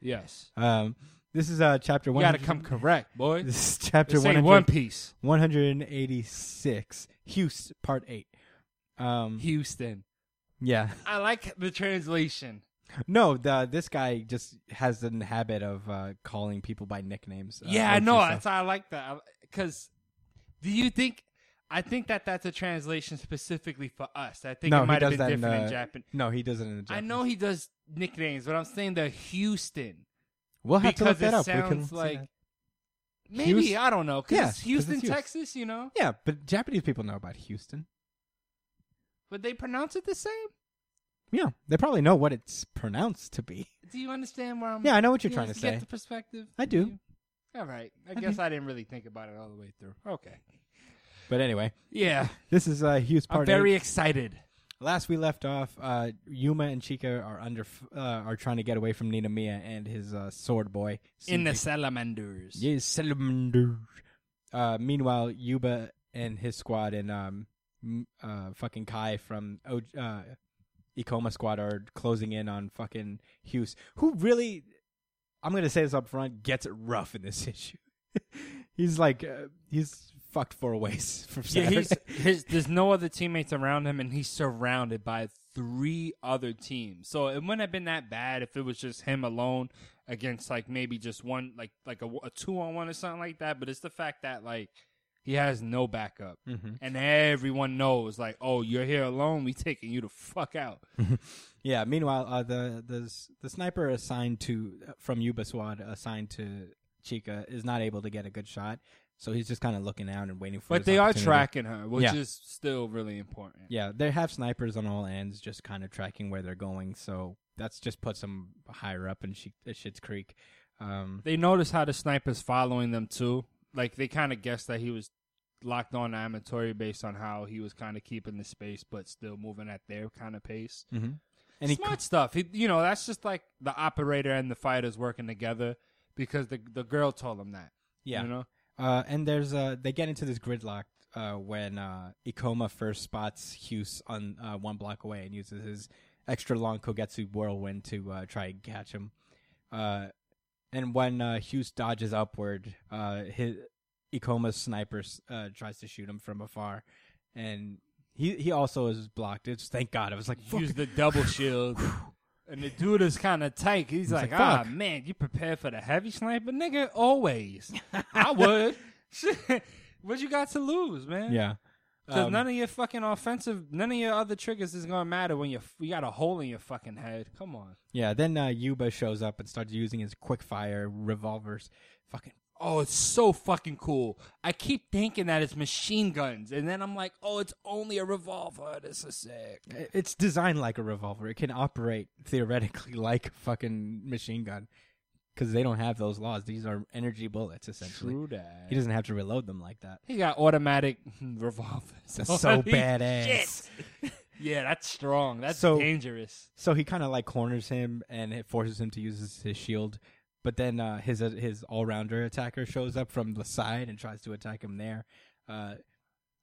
S3: Yes.
S2: Um, this is uh, chapter
S3: You
S2: one.
S3: gotta come correct, boy.
S2: This is chapter
S3: This
S2: 100,
S3: ain't One Piece.
S2: 186. Hughes, part eight. Um,
S3: Houston.
S2: yeah.
S3: I like the translation.
S2: No, the, this guy just has the habit of uh, calling people by nicknames. uh,
S3: yeah, I
S2: and
S3: know.
S2: stuff.
S3: That's why I like that. Because do you think. I think that that's a translation specifically for us. I think
S2: no,
S3: it
S2: he
S3: might have
S2: does
S3: been
S2: that
S3: different in,
S2: uh,
S3: Japan.
S2: No, he does it in
S3: I
S2: Japanese.
S3: know he does nicknames, but I'm saying the Houston.
S2: We'll have to
S3: because
S2: look that
S3: it
S2: up. We can
S3: sounds
S2: see
S3: like
S2: that.
S3: maybe
S2: Houston-
S3: I don't know because
S2: Yeah,
S3: it's
S2: 'cause
S3: Houston,
S2: it's Houston.
S3: Texas, you know,
S2: Yeah, but Japanese people know about Houston.
S3: but they pronounce it the same.
S2: Yeah, they probably know what it's pronounced to be.
S3: Do you understand where I'm?
S2: Yeah, I know what you're
S3: you
S2: trying to
S3: understand-
S2: say.
S3: Get the perspective.
S2: I do.
S3: All right. I guess I didn't really think about it all the way through. Okay.
S2: But anyway,
S3: Yeah,
S2: this is uh, Hughes
S3: I'm
S2: part
S3: very
S2: eight.
S3: excited.
S2: Last we left off, uh, Yuma and Chica are under f- uh, are trying to get away from Nina Mia and his uh, sword boy
S3: In the
S2: Sinji.
S3: salamanders.
S2: Yes, salamander. Uh, meanwhile, Yuba and his squad and um, m- uh, fucking Kai from o- uh, Ikoma squad are closing in on fucking Hughes, who really, I'm gonna say this up front, gets it rough in this issue. he's like, uh, he's fucked four ways from
S3: Yeah,
S2: Saturday.
S3: he's, his, there's no other teammates around him, and he's surrounded by three other teams. So it wouldn't have been that bad if it was just him alone against like maybe just one, like like a, two on one or something like that. But it's the fact that like he has no backup,
S2: Mhm.
S3: and everyone knows like, oh, you're here alone. We taking you the fuck out.
S2: Yeah. Meanwhile, uh, the the s- the sniper assigned to from Yuba Squad assigned to Chica is not able to get a good shot, so he's just kind of looking out and waiting for.
S3: but
S2: his
S3: they are
S2: opportunity.
S3: tracking her, which
S2: Yeah.
S3: is still really important.
S2: Yeah, they have snipers on all ends, just kind of tracking where they're going. So that's just puts them higher up in she- at Shit's Creek. Um,
S3: They notice how the sniper's following them too. Like they kind of guessed that he was locked on to Amatori based on how he was kind of keeping the space, but still moving at their kind of pace.
S2: and he
S3: Smart stuff. He, you know, that's just like the operator and the fighters working together. because the the girl told him that.
S2: Yeah.
S3: You know?
S2: Uh, and there's uh, they get into this gridlock uh, when uh, Ikoma first spots Hughes on uh, one block away and uses his extra long Kogetsu whirlwind to uh, try and catch him. Uh, and when uh, Hughes dodges upward, uh, his Ikoma's sniper s- uh, tries to shoot him from afar, and he he also is blocked. It's thank God. I was like, fuck.
S3: Use the double shield. And the dude is kind of tight. He's like,
S2: like,
S3: ah,
S2: fuck."
S3: man, you prepared for the heavy sniper? Nigga, always. I would. Shit. What you got to lose, man?
S2: yeah.
S3: Because
S2: Um,
S3: none of your fucking offensive, none of your other triggers is gonna matter when you you got a hole in your fucking head. Come on.
S2: Yeah, then uh, Yuba shows up and starts using his quickfire revolvers. Fucking
S3: Oh, it's so fucking cool. I keep thinking that it's machine guns, and then I'm like, oh, it's only a revolver. This is sick.
S2: it's designed like a revolver. It can operate theoretically like a fucking machine gun cuz they don't have those laws. These are energy bullets essentially.
S3: that.
S2: He doesn't have to reload them like that.
S3: He got automatic revolvers.
S2: That's so badass.
S3: Shit. Yeah, that's strong. That's
S2: So-
S3: dangerous.
S2: So he kind of like corners him and it forces him to use his, his shield. But then uh, his uh, his all rounder attacker shows up from the side and tries to attack him there. Uh,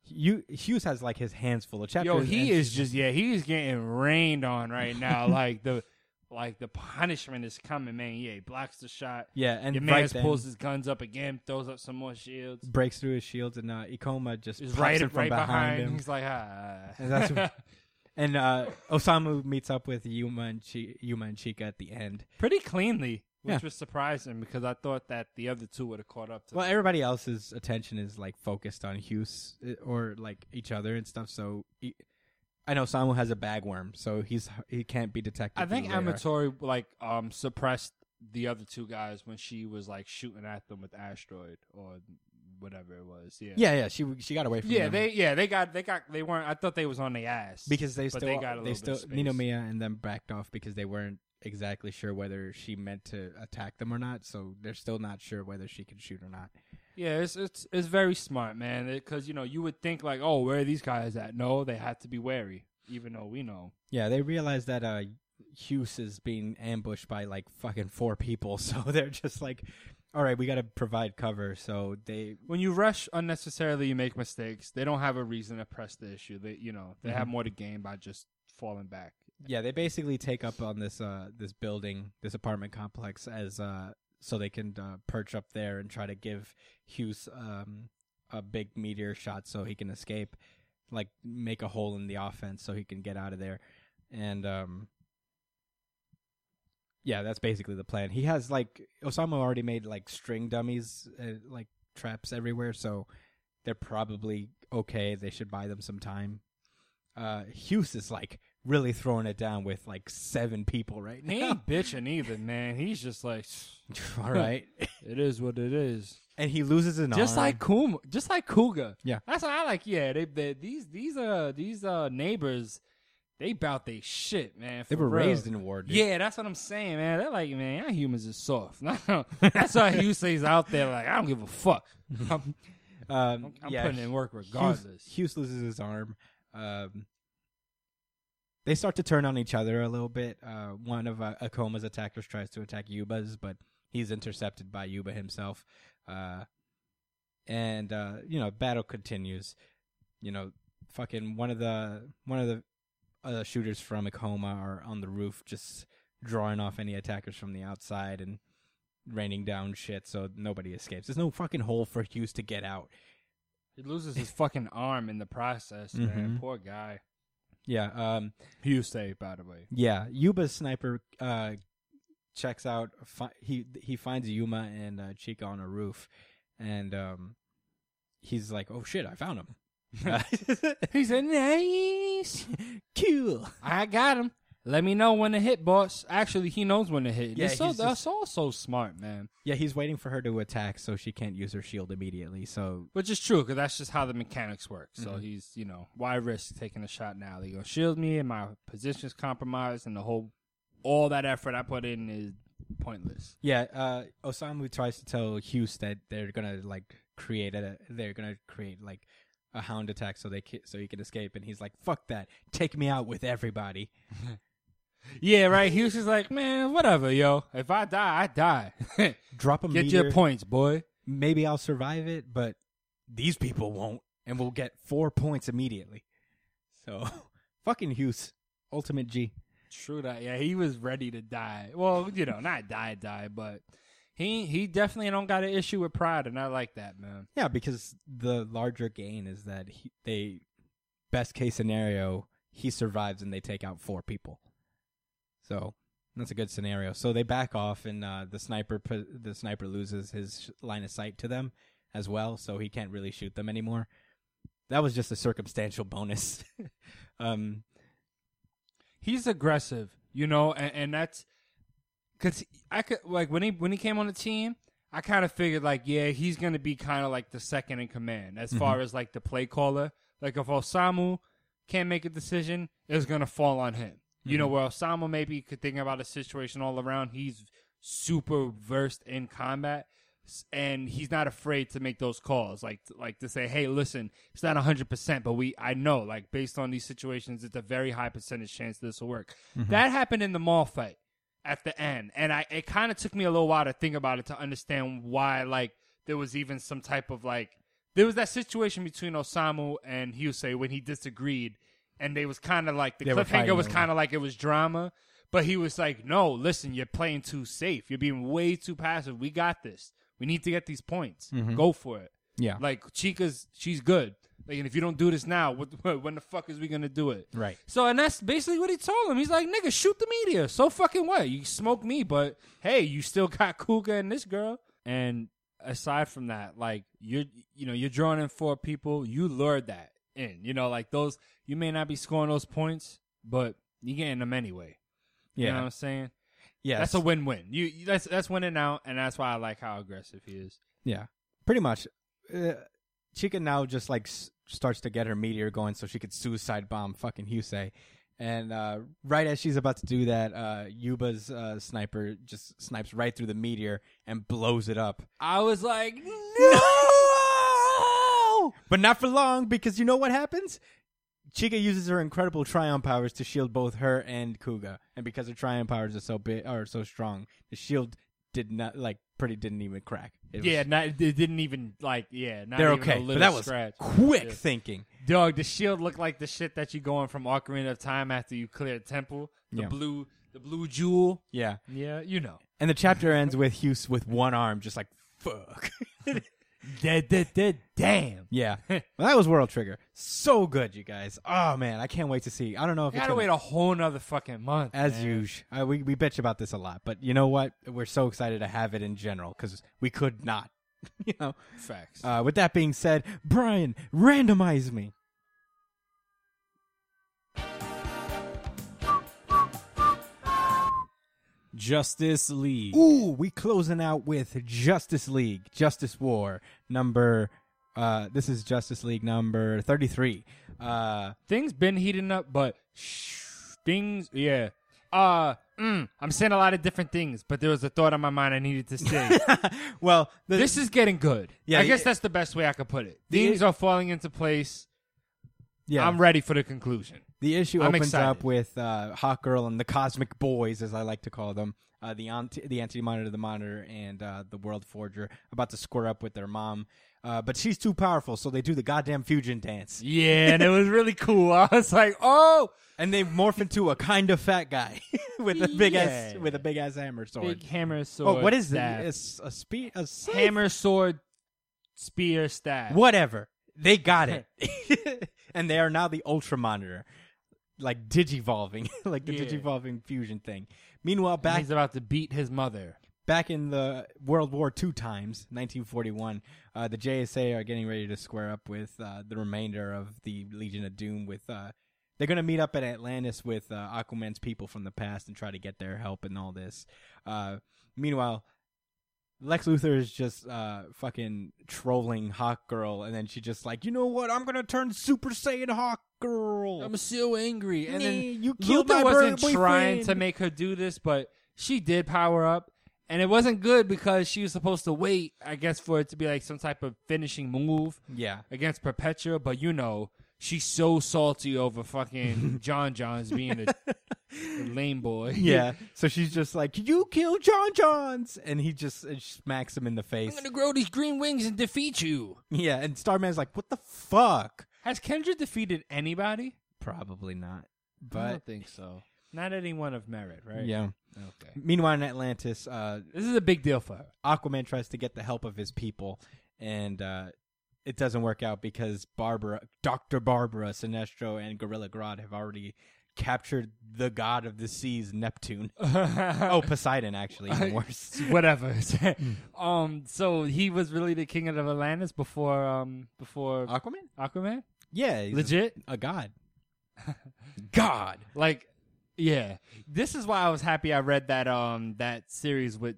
S2: Hugh- Hughes has like his hands full of chapters.
S3: Yo, he
S2: and-
S3: is just yeah, he is getting rained on right now. like the like the punishment is coming, man. Yeah, he blocks the shot.
S2: yeah, and
S3: Your man
S2: right
S3: just
S2: then-
S3: pulls his guns up again, throws up some more shields.
S2: breaks through his shields and uh, Ikoma just
S3: Is
S2: pops
S3: right,
S2: it
S3: right
S2: from
S3: behind.
S2: him.
S3: He's like, ah.
S2: And that's what- And uh, Osamu meets up with Yuma and, Chi- Yuma and Chika at the end.
S3: pretty cleanly, which
S2: Yeah.
S3: was surprising because I thought that the other two would have caught up to.
S2: Well,
S3: them.
S2: everybody else's attention is like focused on Hughes eh, or like each other and stuff. So he- I know Osamu has a bagworm, so he's he can't be detected.
S3: I think
S2: through radar.
S3: Amatori like um suppressed the other two guys when she was like shooting at them with asteroid or whatever it was. Yeah.
S2: Yeah, yeah, she she got away from
S3: Yeah,
S2: them
S3: they yeah they got they got they weren't. I thought they was on their ass
S2: because they
S3: but
S2: still
S3: they got a little
S2: they
S3: bit
S2: still
S3: of space.
S2: Ninomiya and them backed off because they weren't exactly sure whether she meant to attack them or not. So they're still not sure whether she can shoot or not.
S3: Yeah, it's it's it's very smart, man. Because you know you would think like, oh, where are these guys at? No, they had to be wary, even though we know.
S2: Yeah, they realize that uh Hughes is being ambushed by like fucking four people, so they're just like, "All right, we got to provide cover." So they,
S3: When you rush unnecessarily, you make mistakes. They don't have a reason to press the issue. They you know they have more to gain by just falling back.
S2: yeah, they basically take up on this uh this building, this apartment complex as uh so they can uh, perch up there and try to give Hughes um a big meteor shot so he can escape, like make a hole in the offense so he can get out of there, and um. Yeah, that's basically the plan. He has like Osama already made like string dummies, uh, like traps everywhere, so they're probably okay. They should buy them some time. Uh, Hughes is like really throwing it down with like seven people right
S3: He
S2: now.
S3: ain't bitching either, man. He's just like,
S2: All right,
S3: it is what it is.
S2: and he loses an
S3: Just
S2: arm.
S3: like Kuma, just like Kuga.
S2: Yeah.
S3: that's why I like. Yeah, they, they these these uh these uh neighbors, they bout they shit, man.
S2: they
S3: for
S2: were
S3: real.
S2: raised in war. Dude.
S3: Yeah, that's what I'm saying, man. They're like, man, y'all humans is soft. that's why you say's out there like, I don't give a fuck. I'm,
S2: um,
S3: I'm
S2: yeah,
S3: putting in work regardless.
S2: Hughes, Hughes loses his arm. Um, they start to turn on each other a little bit. Uh, one of uh, Akoma's attackers tries to attack Yuba's, but he's intercepted by Yuba himself. Uh, and uh, you know, battle continues. You know, fucking one of the one of the uh, shooters from Akoma are on the roof, just drawing off any attackers from the outside and raining down shit, so nobody escapes. There's no fucking hole for Hughes to get out.
S3: he loses his fucking arm in the process, man.
S2: Mhm.
S3: Poor guy.
S2: Yeah. Um,
S3: You say, by the way.
S2: Yeah, Yuba's sniper uh, checks out. Fi- he he finds Yuma and uh, Chica on a roof, and um, he's like, "Oh shit, I found him."
S3: He's a nice.
S2: cool.
S3: I got him. Let me know when to hit, boss. Actually, he knows when to hit.
S2: Yeah,
S3: Yeah, so,
S2: he's just-
S3: that's also smart, man.
S2: Yeah, he's waiting for her to attack, so she can't use her shield immediately. So
S3: Which is true, because that's just how the mechanics work. So
S2: Mhm.
S3: he's, you know, why risk taking a shot now? They gonna shield me, and my position's compromised, and the whole, all that effort I put in is pointless.
S2: yeah, uh, Osamu tries to tell Hughes that they're gonna like create a they're gonna create like a hound attack so they ca- so he can escape, and he's like, "Fuck that! Take me out with everybody."
S3: Yeah, right. He was just like, man, whatever, yo. If I die, I die.
S2: Drop a
S3: Get
S2: meteor.
S3: your points, boy.
S2: Maybe I'll survive it, but these people won't, and we'll get four points immediately. So, fucking Hughes, ultimate G.
S3: True that. Yeah, he was ready to die. Well, you know, not die, die, but he he definitely don't got an issue with pride, and I like that, man.
S2: Yeah, because the larger gain is that he, they, best case scenario, he survives and they take out four people. So that's a good scenario. So they back off, and uh, the sniper p- the sniper loses his line of sight to them as well, so he can't really shoot them anymore. That was just a circumstantial bonus. um,
S3: he's aggressive, you know, and, and that's because I could like when he when he came on the team, I kind of figured like, yeah, he's gonna be kind of like the second in command as far as like the play caller. Like if Osamu can't make a decision, it's gonna fall on him. You
S2: Mm-hmm.
S3: know, where Osamu maybe could think about a situation all around. He's super versed in combat. s- And he's not afraid to make those calls, like like to say, "Hey, listen, it's not hundred percent, but we I know, like based on these situations, it's a very high percentage chance this will work."
S2: Mm-hmm.
S3: That happened in the mall fight at the end, and I it kind of took me a little while to think about it to understand why like there was even some type of like there was that situation between Osamu and Husei when he disagreed, and they was kind of like the
S2: They were
S3: cliffhanger was
S2: fighting.
S3: kind of like it was drama, but he was like, "No, listen, you're playing too safe. You're being way too passive. We got this. We need to get these points. Go for it."
S2: yeah,
S3: Like Chica's, she's good. Like, and if you don't do this now, what, what- when the fuck is we gonna do it?
S2: Right.
S3: So, and that's basically what he told him. He's like, "Nigga, shoot the media. So fucking what? You smoke me, but hey, you still got Kuga and this girl." And aside from that, like you're, you know, you're drawing in four people. You lured that in. You know, like those. You may not be scoring those points, but you getting them anyway.
S2: yeah,
S3: You know what I'm saying?
S2: yeah.
S3: That's a win-win. You you- that's that's winning out, and that's why I like how aggressive he is.
S2: Yeah, pretty much. Uh, Chica now just like s- starts to get her meteor going so she could suicide bomb fucking Husei. And uh, right as she's about to do that, uh, Yuba's uh, sniper just snipes right through the meteor and blows it up.
S3: I was like,
S2: No! But not for long because you know what happens? Chica uses her incredible Tryon powers to shield both her and Kuga. And because her Tryon powers are so big are so strong, the shield did not like pretty didn't even crack. It was-
S3: Yeah, not, it didn't even like yeah. Not
S2: they're
S3: even a
S2: okay.
S3: little
S2: But that was
S3: scratch.
S2: quick
S3: Yeah.
S2: thinking.
S3: Dog, the shield looked like the shit that you going from Ocarina of Time after you clear the temple. The
S2: Yeah.
S3: blue, the blue jewel.
S2: Yeah.
S3: Yeah, you know.
S2: And the chapter ends with Hughes with one arm, just like fuck.
S3: Dead, dead, dead. Damn.
S2: yeah. Well, that was World Trigger. So good, you guys. Oh man, I can't wait to see. I don't know if
S3: You
S2: it's
S3: gotta
S2: gonna-
S3: wait a whole nother fucking month.
S2: as
S3: man.
S2: usual. I, we we bitch about this a lot, but you know what? We're so excited to have it in general because we could not. you know.
S3: Facts.
S2: Uh, with that being said, Brian, randomize me.
S4: Justice League.
S2: Ooh, we closing out with Justice League, Justice War number. Uh, this is Justice League number thirty-three. Uh,
S3: things been heating up, but shh, things, yeah. Uh, mm, I'm saying a lot of different things, but there was a thought on my mind I needed to say.
S2: well, the,
S3: this is getting good.
S2: Yeah,
S3: I guess
S2: it-
S3: that's the best way I could put it. Things are falling into place.
S2: yeah,
S3: I'm ready for the conclusion.
S2: the issue
S3: I'm
S2: opens up
S3: excited.
S2: with uh, Hawk Girl and the Cosmic Boys, as I like to call them, uh, the anti- the Entity Monitor, the Monitor, and uh, the World Forger, about to square up with their mom. Uh, but she's too powerful, so they do the goddamn fusion dance,
S3: Yeah, and it was really cool. I was like, oh,
S2: and they morph into a kind of fat guy with a big ass
S3: Yeah.
S2: with a big ass hammer sword.
S3: big hammer sword.
S2: Oh, what is
S3: staff.
S2: that? It's a speed a scythe?
S3: hammer sword spear staff.
S2: whatever. They got it. and they are now the Ultra Monitor. Like digivolving, like the
S3: Yeah.
S2: digivolving fusion thing. Meanwhile, back
S3: He's about to beat his mother.
S2: back in the World War II times, 1941, uh, the JSA are getting ready to square up with uh, the remainder of the Legion of Doom. With uh, they're going to meet up at Atlantis with uh, Aquaman's people from the past and try to get their help and all this. Uh, meanwhile, Lex Luthor is just uh, fucking trolling Hawk Girl, and then she just like, you know what? I'm going to turn Super Saiyan Hawk Girl.
S3: I'm so angry. And then
S2: Nee, you killed
S3: Luther
S2: my
S3: wasn't
S2: boyfriend.
S3: trying to make her do this, but she did power up. And it wasn't good because she was supposed to wait, I guess, for it to be like some type of finishing move
S2: yeah.
S3: against Perpetua. But you know, she's so salty over fucking John John's being a lame boy.
S2: Yeah. So she's just like, "You killed John Johns," and he just and she smacks him in the face.
S3: grow these green wings and defeat you.
S2: Yeah. And Starman's like, "What the fuck?"
S3: Has Kendra defeated anybody?
S2: Probably not.
S3: I
S2: But
S3: don't think so. Not anyone of merit, right?
S2: yeah.
S3: Okay.
S2: Meanwhile, in Atlantis, uh,
S3: This is a big deal for her.
S2: Aquaman tries to get the help of his people, and uh, it doesn't work out because Barbara, Doctor Barbara, Sinestro, and Gorilla Grodd have already captured the god of the seas, Neptune. oh, Poseidon, actually, even worse.
S3: Whatever. um. So he was really the king of Atlantis before um before
S2: Aquaman?
S3: Aquaman.
S2: Yeah, Uh, he's
S3: Legit.
S2: a god.
S3: God. Like, yeah. This is why I was happy I read that um that series with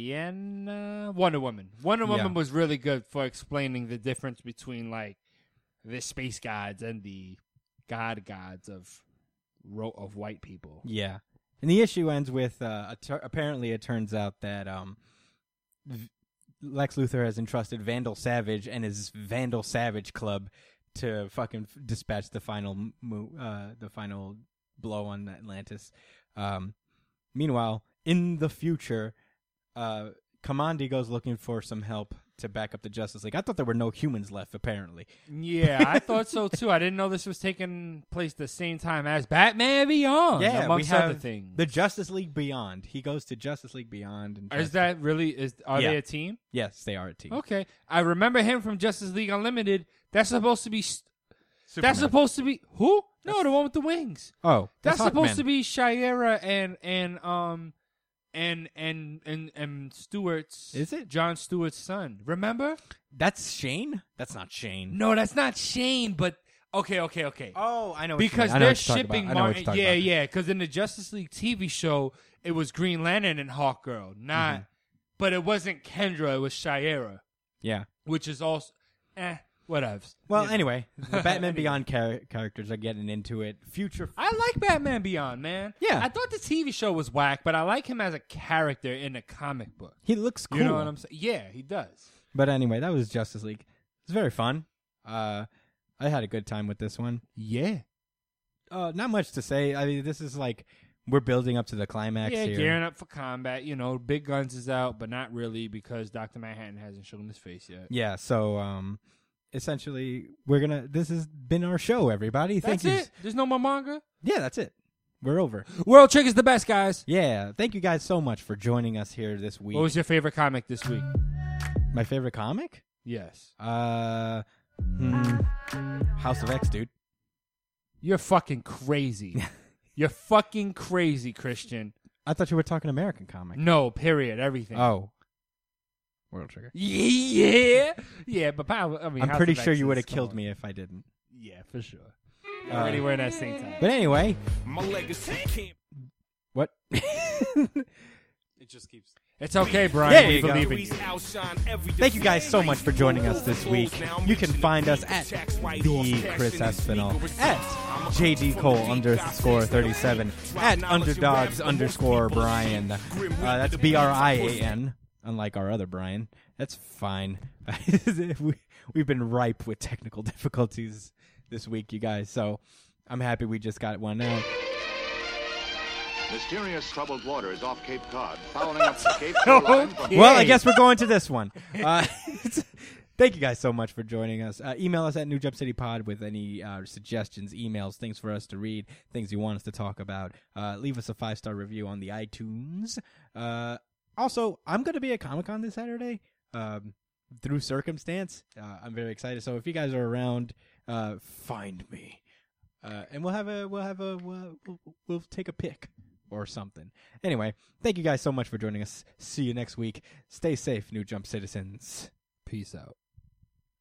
S3: Diana Wonder Woman. Wonder Woman
S2: Yeah.
S3: was really good for explaining the difference between like the space gods and the god gods of ro- of white people.
S2: Yeah, and the issue ends with uh, a tur- apparently it turns out that um, v- Lex Luthor has entrusted Vandal Savage and his Vandal Savage Club to fucking f- dispatch the final m- mo- uh, the final blow on Atlantis. Um, meanwhile, in the future, uh, Commandi goes looking for some help to back up the Justice League. I thought there were no humans left. Apparently,
S3: Yeah, I thought so too. I didn't know this was taking place the same time as Batman Beyond.
S2: yeah,
S3: amongst
S2: we have
S3: other things.
S2: the Justice League Beyond. He goes to Justice League Beyond. And tries
S3: Mm. is
S2: to-
S3: that Oh, really is are
S2: Yeah.
S3: they a team?
S2: Yes, they are a team.
S3: Okay, I remember him from Justice League Unlimited. That's supposed to be. s That's supposed to be who? No, the one with the wings.
S2: Oh,
S3: That's, supposed to be Shira and and um and and and and Stewart's.
S2: Is it?
S3: John Stewart's son? Remember?
S2: That's Shane. That's not Shane.
S3: No, that's not Shane. But okay, okay, okay.
S2: Oh, I know.
S3: because they're shipping Martin. Yeah, yeah. Because in the Justice League TV show, it was Green Lantern and Hawkgirl, not.
S2: Mm-hmm.
S3: But it wasn't Kendra. It was Shira,
S2: yeah.
S3: which is also, eh, whatevs.
S2: Well, anyway, the Batman Beyond char- characters are getting into it. Future.
S3: I like Batman Beyond, man.
S2: Yeah.
S3: I thought the TV show was whack, but I like him as a character in the comic book.
S2: He looks cool.
S3: You know what I'm saying? Yeah, he does.
S2: But anyway, that was Justice League. It's very fun. Uh, I had a good time with this one.
S3: Yeah.
S2: Uh, not much to say. I mean, this is like we're building up to the climax
S3: Yeah,
S2: here.
S3: gearing up for combat. You know, Big Guns is out, but not really because Dr. Manhattan hasn't shown his face yet.
S2: Yeah. So, um, essentially, we're gonna. This has been our show, everybody.
S3: That's
S2: Thank you.
S3: it. There's no more manga.
S2: Yeah, that's it. We're over.
S3: World Trick is the best, guys.
S2: Yeah, thank you guys so much for joining us here this week.
S3: What was your favorite comic this week?
S2: My favorite comic?
S3: Yes.
S2: Uh, hmm,
S3: Uh,
S2: House of X, dude.
S3: You're fucking crazy. You're fucking crazy, Christian.
S2: I thought you were talking American comic.
S3: No, period. Everything.
S2: Oh, World Trigger.
S3: Yeah. Yeah, but power, I mean,
S2: I'm
S3: House
S2: pretty
S3: of
S2: sure
S3: X
S2: you
S3: is
S2: would have
S3: still
S2: killed
S3: on.
S2: me if I didn't. Uh,
S3: Yeah, for sure. Already wearing that same time.
S2: But anyway,
S1: My legacy can't
S2: what?
S4: It just keeps.
S3: It's okay, Brian.
S2: There
S3: we
S2: you go.
S3: believe in you.
S1: Victories outshine every
S2: Thank you guys so much for
S1: defeat.
S2: joining us this week. You can find us at the Chris Espinal, at JD Cole underscore 37, at underdogs underscore Brian. Uh, that's B R I A N, unlike our other Brian. That's fine. we, we've been ripe with technical difficulties this week, you guys, so I'm happy we just got one out.
S6: Mysterious troubled waters off Cape Cod, fouling up the Cape Shoreline from
S2: Well, I guess we're going to this one. Uh, thank you guys so much for joining us. Uh, email us at New Jump City Pod with any uh, suggestions, emails, things for us to read, things you want us to talk about. Uh, leave us a five star review on the iTunes. Uh, also, I'm going to be at Comic Con this Saturday um, through circumstance. Uh, I'm very excited. So if you guys are around, uh, find me. Uh, and we'll have a we'll have a we'll, we'll- we'll take a pick or something. Anyway, thank you guys so much for joining us. See you next week. Stay safe, new jump citizens.
S3: Peace out.